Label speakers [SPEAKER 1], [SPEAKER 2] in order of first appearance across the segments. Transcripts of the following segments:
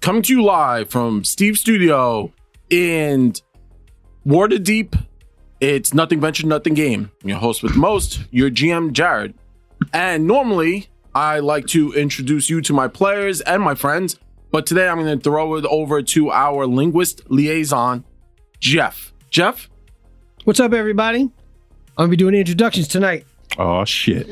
[SPEAKER 1] coming to you live from Steve's studio in Waterdeep. It's Nothing Venture, Nothing Game. I'm your host with the most, your GM, Jared. And normally, I like to introduce you to my players and my friends, but today I'm going to throw it over to our linguist liaison, Jeff. Jeff?
[SPEAKER 2] What's up, everybody? I'm gonna be doing introductions tonight.
[SPEAKER 3] Oh shit.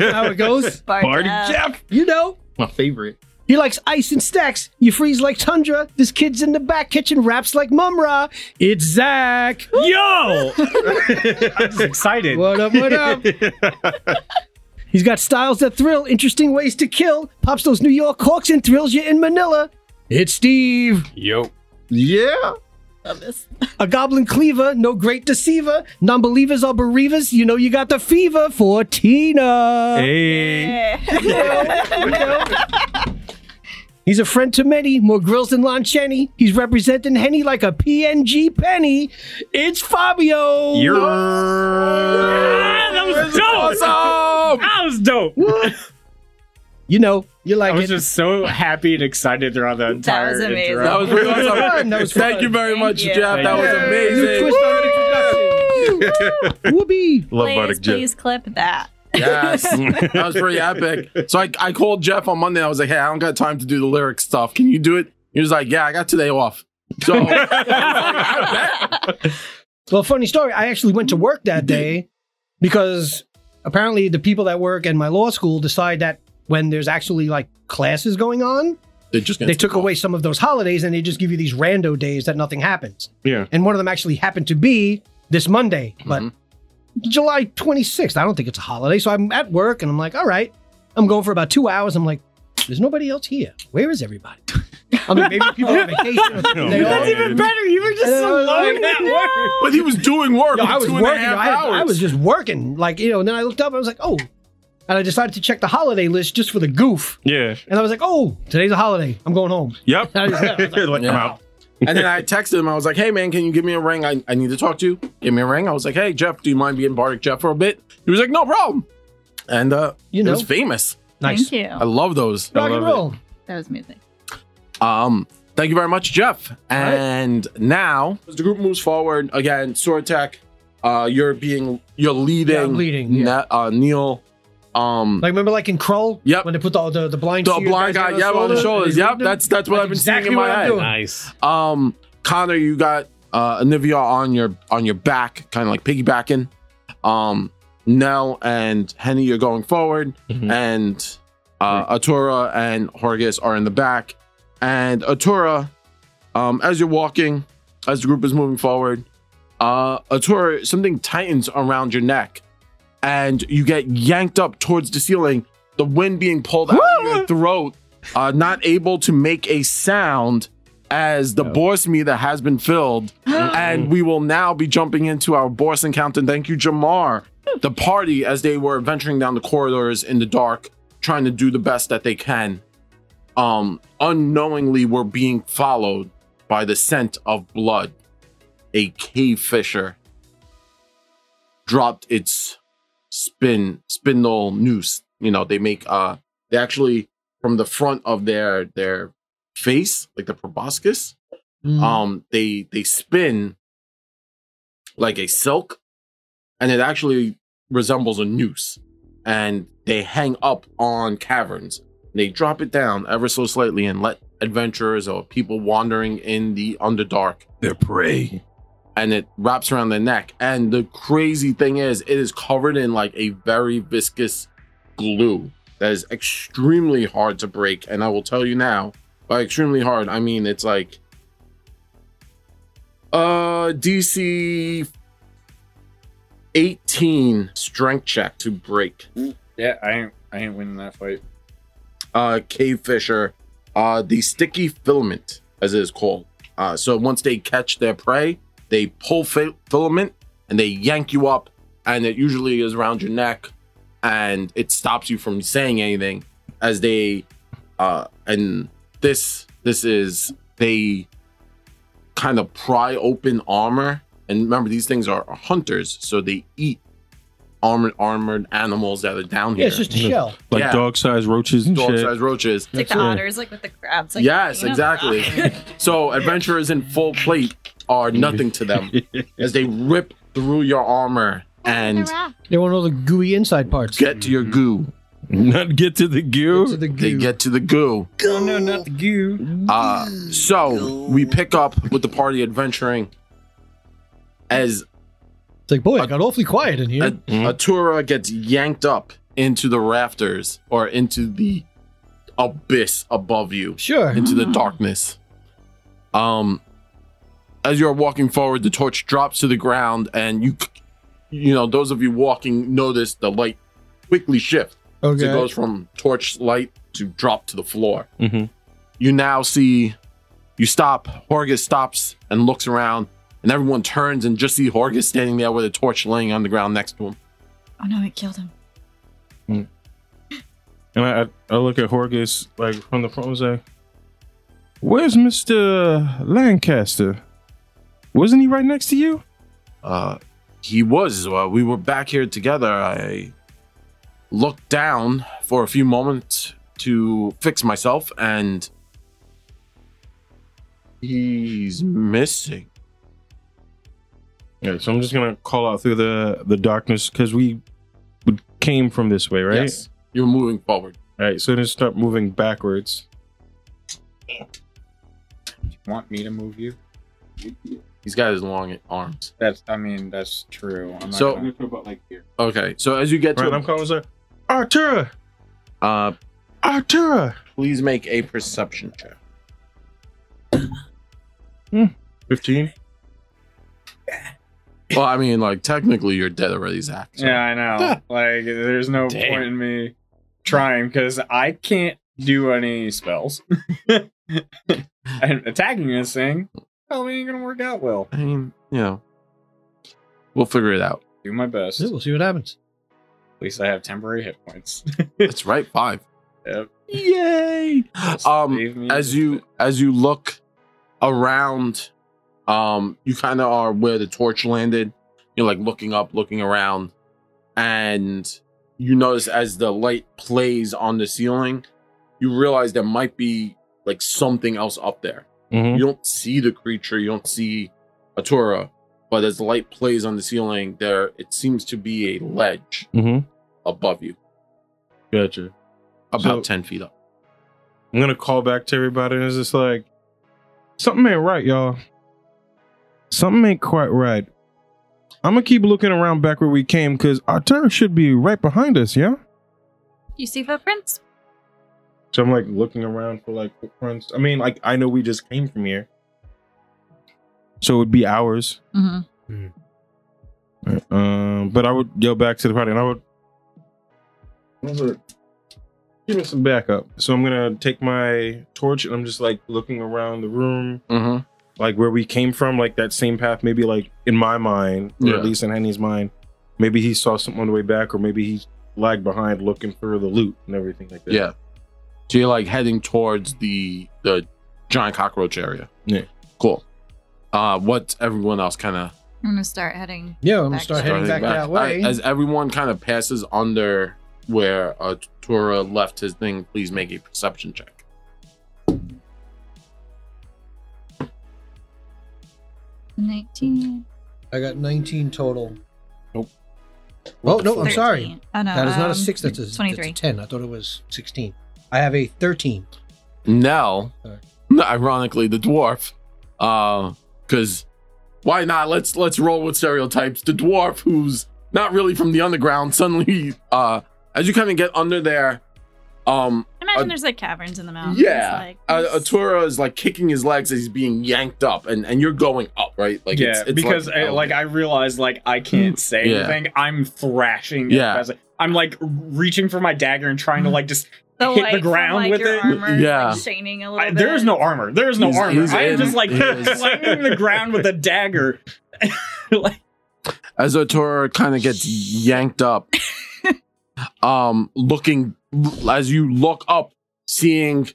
[SPEAKER 2] How it goes,
[SPEAKER 3] Party Jeff.
[SPEAKER 2] you know.
[SPEAKER 4] My favorite.
[SPEAKER 2] He likes ice and snacks. You freeze like tundra. This kid's in the back kitchen, raps like Mumra. It's Zach.
[SPEAKER 3] Yo.
[SPEAKER 4] I'm just excited.
[SPEAKER 2] What up? What up? He's got styles that thrill, interesting ways to kill. Pops those New York corks and thrills you in Manila. It's Steve.
[SPEAKER 3] Yo.
[SPEAKER 4] Yeah.
[SPEAKER 5] Love this.
[SPEAKER 2] A goblin cleaver, no great deceiver. Non believers are bereavers. You know you got the fever for Tina.
[SPEAKER 3] Eh. Hey.
[SPEAKER 5] Yeah.
[SPEAKER 2] He's a friend to many, more grills than Lon Chaney. He's representing Henny like a PNG penny. It's Fabio. Ah,
[SPEAKER 3] You're. that
[SPEAKER 4] was dope.
[SPEAKER 3] Awesome.
[SPEAKER 4] That was dope.
[SPEAKER 2] You know, you
[SPEAKER 4] I
[SPEAKER 2] like
[SPEAKER 4] was
[SPEAKER 2] it.
[SPEAKER 4] just so happy and excited throughout the entire
[SPEAKER 5] was amazing.
[SPEAKER 4] intro.
[SPEAKER 1] That was really
[SPEAKER 2] That was
[SPEAKER 1] awesome.
[SPEAKER 2] fun. That was
[SPEAKER 1] Thank
[SPEAKER 2] fun.
[SPEAKER 1] you very
[SPEAKER 5] Thank
[SPEAKER 1] much,
[SPEAKER 5] you.
[SPEAKER 1] Jeff. That was
[SPEAKER 3] Yay.
[SPEAKER 2] New
[SPEAKER 1] amazing.
[SPEAKER 2] twist on introduction. Whoopee.
[SPEAKER 3] Love
[SPEAKER 5] Please,
[SPEAKER 3] Bardic Jeff.
[SPEAKER 5] please clip that.
[SPEAKER 1] Yes, that was pretty epic. So I, I called Jeff on Monday. I was like, "Hey, I don't got time to do the lyric stuff. Can you do it?" He was like, "Yeah, I got today off." So I was like, "I bet."
[SPEAKER 2] Well, funny story. I actually went to work that day because apparently the people that work in my law school decide that when there's actually like classes going on,
[SPEAKER 1] they're just gonna
[SPEAKER 2] they took away some of those holidays and they just give you these rando days that nothing happens.
[SPEAKER 3] Yeah.
[SPEAKER 2] And one of them actually happened to be this Monday, but
[SPEAKER 1] Mhm.
[SPEAKER 2] July 26th. I don't think it's a holiday. So I'm at work and I'm like, all right, I'm going for about two hours. I'm like, there's nobody else here. Where is everybody? I mean, maybe people are on vacation. or something. They all-
[SPEAKER 3] That's even
[SPEAKER 4] better. You were just
[SPEAKER 2] so long in that
[SPEAKER 4] that
[SPEAKER 1] But he was doing work.
[SPEAKER 2] Yo,
[SPEAKER 1] for
[SPEAKER 2] Uh, I was
[SPEAKER 1] two and a
[SPEAKER 2] working.
[SPEAKER 1] half
[SPEAKER 2] I, had-
[SPEAKER 1] hours.
[SPEAKER 2] I was just working. Like, you know, and then I looked up and I was like, oh. And I decided to check the holiday list just for the goof.
[SPEAKER 3] Yeah.
[SPEAKER 2] And I was like, oh, today's a holiday. I'm going home.
[SPEAKER 3] Yep.
[SPEAKER 2] I just- I was like, "Oh,
[SPEAKER 3] Like, I'm
[SPEAKER 1] Yeah.
[SPEAKER 3] out.
[SPEAKER 1] and then I texted him. I was like, "Hey, man, can you give me a ring? I, I need to talk to you. Give me a ring." I was like, "Hey, Jeff, do you mind being Bardic Jeff for a bit?" He was like, "No problem." And uh,
[SPEAKER 2] You
[SPEAKER 1] it
[SPEAKER 2] know.
[SPEAKER 1] was famous.
[SPEAKER 2] nice.
[SPEAKER 5] Thank you.
[SPEAKER 1] I love those.
[SPEAKER 2] Rock
[SPEAKER 3] I
[SPEAKER 2] and
[SPEAKER 3] love
[SPEAKER 2] roll.
[SPEAKER 5] That was music.
[SPEAKER 1] Um, thank you very much, Jeff. And now as the group moves forward again, Sortek, uh, you're being you're leading,
[SPEAKER 2] Yeah, I'm leading,
[SPEAKER 1] Ne-
[SPEAKER 2] yeah.
[SPEAKER 1] uh, Neil, um,
[SPEAKER 2] Like, remember, like in Kroll?
[SPEAKER 1] Yep.
[SPEAKER 2] When they put all the, the blind
[SPEAKER 1] the
[SPEAKER 2] seer
[SPEAKER 1] blind
[SPEAKER 2] guys
[SPEAKER 1] guy, yeah, on the shoulders.
[SPEAKER 2] They
[SPEAKER 1] Yep,
[SPEAKER 2] lead them?
[SPEAKER 1] that's that's what
[SPEAKER 2] That's
[SPEAKER 1] I've been
[SPEAKER 2] exactly
[SPEAKER 1] seeing in my
[SPEAKER 2] what I'm
[SPEAKER 1] head.
[SPEAKER 2] doing.
[SPEAKER 4] Nice.
[SPEAKER 1] Um, Connor, you got uh, Anivia on your on your back, kind of like piggybacking. Um, Nell and Henny, you're going forward,
[SPEAKER 2] Mm-hmm.
[SPEAKER 4] Mhm.
[SPEAKER 1] and uh, Atura and Horgus are in the back. And Atura, um, as you're walking, as the group is moving forward, uh, Atura, something tightens around your neck, and you get yanked up towards the ceiling. The wind being pulled out of your throat, uh, not able to make a sound as the boss meter has been filled, and we will now be jumping into our boss encounter. Thank you, Jamar. The party, as they were venturing down the corridors in the dark, trying to do the best that they can, um, unknowingly were being followed by the scent of blood. A cave fisher dropped its spin spindle noose. You know, they make uh they actually from the front of their their face, like the proboscis,
[SPEAKER 2] Mm.
[SPEAKER 1] um they they spin like a silk and it actually resembles a noose and they hang up on caverns they drop it down ever so slightly and let adventurers or people wandering in the underdark
[SPEAKER 3] They're prey.
[SPEAKER 1] and it wraps around the neck and the crazy thing is it is covered in like a very viscous glue that is extremely hard to break and i will tell you now by extremely hard i mean it's like uh dc 18 strength check to break
[SPEAKER 4] Yeah, I ain't I ain't winning that fight.
[SPEAKER 1] uh cave fisher uh the sticky filament as it is called uh so once they catch their prey they pull fi- filament and they yank you up and it usually is around your neck and it stops you from saying anything as they uh and this this is they kind of pry open armor and remember these things are hunters so they eat armored armored animals that are down here.
[SPEAKER 2] Yeah, it's just a shell.
[SPEAKER 3] Like
[SPEAKER 1] Yeah.
[SPEAKER 3] dog sized roaches and
[SPEAKER 1] dog
[SPEAKER 3] shit.
[SPEAKER 1] sized roaches.
[SPEAKER 5] It's like the
[SPEAKER 3] That's it.
[SPEAKER 5] otters, like with the crabs. Like,
[SPEAKER 1] yes,
[SPEAKER 5] you know,
[SPEAKER 1] exactly. so adventurers in full plate are nothing to them as they rip through your armor and
[SPEAKER 2] They want all the gooey inside parts.
[SPEAKER 1] get to your goo.
[SPEAKER 3] Not get to the goo.
[SPEAKER 2] Get to the
[SPEAKER 1] They
[SPEAKER 2] goo.
[SPEAKER 1] get to the goo.
[SPEAKER 4] No, no, not the goo.
[SPEAKER 1] Uh, so we pick up with the party adventuring as
[SPEAKER 2] it's like, boy, I got awfully quiet in
[SPEAKER 1] A-
[SPEAKER 2] here.
[SPEAKER 1] Atura gets yanked up into the rafters or into the abyss above you,
[SPEAKER 2] Sure.
[SPEAKER 1] into the darkness. Um, as you're walking forward, the torch drops to the ground, and you, c- you know, those of you walking notice the light quickly shift. So it
[SPEAKER 2] Okay.
[SPEAKER 1] goes from torch light to drop to the floor.
[SPEAKER 3] Mhm.
[SPEAKER 1] You now see, you stop. Horgus stops and looks around, and everyone turns and just see Horgus standing there with a torch laying on the ground next to him.
[SPEAKER 5] Oh no, it killed him.
[SPEAKER 3] And I, I- I look at Horgus like from the front and say, Where's Mr. Lancaster? Wasn't he right next to you?
[SPEAKER 1] Uh, he was. Uh, we were back here together. I looked down for a few moments to fix myself, and he's missing.
[SPEAKER 3] Yeah, so I'm just gonna call out through the the darkness because we we came from this way, right?
[SPEAKER 1] Yes, you're moving forward.
[SPEAKER 3] All right, so just start moving backwards.
[SPEAKER 4] Want me to move you?
[SPEAKER 1] He's got his long arms.
[SPEAKER 4] That's. I mean, that's true. I'm not
[SPEAKER 1] So-
[SPEAKER 4] gonna- about like here.
[SPEAKER 1] Okay, so as you get
[SPEAKER 3] Right, I'm
[SPEAKER 1] to,
[SPEAKER 3] calling her Artura,
[SPEAKER 1] uh,
[SPEAKER 3] Artura.
[SPEAKER 1] please make a perception check.
[SPEAKER 3] Hmm. Fifteen.
[SPEAKER 1] Well, I mean, like technically, you're dead already, Zach. so-
[SPEAKER 4] Yeah, I know. like, there's no
[SPEAKER 1] Damn.
[SPEAKER 4] point in me trying because I can't do any spells. and attacking this thing probably ain't gonna work out well.
[SPEAKER 1] I mean, you know, we'll figure it out.
[SPEAKER 4] Do my best.
[SPEAKER 2] Yeah,
[SPEAKER 4] At
[SPEAKER 2] We'll see what happens.
[SPEAKER 4] least I have temporary hit points.
[SPEAKER 1] That's right, five.
[SPEAKER 4] Yep.
[SPEAKER 1] Yay! Um,
[SPEAKER 4] Save me.
[SPEAKER 1] as you as you look around um you kind of are where the torch landed you're like looking up looking around and you notice as the light plays on the ceiling you realize there might be like something else up there
[SPEAKER 3] Mm-hmm.
[SPEAKER 1] you don't see the creature you don't see atura but as the light plays on the ceiling there it seems to be a ledge
[SPEAKER 3] Mm-hmm.
[SPEAKER 1] above you
[SPEAKER 3] Gotcha.
[SPEAKER 1] about
[SPEAKER 3] So-
[SPEAKER 1] 10 feet up
[SPEAKER 3] I'm gonna call back to everybody, and it's just like something ain't right, y'all. Something ain't quite right. I'm gonna keep looking around back where we came because Artura should be right behind us. Yeah.
[SPEAKER 5] You see footprints?
[SPEAKER 3] So I'm like looking around for like footprints. I mean, like I know we just came from here, so it would be hours.
[SPEAKER 5] Mm-hmm.
[SPEAKER 3] Um, but I would yell back to the party, and I would. What was it? Give me some backup. So I'm gonna take my torch, and I'm just like looking around the room,
[SPEAKER 1] mm-hmm.
[SPEAKER 3] like where we came from, like that same path. Maybe like in my mind, or
[SPEAKER 1] Yeah.
[SPEAKER 3] at least in Henny's mind, maybe he saw something on the way back, or maybe he lagged behind looking for the loot and everything like that.
[SPEAKER 1] Yeah. So you're like heading towards the the giant cockroach area.
[SPEAKER 3] Yeah.
[SPEAKER 1] Cool. Uh, what's everyone else kind of
[SPEAKER 5] I'm gonna start heading.
[SPEAKER 2] Yeah, I'm gonna
[SPEAKER 5] Back
[SPEAKER 2] start
[SPEAKER 5] to-
[SPEAKER 2] heading back that way.
[SPEAKER 1] As everyone kind of passes under where uh, Tura left his thing, please make a perception check.
[SPEAKER 5] Nineteen.
[SPEAKER 2] I got 19 total. Oh, no, I'm sorry.
[SPEAKER 5] 13. Oh, no,
[SPEAKER 2] That is not
[SPEAKER 5] um,
[SPEAKER 2] a six. That's a, that's a
[SPEAKER 5] 23.
[SPEAKER 2] 10. I thought it was 16. I have a 13.
[SPEAKER 1] Nell,
[SPEAKER 2] Sorry.
[SPEAKER 1] ironically, the dwarf, because why not? Let's let's roll with stereotypes. The dwarf who's not really from the underground suddenly, uh, as you kind of get under there, um,
[SPEAKER 5] Imagine
[SPEAKER 1] Uh,
[SPEAKER 5] there's like caverns in the mountains.
[SPEAKER 1] Yeah,
[SPEAKER 5] Like,
[SPEAKER 1] uh, Atura is like kicking his legs as he's being yanked up, and and you're going up, right? Like,
[SPEAKER 4] yeah, because
[SPEAKER 1] an
[SPEAKER 4] I, like
[SPEAKER 1] elevator.
[SPEAKER 4] I realized like I can't say
[SPEAKER 1] Yeah.
[SPEAKER 4] anything. I'm thrashing. as
[SPEAKER 1] Yeah.
[SPEAKER 4] fast as- I'm like reaching for my dagger and trying to like just.
[SPEAKER 5] the
[SPEAKER 4] hit the
[SPEAKER 5] light from,
[SPEAKER 4] ground
[SPEAKER 5] like,
[SPEAKER 4] with
[SPEAKER 5] your
[SPEAKER 4] it.
[SPEAKER 5] Armor, is,
[SPEAKER 1] Yeah.
[SPEAKER 5] Like, shining a little
[SPEAKER 4] I,
[SPEAKER 5] bit.
[SPEAKER 4] there is no armor. There is no
[SPEAKER 1] He's-
[SPEAKER 4] armor.
[SPEAKER 1] he's
[SPEAKER 4] I am
[SPEAKER 1] in.
[SPEAKER 4] just like
[SPEAKER 1] He is.
[SPEAKER 4] slamming the ground with a dagger. like,
[SPEAKER 1] as Atura kind of gets yanked up, um, looking as you look up, seeing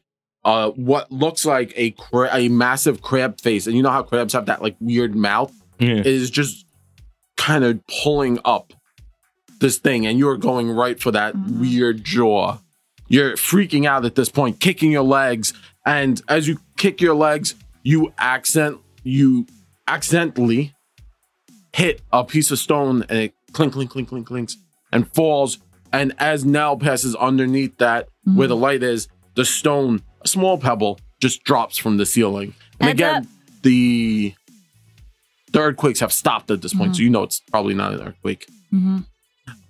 [SPEAKER 1] uh what looks like a cra- a massive crab face, and you know how crabs have that like weird mouth
[SPEAKER 3] Yeah.
[SPEAKER 1] is just kind of pulling up this thing and you're going right for that
[SPEAKER 5] Mhm.
[SPEAKER 1] weird jaw. You're freaking out at this point, kicking your legs, and as you kick your legs, you accent you accidentally hit a piece of stone and it clink clink clink clink clinks and falls. And as Nell passes underneath that where the light is, the stone, a small pebble, just drops from the ceiling. And
[SPEAKER 5] Heads
[SPEAKER 1] again,
[SPEAKER 5] up.
[SPEAKER 1] the the earthquakes have stopped at this point, so you know it's probably not an earthquake.
[SPEAKER 5] hmm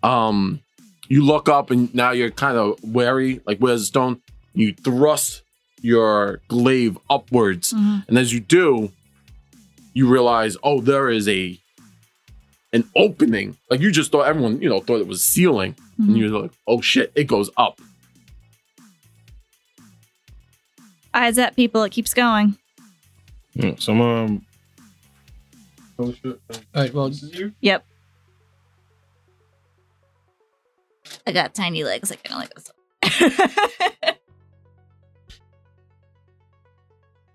[SPEAKER 1] Um, you look up and now you're kind of wary, like where's the stone? You thrust your glaive upwards,
[SPEAKER 5] Mhm.
[SPEAKER 1] and as you do, you realize, oh, there is a an opening. Like you just thought everyone, you know, thought it was a ceiling, and you're like, oh shit, it goes up.
[SPEAKER 5] Eyes up, people. It keeps going.
[SPEAKER 3] Yeah, so I'm um, oh,
[SPEAKER 2] All right, well,
[SPEAKER 5] Yep. I got tiny legs. I can only go so.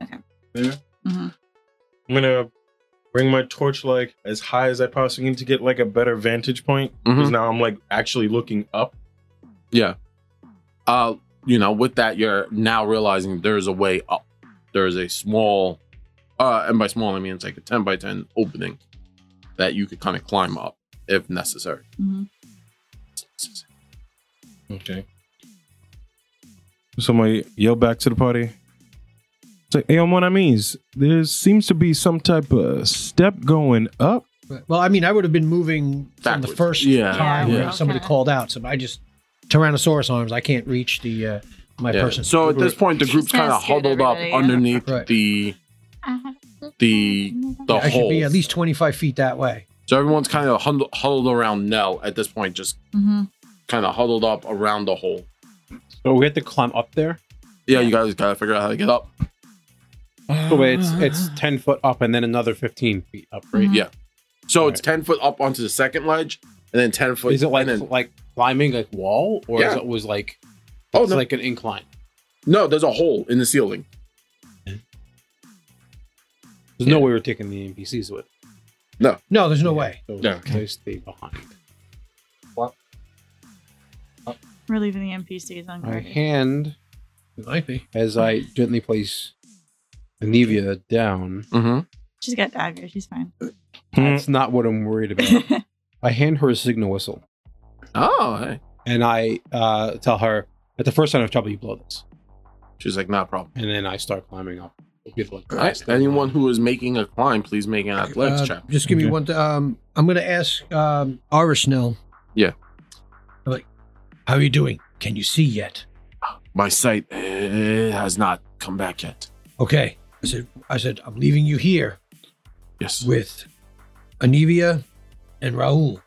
[SPEAKER 5] okay.
[SPEAKER 3] Yeah.
[SPEAKER 2] Mm-hmm.
[SPEAKER 5] hmm
[SPEAKER 3] I'm gonna bring my torch like as high as I possibly can to get like a better vantage point because
[SPEAKER 1] Mhm.
[SPEAKER 3] now I'm like actually looking up.
[SPEAKER 1] Yeah. Uh, you know, with that, you're now realizing there is a way up. There is a small, uh, and by small I mean it's like a ten by ten opening that you could kind of climb up if necessary.
[SPEAKER 5] hmm
[SPEAKER 3] Okay. Somebody yell back to the party. It's like, hey, on what I means, there seems to be some type of step going up.
[SPEAKER 2] well, I mean, I would have been moving from the
[SPEAKER 1] Backwards.
[SPEAKER 2] first
[SPEAKER 1] Yeah,
[SPEAKER 2] time
[SPEAKER 1] yeah.
[SPEAKER 2] when somebody
[SPEAKER 5] Okay.
[SPEAKER 2] called out. So I just Tyrannosaurus arms. I can't reach the uh, my
[SPEAKER 1] Yeah.
[SPEAKER 2] person.
[SPEAKER 1] So at this point, the group's
[SPEAKER 5] She's kinda
[SPEAKER 1] kind of
[SPEAKER 5] scared
[SPEAKER 1] huddled up
[SPEAKER 5] everybody, yeah.
[SPEAKER 1] underneath
[SPEAKER 2] Right.
[SPEAKER 1] the the the
[SPEAKER 2] I should
[SPEAKER 1] hole.
[SPEAKER 2] be at least twenty five feet that way.
[SPEAKER 1] so everyone's kind of huddled, huddled around Nell at this point, just
[SPEAKER 5] hmm
[SPEAKER 1] kind of huddled up around the hole.
[SPEAKER 6] So we have to climb up there.
[SPEAKER 1] Yeah, you guys gotta figure out how to get up.
[SPEAKER 6] Oh wait, it's it's ten foot up and then another fifteen feet up, right?
[SPEAKER 1] Yeah. So
[SPEAKER 6] All
[SPEAKER 1] it's ten foot up onto the second ledge, and then ten foot.
[SPEAKER 6] Is it like
[SPEAKER 1] and then-
[SPEAKER 6] like climbing like wall or is
[SPEAKER 1] Yeah.
[SPEAKER 6] it was like
[SPEAKER 1] oh
[SPEAKER 6] it's
[SPEAKER 1] no,
[SPEAKER 6] like an incline?
[SPEAKER 1] No, there's a hole in the ceiling.
[SPEAKER 6] There's no way we're taking the NPCs with.
[SPEAKER 2] No, there's no way.
[SPEAKER 6] So
[SPEAKER 1] Yeah.
[SPEAKER 6] they stay behind.
[SPEAKER 5] We're leaving the NPCs on
[SPEAKER 6] My
[SPEAKER 5] guard.
[SPEAKER 6] hand
[SPEAKER 2] It might be.
[SPEAKER 6] as I gently place Anivia down.
[SPEAKER 1] Mm-hmm.
[SPEAKER 5] She's got dagger. She's fine.
[SPEAKER 2] Hmm.
[SPEAKER 6] That's not what I'm worried about. I hand her a signal whistle
[SPEAKER 1] Oh, hey.
[SPEAKER 6] and I uh, tell her at the first sign of trouble you blow this.
[SPEAKER 1] She's like, not a problem.
[SPEAKER 6] And then I start climbing up. It'll be like the
[SPEAKER 1] All right.
[SPEAKER 6] last thing.
[SPEAKER 1] Anyone who is making a climb, please make an athletics
[SPEAKER 2] Uh,
[SPEAKER 1] check.
[SPEAKER 2] Just give me
[SPEAKER 3] Okay.
[SPEAKER 2] one. Th- um, I'm going to ask um, Arishnell.
[SPEAKER 1] Yeah.
[SPEAKER 2] I'm like, how are you doing? Can you see yet?
[SPEAKER 1] My sight eh, has not come back yet.
[SPEAKER 2] Okay. I said, I said, I'm leaving you here
[SPEAKER 1] Yes.
[SPEAKER 2] with Anivia and Raul.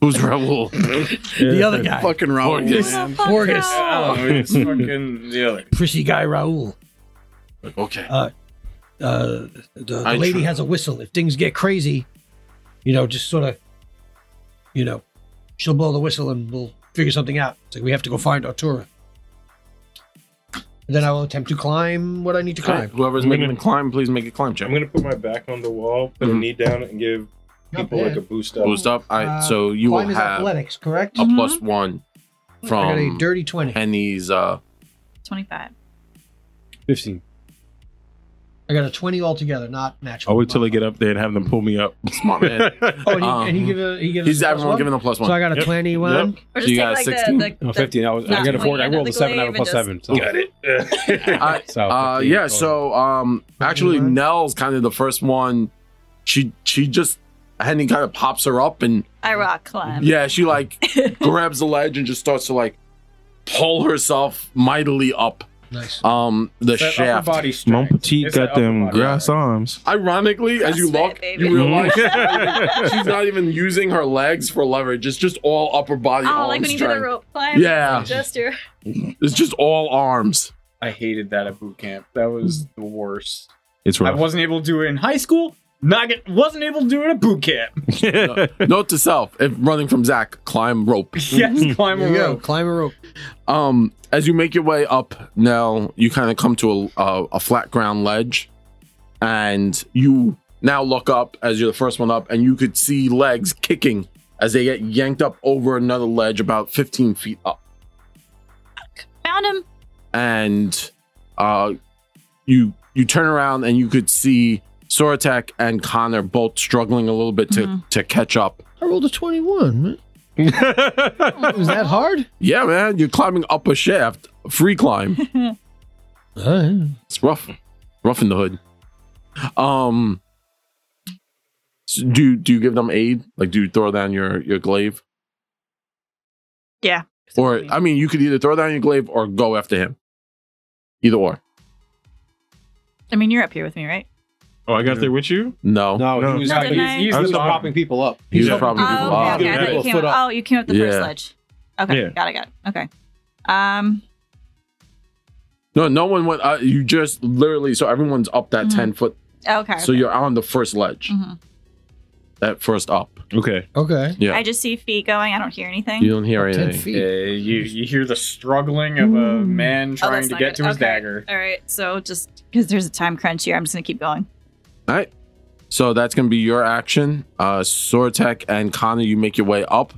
[SPEAKER 1] Who's Raoul?
[SPEAKER 2] The other guy,
[SPEAKER 1] Fucking Raoul.
[SPEAKER 5] Oh, fuck
[SPEAKER 2] Morgus.
[SPEAKER 5] no.
[SPEAKER 4] Oh, it's fucking the other.
[SPEAKER 2] prissy guy Raul.
[SPEAKER 1] Okay.
[SPEAKER 2] Uh, the the
[SPEAKER 1] I
[SPEAKER 2] lady
[SPEAKER 1] tr-
[SPEAKER 2] has a whistle. If things get crazy, you know, just sort of, you know, she'll blow the whistle and we'll figure something out. It's like we have to go find Artura. And then I will attempt to climb what I need to
[SPEAKER 1] All
[SPEAKER 2] climb.
[SPEAKER 1] right. Whoever's
[SPEAKER 3] I'm
[SPEAKER 1] making
[SPEAKER 3] gonna-
[SPEAKER 1] the climb, please make a climb check.
[SPEAKER 3] I'm gonna put my back on the wall, put
[SPEAKER 1] Mhm.
[SPEAKER 3] a knee down, and give
[SPEAKER 2] Not
[SPEAKER 3] people like
[SPEAKER 2] bad.
[SPEAKER 3] a boost up.
[SPEAKER 1] Boost up. All right.
[SPEAKER 2] Uh,
[SPEAKER 1] so you will
[SPEAKER 2] climb is
[SPEAKER 1] have a
[SPEAKER 2] athletics, correct?
[SPEAKER 5] Mhm.
[SPEAKER 1] plus one
[SPEAKER 2] Mm-hmm. I got a
[SPEAKER 1] from
[SPEAKER 2] dirty 20.
[SPEAKER 1] Penny's. Uh,
[SPEAKER 5] 25.
[SPEAKER 6] Fifteen.
[SPEAKER 2] I got a 20 altogether, not natural.
[SPEAKER 3] I'll wait till they get up there and have them pull me up.
[SPEAKER 1] smart man.
[SPEAKER 2] Oh, and he, and he
[SPEAKER 1] Um,
[SPEAKER 2] give a, he gives
[SPEAKER 1] He's
[SPEAKER 2] us a plus
[SPEAKER 1] everyone
[SPEAKER 2] one?
[SPEAKER 1] giving a plus
[SPEAKER 2] So I
[SPEAKER 1] one.
[SPEAKER 2] got a
[SPEAKER 3] Yep.
[SPEAKER 2] 21.
[SPEAKER 5] Or
[SPEAKER 1] So you got a 16?
[SPEAKER 6] No, fifteen. I was Oh, I
[SPEAKER 5] Not
[SPEAKER 6] got a four.
[SPEAKER 5] twenty,
[SPEAKER 6] I
[SPEAKER 5] not
[SPEAKER 6] rolled
[SPEAKER 5] the
[SPEAKER 6] a seven. I have a
[SPEAKER 5] glaive,
[SPEAKER 6] plus
[SPEAKER 5] it
[SPEAKER 6] seven. So, Oh,
[SPEAKER 3] Got it.
[SPEAKER 1] I-
[SPEAKER 6] so
[SPEAKER 1] Uh,
[SPEAKER 6] 15
[SPEAKER 1] yeah.
[SPEAKER 6] total.
[SPEAKER 1] So, um, actually,
[SPEAKER 2] Anyone?
[SPEAKER 1] Nell's kind of the first one. She she just Henny kind of pops her up, and
[SPEAKER 5] I rock climb.
[SPEAKER 1] yeah, she like grabs the ledge and just starts to like pull herself mightily up
[SPEAKER 2] Nice.
[SPEAKER 1] um the
[SPEAKER 4] It's that upper
[SPEAKER 1] shaft.
[SPEAKER 4] body
[SPEAKER 3] Mon
[SPEAKER 4] strength.
[SPEAKER 3] petite
[SPEAKER 4] It's that
[SPEAKER 3] got them
[SPEAKER 4] upper body
[SPEAKER 3] grass arms.
[SPEAKER 1] Ironically, as you
[SPEAKER 5] Crossfit,
[SPEAKER 1] look,
[SPEAKER 5] baby.
[SPEAKER 1] you realize
[SPEAKER 3] Mhm.
[SPEAKER 1] she's not even using her legs for leverage. It's just all upper body.
[SPEAKER 5] Oh,
[SPEAKER 1] arm
[SPEAKER 5] like when you do the
[SPEAKER 1] strength.
[SPEAKER 5] rope climb.
[SPEAKER 1] Yeah.
[SPEAKER 5] Just your.
[SPEAKER 1] It's just all arms. Hmm.
[SPEAKER 4] I hated that at boot camp. That was the worst.
[SPEAKER 3] it's
[SPEAKER 4] I
[SPEAKER 3] rough.
[SPEAKER 4] wasn't able to do it in high school. Not get, wasn't able to do it at boot camp.
[SPEAKER 1] Note to self: if running from Zach, climb rope.
[SPEAKER 4] yes, climb
[SPEAKER 2] There
[SPEAKER 4] a
[SPEAKER 2] you go.
[SPEAKER 4] rope.
[SPEAKER 2] Climb a rope.
[SPEAKER 1] Um, as you make your way up now, you kind of come to a, a a flat ground ledge, and you now look up as you're the first one up, and you could see legs kicking as they get yanked up over another ledge about 15 feet up.
[SPEAKER 5] Found him.
[SPEAKER 1] And uh, you you turn around and you could see Soratek and Connor both struggling a little bit to,
[SPEAKER 5] Mhm.
[SPEAKER 1] to catch up.
[SPEAKER 2] I rolled a 21. man. Was that hard?
[SPEAKER 1] Yeah, man, you're climbing up a shaft, free climb.
[SPEAKER 2] Uh,
[SPEAKER 1] It's rough, rough in the hood. Um, s- do do you give them aid? Like, do you throw down your your glaive?
[SPEAKER 5] Yeah.
[SPEAKER 1] Or I mean, you could either throw down your glaive or go after him. Either or.
[SPEAKER 5] I mean, you're up here with me, right?
[SPEAKER 3] oh, I got there with you.
[SPEAKER 1] No,
[SPEAKER 6] No,
[SPEAKER 3] No.
[SPEAKER 6] he was,
[SPEAKER 5] No,
[SPEAKER 6] he,
[SPEAKER 5] didn't
[SPEAKER 6] was-
[SPEAKER 5] I?
[SPEAKER 6] he was
[SPEAKER 3] I was
[SPEAKER 6] still
[SPEAKER 3] on.
[SPEAKER 6] popping people up.
[SPEAKER 1] he was
[SPEAKER 3] Yeah.
[SPEAKER 1] probably
[SPEAKER 3] Oh,
[SPEAKER 1] people.
[SPEAKER 3] okay,
[SPEAKER 1] Ah,
[SPEAKER 5] okay, okay. I
[SPEAKER 3] yeah.
[SPEAKER 5] thought you came
[SPEAKER 6] Foot
[SPEAKER 5] up.
[SPEAKER 6] up.
[SPEAKER 5] Oh, you came up the first
[SPEAKER 1] Yeah.
[SPEAKER 5] ledge. Okay,
[SPEAKER 3] Yeah.
[SPEAKER 5] got it, got it. Okay. Um,
[SPEAKER 1] No, no one went. Uh, you just literally. So everyone's up that
[SPEAKER 5] Mhm.
[SPEAKER 1] ten foot.
[SPEAKER 5] okay.
[SPEAKER 1] So you're on the first ledge.
[SPEAKER 5] Mhm.
[SPEAKER 1] That first up.
[SPEAKER 3] Okay.
[SPEAKER 2] okay.
[SPEAKER 1] Yeah.
[SPEAKER 5] I just see feet going. I don't hear anything.
[SPEAKER 1] You don't hear
[SPEAKER 2] 10
[SPEAKER 1] anything.
[SPEAKER 2] feet.
[SPEAKER 4] Uh, you you hear the struggling of a
[SPEAKER 1] Hmm.
[SPEAKER 4] man
[SPEAKER 5] Oh,
[SPEAKER 4] trying
[SPEAKER 5] that's
[SPEAKER 4] to
[SPEAKER 5] not
[SPEAKER 4] get
[SPEAKER 5] good.
[SPEAKER 4] to his
[SPEAKER 5] Okay.
[SPEAKER 4] dagger.
[SPEAKER 5] All right. So just because there's a time crunch here, I'm just gonna keep going.
[SPEAKER 1] All right. So that's going to be your action. Uh, Sortek and Connor, you make your way up,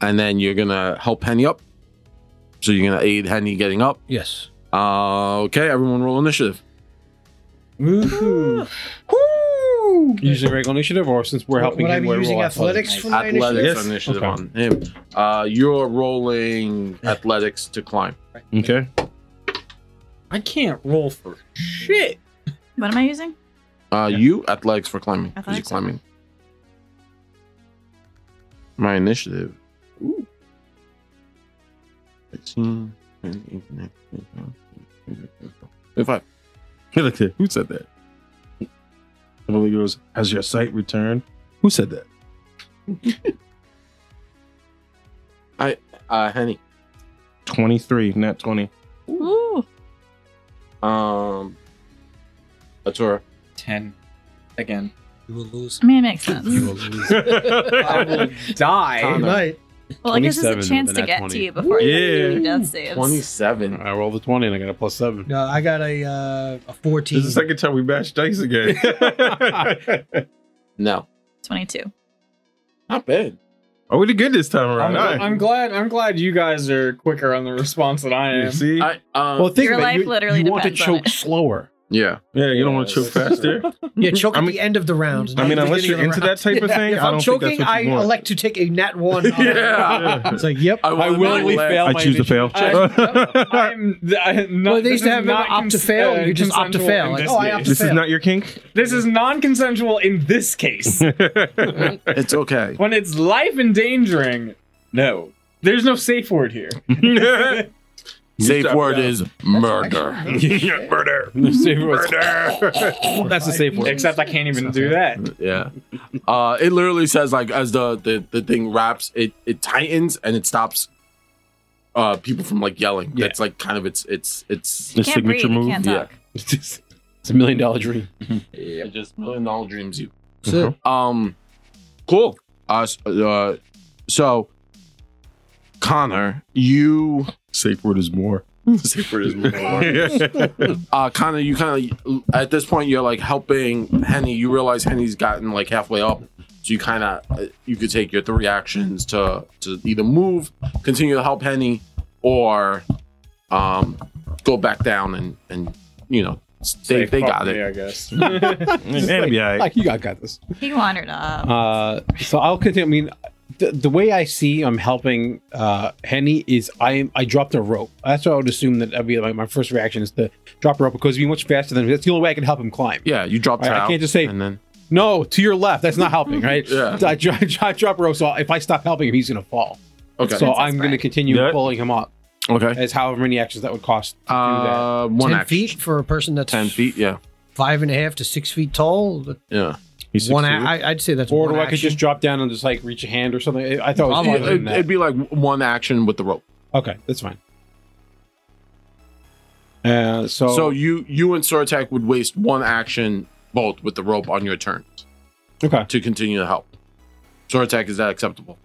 [SPEAKER 1] and then you're going to help Henny up. So you're going to aid Henny getting up.
[SPEAKER 2] Yes.
[SPEAKER 1] Uh, okay, everyone roll initiative.
[SPEAKER 6] Woo. Usually regular initiative, or since we're helping
[SPEAKER 2] Would I
[SPEAKER 6] him,
[SPEAKER 2] be
[SPEAKER 6] we're
[SPEAKER 2] using
[SPEAKER 6] roll
[SPEAKER 2] athletics for my
[SPEAKER 1] athletics
[SPEAKER 2] initiative?
[SPEAKER 3] Yes.
[SPEAKER 1] initiative
[SPEAKER 6] Okay.
[SPEAKER 1] on him. Uh, you're rolling athletics to climb.
[SPEAKER 3] Okay.
[SPEAKER 4] I can't roll for shit.
[SPEAKER 5] What am I using?
[SPEAKER 1] Uh, You, athletics for climbing. 'cause
[SPEAKER 5] Athletics.
[SPEAKER 1] You're climbing. My initiative. Ooh. 16, 18, 19, 20, 25.
[SPEAKER 3] Hey, look there. Who said that? Emily goes, Has your sight returned? Who said that?
[SPEAKER 1] Uh, Henny.
[SPEAKER 3] 23, not 20.
[SPEAKER 5] Ooh.
[SPEAKER 1] Um, Atura.
[SPEAKER 4] Ten. Again.
[SPEAKER 2] You will lose.
[SPEAKER 5] I mean, it makes sense.
[SPEAKER 2] You will lose.
[SPEAKER 4] I will
[SPEAKER 2] You
[SPEAKER 4] die.
[SPEAKER 2] might.
[SPEAKER 5] Well, I guess it's
[SPEAKER 6] 27
[SPEAKER 5] a chance
[SPEAKER 6] with
[SPEAKER 5] to
[SPEAKER 6] an at
[SPEAKER 5] get
[SPEAKER 6] 20.
[SPEAKER 5] to you before you
[SPEAKER 3] Yeah.
[SPEAKER 5] do death saves.
[SPEAKER 1] 27.
[SPEAKER 6] I rolled a 20 and I got a plus seven.
[SPEAKER 2] No, I got a uh, a 14.
[SPEAKER 3] This is the second time we bashed dice again.
[SPEAKER 1] No.
[SPEAKER 5] 22.
[SPEAKER 1] Not bad.
[SPEAKER 3] oh, we did good this time
[SPEAKER 4] I'm,
[SPEAKER 3] around. All right.
[SPEAKER 4] I'm glad. I'm glad you guys are quicker on the response than I
[SPEAKER 3] You
[SPEAKER 4] am.
[SPEAKER 3] see?
[SPEAKER 1] I, um,
[SPEAKER 6] Well, think
[SPEAKER 5] Your
[SPEAKER 6] about it.
[SPEAKER 5] life
[SPEAKER 6] you,
[SPEAKER 5] literally
[SPEAKER 6] you want to
[SPEAKER 5] depends on
[SPEAKER 6] choke
[SPEAKER 5] it.
[SPEAKER 6] slower.
[SPEAKER 1] yeah.
[SPEAKER 3] Yeah, you don't want to
[SPEAKER 4] Yeah,
[SPEAKER 3] choke
[SPEAKER 4] that's-
[SPEAKER 3] faster.
[SPEAKER 2] Yeah, choke
[SPEAKER 3] I
[SPEAKER 2] at
[SPEAKER 3] mean-
[SPEAKER 2] the end of the round.
[SPEAKER 3] I
[SPEAKER 2] not
[SPEAKER 3] mean,
[SPEAKER 2] the
[SPEAKER 3] unless
[SPEAKER 2] beginning
[SPEAKER 3] you're
[SPEAKER 2] of the
[SPEAKER 3] into
[SPEAKER 2] round.
[SPEAKER 3] that type of
[SPEAKER 2] Yeah,
[SPEAKER 3] thing,
[SPEAKER 2] if
[SPEAKER 3] I
[SPEAKER 2] I'm
[SPEAKER 3] don't think
[SPEAKER 2] choking,
[SPEAKER 3] that's what
[SPEAKER 2] I
[SPEAKER 3] you want.
[SPEAKER 2] elect to take a nat one.
[SPEAKER 1] Yeah.
[SPEAKER 2] It's like, yep.
[SPEAKER 6] I willingly fail.
[SPEAKER 3] I
[SPEAKER 6] my
[SPEAKER 3] choose to fail.
[SPEAKER 6] initiative
[SPEAKER 2] uh,
[SPEAKER 3] this
[SPEAKER 4] I'm, I'm not,
[SPEAKER 2] Well, they
[SPEAKER 4] this
[SPEAKER 2] used to
[SPEAKER 4] is
[SPEAKER 2] have
[SPEAKER 4] not
[SPEAKER 2] opt to
[SPEAKER 4] cons-
[SPEAKER 2] fail,
[SPEAKER 4] uh,
[SPEAKER 2] you just opt to
[SPEAKER 4] consensual
[SPEAKER 2] fail,
[SPEAKER 4] in
[SPEAKER 2] like,
[SPEAKER 4] this
[SPEAKER 2] oh, I
[SPEAKER 4] case.
[SPEAKER 2] opt to
[SPEAKER 3] is
[SPEAKER 2] fail.
[SPEAKER 3] not your kink.
[SPEAKER 4] This is non-consensual in this case.
[SPEAKER 1] It's okay.
[SPEAKER 4] when it's life endangering, no. There's no safe word here.
[SPEAKER 1] Safe
[SPEAKER 3] stop
[SPEAKER 1] word
[SPEAKER 3] now.
[SPEAKER 1] is murder.
[SPEAKER 3] Murder.
[SPEAKER 6] That's the safe word.
[SPEAKER 4] Except I can't even do that.
[SPEAKER 1] Yeah. Uh, it literally says like as the, the, the thing wraps, it, it tightens and it stops uh, people from like yelling.
[SPEAKER 6] Yeah.
[SPEAKER 1] That's like kind of its its its
[SPEAKER 3] The
[SPEAKER 5] Can't breathe. you Can't
[SPEAKER 1] Yeah.
[SPEAKER 5] talk.
[SPEAKER 6] It's just- it's a million dollar dream.
[SPEAKER 1] it just million dollar dreams you.
[SPEAKER 2] So,
[SPEAKER 1] Um, cool. Uh, s- uh, so, Connor, you
[SPEAKER 3] Safe word is more.
[SPEAKER 1] uh, Connor, you kind of at this point you're like helping Henny. You realize Henny's gotten like halfway up, so you kind of you could take your three actions to to either move, continue to help Henny, or um, go back down and and you know s- they
[SPEAKER 4] Safe
[SPEAKER 1] they got
[SPEAKER 4] property,
[SPEAKER 1] it.
[SPEAKER 4] I guess.
[SPEAKER 3] And it'll be all right.
[SPEAKER 6] Like, you got, got this.
[SPEAKER 5] He wandered up.
[SPEAKER 6] Uh, so I'll continue. I mean, the, the way I see I'm helping uh, Henny is I am I dropped a rope. That's what I would assume that that'd be like my first reaction is to drop a rope because it'd be much faster than that's the only way I can help him climb.
[SPEAKER 1] Yeah, you dropped
[SPEAKER 6] All right, I
[SPEAKER 1] out,
[SPEAKER 6] can't just say-
[SPEAKER 1] and then
[SPEAKER 6] No, to your left. That's not helping, right?
[SPEAKER 1] Yeah.
[SPEAKER 6] I, dro- I drop a rope, so if I stop helping him, he's gonna fall.
[SPEAKER 1] okay,
[SPEAKER 6] So
[SPEAKER 5] Princess
[SPEAKER 6] I'm gonna
[SPEAKER 5] Bride.
[SPEAKER 6] continue
[SPEAKER 3] Yeah.
[SPEAKER 6] pulling him up
[SPEAKER 1] okay,
[SPEAKER 6] as however many actions that would cost. to do that.
[SPEAKER 1] uh, one
[SPEAKER 2] 10
[SPEAKER 1] action.
[SPEAKER 2] feet for a person that's
[SPEAKER 1] ten feet, yeah,
[SPEAKER 2] five and a half to six feet tall. that-
[SPEAKER 1] yeah.
[SPEAKER 3] He's
[SPEAKER 2] One, a-
[SPEAKER 3] 16.
[SPEAKER 2] I, I'd say that's
[SPEAKER 6] Or
[SPEAKER 2] one
[SPEAKER 6] do I could
[SPEAKER 2] action.
[SPEAKER 6] just drop down and just like reach a hand or something? I I thought it was
[SPEAKER 1] It,
[SPEAKER 6] farther than
[SPEAKER 1] would
[SPEAKER 6] that.
[SPEAKER 1] be like one action with the rope.
[SPEAKER 6] Okay, that's fine. Uh, so,
[SPEAKER 1] So you you and Sortek would waste one action both with the rope on your turn
[SPEAKER 6] okay,
[SPEAKER 1] to continue to help. Sortek, is that acceptable?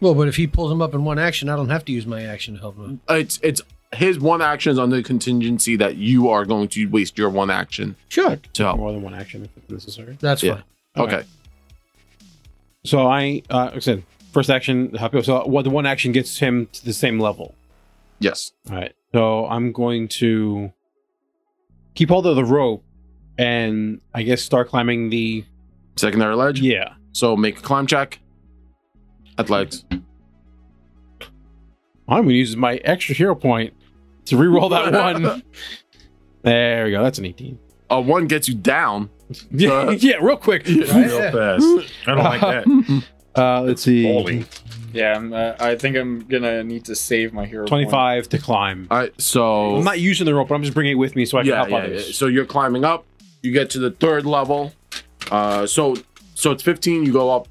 [SPEAKER 2] Well, but if he pulls him up in one action, I don't have to use my action to help him.
[SPEAKER 1] It's it's his one action is under the contingency that you are going to waste your one action
[SPEAKER 2] Sure.
[SPEAKER 1] to help.
[SPEAKER 6] more than one action if necessary.
[SPEAKER 2] That's
[SPEAKER 1] Yeah.
[SPEAKER 2] fine.
[SPEAKER 1] Okay.
[SPEAKER 6] Okay. So I, uh, like I said, first action. happy- So what the one action gets him to the same level.
[SPEAKER 1] Yes.
[SPEAKER 6] All right. So I'm going to keep hold of the rope and I guess start climbing the.
[SPEAKER 1] Secondary ledge.
[SPEAKER 6] Yeah.
[SPEAKER 1] So make a climb check. Athletics.
[SPEAKER 6] I'm going to use my extra hero point to reroll that one. There we go. That's an 18.
[SPEAKER 1] Uh, one gets you down. uh,
[SPEAKER 6] Yeah, yeah real quick.
[SPEAKER 2] Yeah.
[SPEAKER 3] Real fast. I don't like that.
[SPEAKER 6] Uh, let's see.
[SPEAKER 3] Falling.
[SPEAKER 4] Yeah, I'm, uh, I think I'm gonna need to save my hero. point.
[SPEAKER 6] 25 to climb.
[SPEAKER 1] All right. So
[SPEAKER 6] I'm not using the rope, but I'm just bringing it with me so I can
[SPEAKER 1] yeah,
[SPEAKER 6] help
[SPEAKER 1] yeah,
[SPEAKER 6] others.
[SPEAKER 1] yeah. So you're climbing up. You get to the third level. Uh, so so it's 15. You go up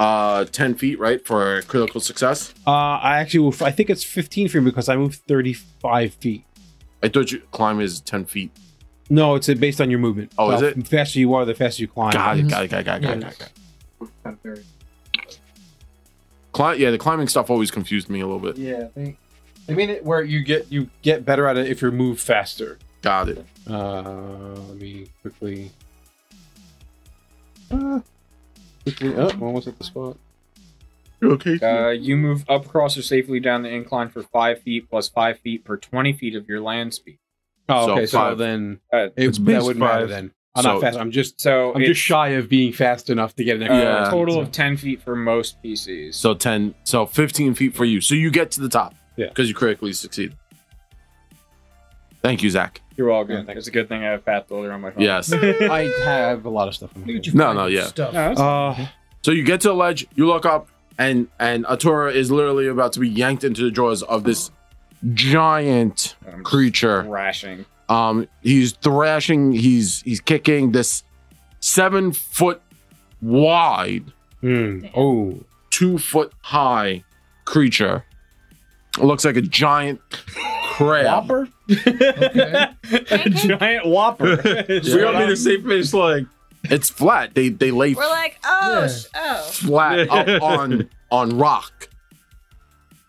[SPEAKER 1] uh 10 feet, right, for critical success.
[SPEAKER 6] Uh, I actually, will, I think it's 15 for me because I moved 35 feet.
[SPEAKER 1] I thought you climb is 10 feet.
[SPEAKER 6] No, it's uh, based on your movement.
[SPEAKER 1] Oh, is
[SPEAKER 6] The
[SPEAKER 1] it?
[SPEAKER 6] faster you are, the faster you climb.
[SPEAKER 1] Got it. Got it. Got it. Got it. Got it. Got it. Got it. Cli- yeah, the climbing stuff always confused me a little bit.
[SPEAKER 6] Yeah, they, they made it where you get you get better at it if you move faster.
[SPEAKER 1] Got it.
[SPEAKER 6] Uh, let me quickly. Uh, quickly up. I'm almost at the spot.
[SPEAKER 1] Okay.
[SPEAKER 4] Uh, you move up, cross, or safely down the incline for five feet plus five feet per twenty feet of your land speed.
[SPEAKER 6] Oh,
[SPEAKER 1] So
[SPEAKER 6] okay. So,
[SPEAKER 1] five.
[SPEAKER 6] then
[SPEAKER 4] Uh,
[SPEAKER 6] it,
[SPEAKER 3] It's
[SPEAKER 6] that
[SPEAKER 3] based
[SPEAKER 6] wouldn't matter
[SPEAKER 3] five.
[SPEAKER 6] then. I'm
[SPEAKER 1] So-
[SPEAKER 6] not fast. I'm just
[SPEAKER 4] So
[SPEAKER 6] I'm
[SPEAKER 4] it's
[SPEAKER 6] just shy of being fast enough to get an
[SPEAKER 4] uh,
[SPEAKER 6] extra.
[SPEAKER 1] Yeah.
[SPEAKER 4] a total of ten feet for most PCs.
[SPEAKER 1] So 10, so 15 feet for you. So you get to the top.
[SPEAKER 6] Yeah.
[SPEAKER 1] Because you critically succeed. Thank you, Zach.
[SPEAKER 4] you're all good.
[SPEAKER 6] Yeah, thanks.
[SPEAKER 4] it's a good thing I have Path Builder on my phone.
[SPEAKER 1] Yes.
[SPEAKER 6] I have a lot of stuff.
[SPEAKER 2] Look at
[SPEAKER 6] In
[SPEAKER 2] you
[SPEAKER 1] No,
[SPEAKER 2] finding
[SPEAKER 1] no, yeah.
[SPEAKER 2] Stuff.
[SPEAKER 4] No, that's-
[SPEAKER 6] uh,
[SPEAKER 1] So you get to the ledge, you look up, and and Atura is literally about to be yanked into the jaws of this giant
[SPEAKER 4] I'm just
[SPEAKER 1] creature.
[SPEAKER 4] thrashing.
[SPEAKER 1] Um, he's thrashing, he's he's kicking this seven foot wide,
[SPEAKER 4] Hmm.
[SPEAKER 6] mm, oh,
[SPEAKER 1] two foot high creature. It looks like a giant crab.
[SPEAKER 6] whopper.
[SPEAKER 2] Okay.
[SPEAKER 4] a giant whopper.
[SPEAKER 3] We all made the same face like
[SPEAKER 1] It's flat. They they lay
[SPEAKER 5] We're like, oh,
[SPEAKER 2] Yeah.
[SPEAKER 5] sh- oh.
[SPEAKER 1] flat up on on rock.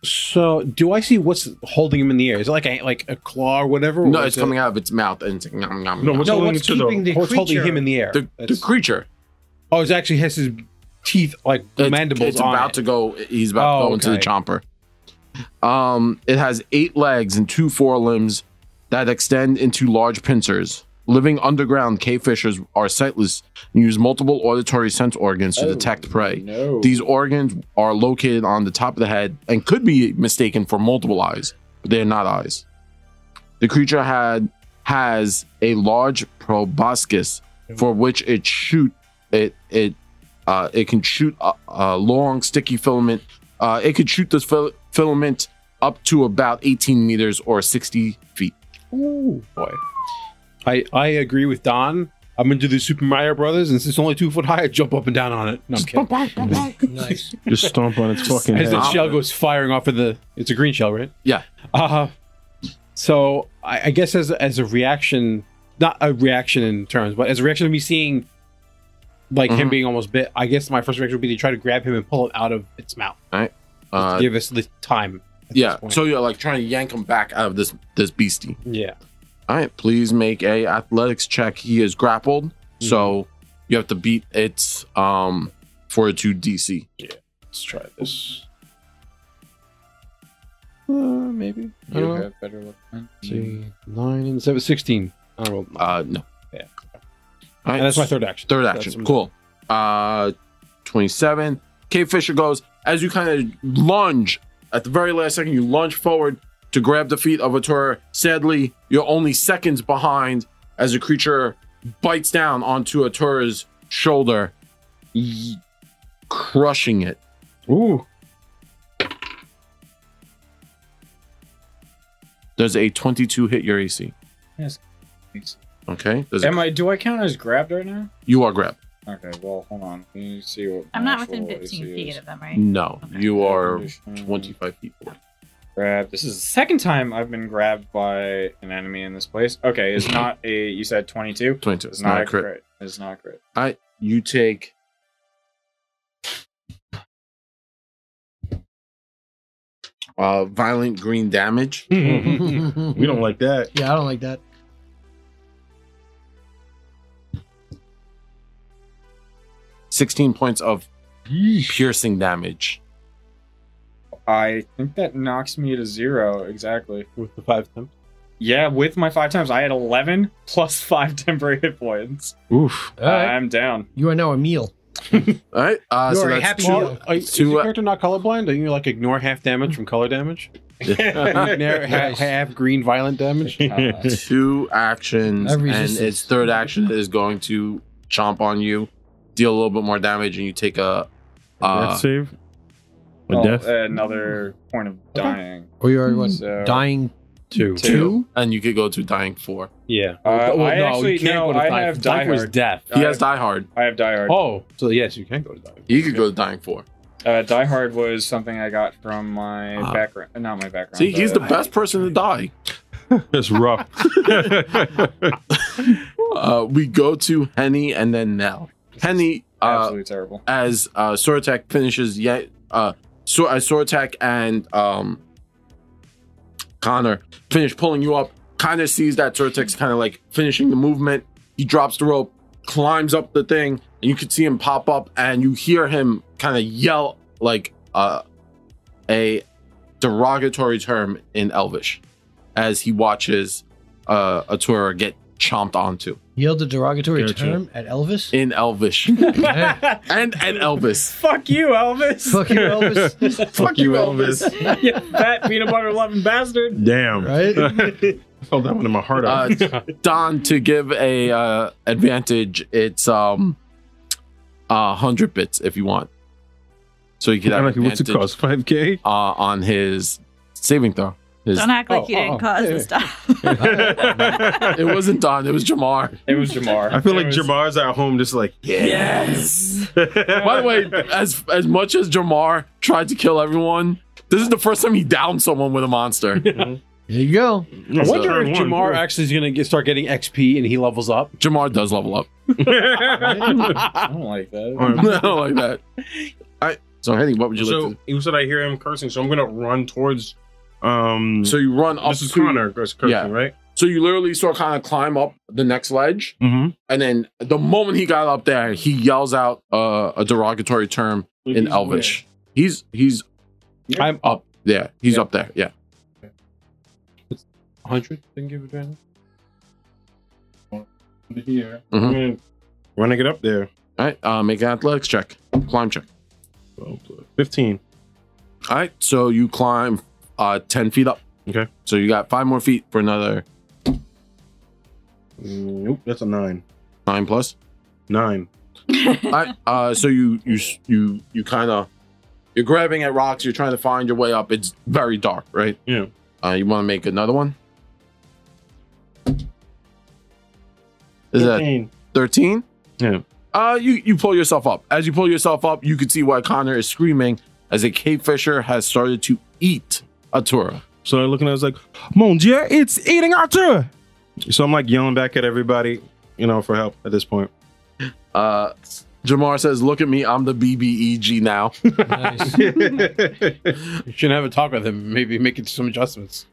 [SPEAKER 6] So, do I see what's holding him in the air? Is it like a like a claw or whatever?
[SPEAKER 1] No,
[SPEAKER 6] or
[SPEAKER 1] it's
[SPEAKER 6] is it-
[SPEAKER 1] coming out of its mouth and it's nom, nom,
[SPEAKER 3] No,
[SPEAKER 1] nom.
[SPEAKER 3] what's
[SPEAKER 2] No,
[SPEAKER 3] holding
[SPEAKER 2] what's
[SPEAKER 3] it to
[SPEAKER 2] keeping
[SPEAKER 3] the
[SPEAKER 2] the
[SPEAKER 6] Or Oh, it's holding
[SPEAKER 2] creature-
[SPEAKER 6] him in the air.
[SPEAKER 1] the, the
[SPEAKER 6] That's-
[SPEAKER 1] creature.
[SPEAKER 6] oh, it actually has his teeth like
[SPEAKER 1] It's-
[SPEAKER 6] mandibles
[SPEAKER 1] it's
[SPEAKER 6] on
[SPEAKER 1] about
[SPEAKER 6] it.
[SPEAKER 1] to go he's about to
[SPEAKER 6] Oh,
[SPEAKER 1] go into the
[SPEAKER 6] okay.
[SPEAKER 1] chomper um it has eight legs and two forelimbs that extend into large pincers living underground cavefishers are sightless and use multiple auditory sense organs to
[SPEAKER 4] Oh,
[SPEAKER 1] detect prey
[SPEAKER 4] No.
[SPEAKER 1] these organs are located on the top of the head and could be mistaken for multiple eyes but they are not eyes the creature had has a large proboscis for which it shoot it it uh, it can shoot a, a long sticky filament. Uh, it could shoot this fil- filament up to about 18 meters or 60 feet.
[SPEAKER 6] Ooh, boy. I I agree with Don. I'm into the Super Mario Brothers, and since it's only two foot high, I jump up and down on it. No, I'm kidding.
[SPEAKER 2] nice.
[SPEAKER 3] just stomp on its fucking
[SPEAKER 6] As
[SPEAKER 3] head.
[SPEAKER 6] the
[SPEAKER 1] Yeah.
[SPEAKER 6] shell goes firing off of the, it's a green shell, right?
[SPEAKER 1] Yeah.
[SPEAKER 6] Uh, so I, I guess as as a reaction, not a reaction in terms, but as a reaction to me seeing like him
[SPEAKER 1] Mhm.
[SPEAKER 6] being almost bit, I guess my first reaction would be to try to grab him and pull it out of its mouth. Just to
[SPEAKER 1] Uh,
[SPEAKER 6] give us the time. at this
[SPEAKER 1] yeah.
[SPEAKER 6] point.
[SPEAKER 1] So you're like trying to yank him back out of this this beastie.
[SPEAKER 6] yeah.
[SPEAKER 1] All right. Please make a athletics check. He is grappled,
[SPEAKER 6] Mm-hmm.
[SPEAKER 1] so you have to beat its um fortitude DC.
[SPEAKER 6] Let's try this. Uh, maybe. I
[SPEAKER 4] You
[SPEAKER 6] don't know.
[SPEAKER 4] have better luck than
[SPEAKER 6] uh, Let's see. Nine and seven. 16. I rolled nine.
[SPEAKER 1] Uh, no.
[SPEAKER 6] Yeah.
[SPEAKER 1] All right.
[SPEAKER 6] and that's my third action.
[SPEAKER 1] Third
[SPEAKER 6] That's
[SPEAKER 1] action.
[SPEAKER 6] what-
[SPEAKER 1] Cool. Uh, 27. Kate Fisher goes, as you kind of lunge, at the very last second, you lunge forward to grab the feet of Atura. Sadly, you're only seconds behind as the creature bites down onto Atura's shoulder, y- crushing it.
[SPEAKER 6] Ooh.
[SPEAKER 1] Does a 22 hit your AC?
[SPEAKER 4] Yes.
[SPEAKER 1] Okay. Does it,
[SPEAKER 4] Am I? Do I count as grabbed right now?
[SPEAKER 1] you are grabbed.
[SPEAKER 4] Okay. Well, hold on. Let me see what.
[SPEAKER 5] I'm
[SPEAKER 4] my
[SPEAKER 5] not within
[SPEAKER 4] actual
[SPEAKER 5] 15
[SPEAKER 4] AC
[SPEAKER 5] feet
[SPEAKER 4] is.
[SPEAKER 5] of them, right?
[SPEAKER 1] No, you are
[SPEAKER 4] Condition.
[SPEAKER 1] 25 feet.
[SPEAKER 4] Grab. This is the second time I've been grabbed by an enemy in this place. Okay, it's not a. You said 22.
[SPEAKER 1] 22.
[SPEAKER 4] It's not, a crit. It's not a crit.
[SPEAKER 1] I you take uh violent green damage.
[SPEAKER 3] we
[SPEAKER 2] yeah,
[SPEAKER 3] don't like that.
[SPEAKER 2] I don't like that.
[SPEAKER 1] Sixteen points of piercing damage.
[SPEAKER 4] I think that knocks me to zero exactly.
[SPEAKER 6] with the five times.
[SPEAKER 4] Yeah, with my five times, I had eleven plus five temporary hit points.
[SPEAKER 3] Oof.
[SPEAKER 2] All right.
[SPEAKER 4] I'm down.
[SPEAKER 2] You are now a meal.
[SPEAKER 1] All right. Uh,
[SPEAKER 2] You're
[SPEAKER 1] so
[SPEAKER 2] a
[SPEAKER 1] that's
[SPEAKER 2] happy
[SPEAKER 1] two-
[SPEAKER 2] meal.
[SPEAKER 6] Well, are, is
[SPEAKER 1] Two,
[SPEAKER 6] your
[SPEAKER 1] uh,
[SPEAKER 6] character not colorblind? Are you like ignore half damage from color damage?
[SPEAKER 4] yeah,
[SPEAKER 6] Never ha-
[SPEAKER 2] Nice.
[SPEAKER 6] half green violent damage.
[SPEAKER 1] two actions,
[SPEAKER 2] I have
[SPEAKER 1] and
[SPEAKER 2] resistance.
[SPEAKER 1] its third action is going to chomp on you, deal a little bit more damage, and you take a.
[SPEAKER 3] Death
[SPEAKER 1] Uh,
[SPEAKER 3] save. A
[SPEAKER 4] Well,
[SPEAKER 3] death.
[SPEAKER 4] Oh, another point of dying.
[SPEAKER 2] Or you are what?
[SPEAKER 4] So-
[SPEAKER 2] Dying
[SPEAKER 6] Two.
[SPEAKER 4] Two.
[SPEAKER 1] two, and you could go to dying four.
[SPEAKER 6] Yeah.
[SPEAKER 4] Uh,
[SPEAKER 2] Oh,
[SPEAKER 6] Well,
[SPEAKER 4] I
[SPEAKER 6] no,
[SPEAKER 4] actually
[SPEAKER 6] you can't
[SPEAKER 4] no.
[SPEAKER 6] go to
[SPEAKER 4] I
[SPEAKER 6] five.
[SPEAKER 4] have die
[SPEAKER 6] Five was
[SPEAKER 4] hard.
[SPEAKER 6] death.
[SPEAKER 1] He
[SPEAKER 4] I-
[SPEAKER 1] has die hard.
[SPEAKER 4] I have die hard.
[SPEAKER 6] Oh, so yes, you can go to dive.
[SPEAKER 1] He could go to dying four.
[SPEAKER 4] Uh, die hard was something I got from my
[SPEAKER 1] Ah.
[SPEAKER 4] background. uh, Not my background.
[SPEAKER 1] See, he's the
[SPEAKER 4] but-
[SPEAKER 1] best person to die.
[SPEAKER 3] That's rough.
[SPEAKER 1] Uh, we go to Henny and then Nell. Henny, uh,
[SPEAKER 4] Absolutely terrible.
[SPEAKER 1] as uh, Soratak finishes, yet uh, so as Soratak and um, Connor finish pulling you up, Connor sees that Soratak's kind of like finishing the movement. He drops the rope, climbs up the thing, and you can see him pop up, and you hear him kind of yell like uh, a derogatory term in Elvish as he watches uh, Atura get chomped onto
[SPEAKER 2] yelled a derogatory
[SPEAKER 3] Gotcha.
[SPEAKER 2] term at Elvis.
[SPEAKER 1] in Elvish
[SPEAKER 2] Yeah.
[SPEAKER 1] and and Elvis.
[SPEAKER 4] Fuck you, Elvis.
[SPEAKER 2] Fuck you, Elvis.
[SPEAKER 1] Fuck you, Elvis.
[SPEAKER 4] you fat peanut butter loving bastard.
[SPEAKER 3] Damn.
[SPEAKER 2] Right?
[SPEAKER 3] Held that one in my heart.
[SPEAKER 1] uh,
[SPEAKER 3] out.
[SPEAKER 1] Don to give a uh, advantage. It's um, uh, hundred bits if you want. So you could have
[SPEAKER 3] I'm like, what's it
[SPEAKER 1] advantage,
[SPEAKER 3] cost? Five k.
[SPEAKER 1] uh, on his saving throw. His,
[SPEAKER 5] Don't act like
[SPEAKER 6] Oh,
[SPEAKER 5] you
[SPEAKER 6] oh,
[SPEAKER 5] didn't cause
[SPEAKER 6] yeah,
[SPEAKER 5] the
[SPEAKER 6] yeah.
[SPEAKER 5] stuff.
[SPEAKER 1] it
[SPEAKER 3] I
[SPEAKER 1] wasn't Don. It was Jamar.
[SPEAKER 4] It was Jamar.
[SPEAKER 3] feel
[SPEAKER 4] It
[SPEAKER 3] like
[SPEAKER 4] was-
[SPEAKER 3] Jabar's at home, just like.
[SPEAKER 1] Yes. By
[SPEAKER 3] By
[SPEAKER 1] the way, as as much as Jamar tried to kill everyone, this is the first time he downed someone with a monster.
[SPEAKER 2] There you go.
[SPEAKER 3] I
[SPEAKER 6] I wonder if Jamar actually is going to get start getting XP and he levels up.
[SPEAKER 1] Jamar does level up.
[SPEAKER 4] I don't like that.
[SPEAKER 1] I don't like that. All right. So Henny, what would you
[SPEAKER 3] so
[SPEAKER 1] like?
[SPEAKER 3] you said I hear him cursing, so I'm gonna run towards. Um,
[SPEAKER 1] To, so you run up
[SPEAKER 3] this is
[SPEAKER 1] to-
[SPEAKER 3] Connor curs- cursing,
[SPEAKER 1] Yeah.
[SPEAKER 3] right?
[SPEAKER 1] So you literally saw kind of climb up the next ledge.
[SPEAKER 3] Mm-hmm.
[SPEAKER 1] And then the moment he got up there, he yells out uh, a derogatory term in Elvish. He's he's
[SPEAKER 6] I'm up
[SPEAKER 1] there. He's up there. Yeah.
[SPEAKER 6] 100. Didn't give advantage.
[SPEAKER 4] Here.
[SPEAKER 1] Mhm.
[SPEAKER 3] When I get up there,
[SPEAKER 1] All right. Uh, make an athletics check, climb check.
[SPEAKER 3] Oh, fifteen.
[SPEAKER 1] All right. So you climb uh, ten feet up.
[SPEAKER 3] Okay.
[SPEAKER 1] So you got five more feet for another
[SPEAKER 3] Nope, that's a nine.
[SPEAKER 1] nine plus.
[SPEAKER 3] Nine.
[SPEAKER 1] All right. Uh, so you you you you kind of you're grabbing at rocks. You're trying to find your way up. It's very dark, right?
[SPEAKER 3] Yeah.
[SPEAKER 1] Uh, you want to make another one? Is that
[SPEAKER 3] 13.
[SPEAKER 1] 13
[SPEAKER 3] Yeah.
[SPEAKER 1] uh you you pull yourself up as you pull yourself up you can see why connor is screaming as a cavefish has started to eat atura
[SPEAKER 3] So I look and I was like, "Mon Dieu, it's eating Arthur." So I'm like yelling back at everybody, you know, for help at this point.
[SPEAKER 1] uh jamar says look at me i'm the bbeg now
[SPEAKER 2] Nice.
[SPEAKER 6] You should have a talk with him. Maybe make it some adjustments.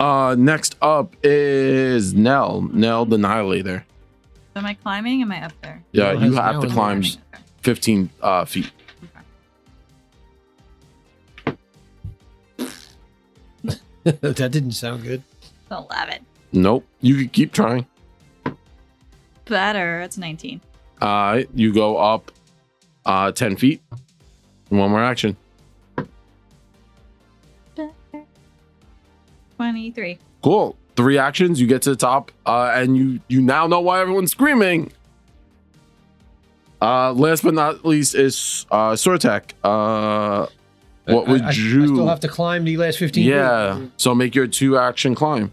[SPEAKER 1] uh next up is nell nell the annihilator
[SPEAKER 5] Am I climbing? Am I up there?
[SPEAKER 1] yeah
[SPEAKER 2] Nell
[SPEAKER 1] you
[SPEAKER 2] has
[SPEAKER 1] have
[SPEAKER 2] Nell
[SPEAKER 1] to
[SPEAKER 2] in
[SPEAKER 1] climb
[SPEAKER 5] Climbing, okay.
[SPEAKER 1] 15 uh feet
[SPEAKER 2] that didn't sound good.
[SPEAKER 5] Eleven.
[SPEAKER 1] nope you can keep trying
[SPEAKER 5] Better. It's nineteen.
[SPEAKER 1] uh you go up uh 10 feet one more action
[SPEAKER 5] Twenty-three.
[SPEAKER 1] cool three actions you get to the top uh, and you you now know why everyone's screaming uh last but not least is uh sortek uh what
[SPEAKER 2] I-
[SPEAKER 1] would
[SPEAKER 2] I, I
[SPEAKER 1] you
[SPEAKER 2] still have to climb the last 15 feet.
[SPEAKER 1] yeah so make your two action climb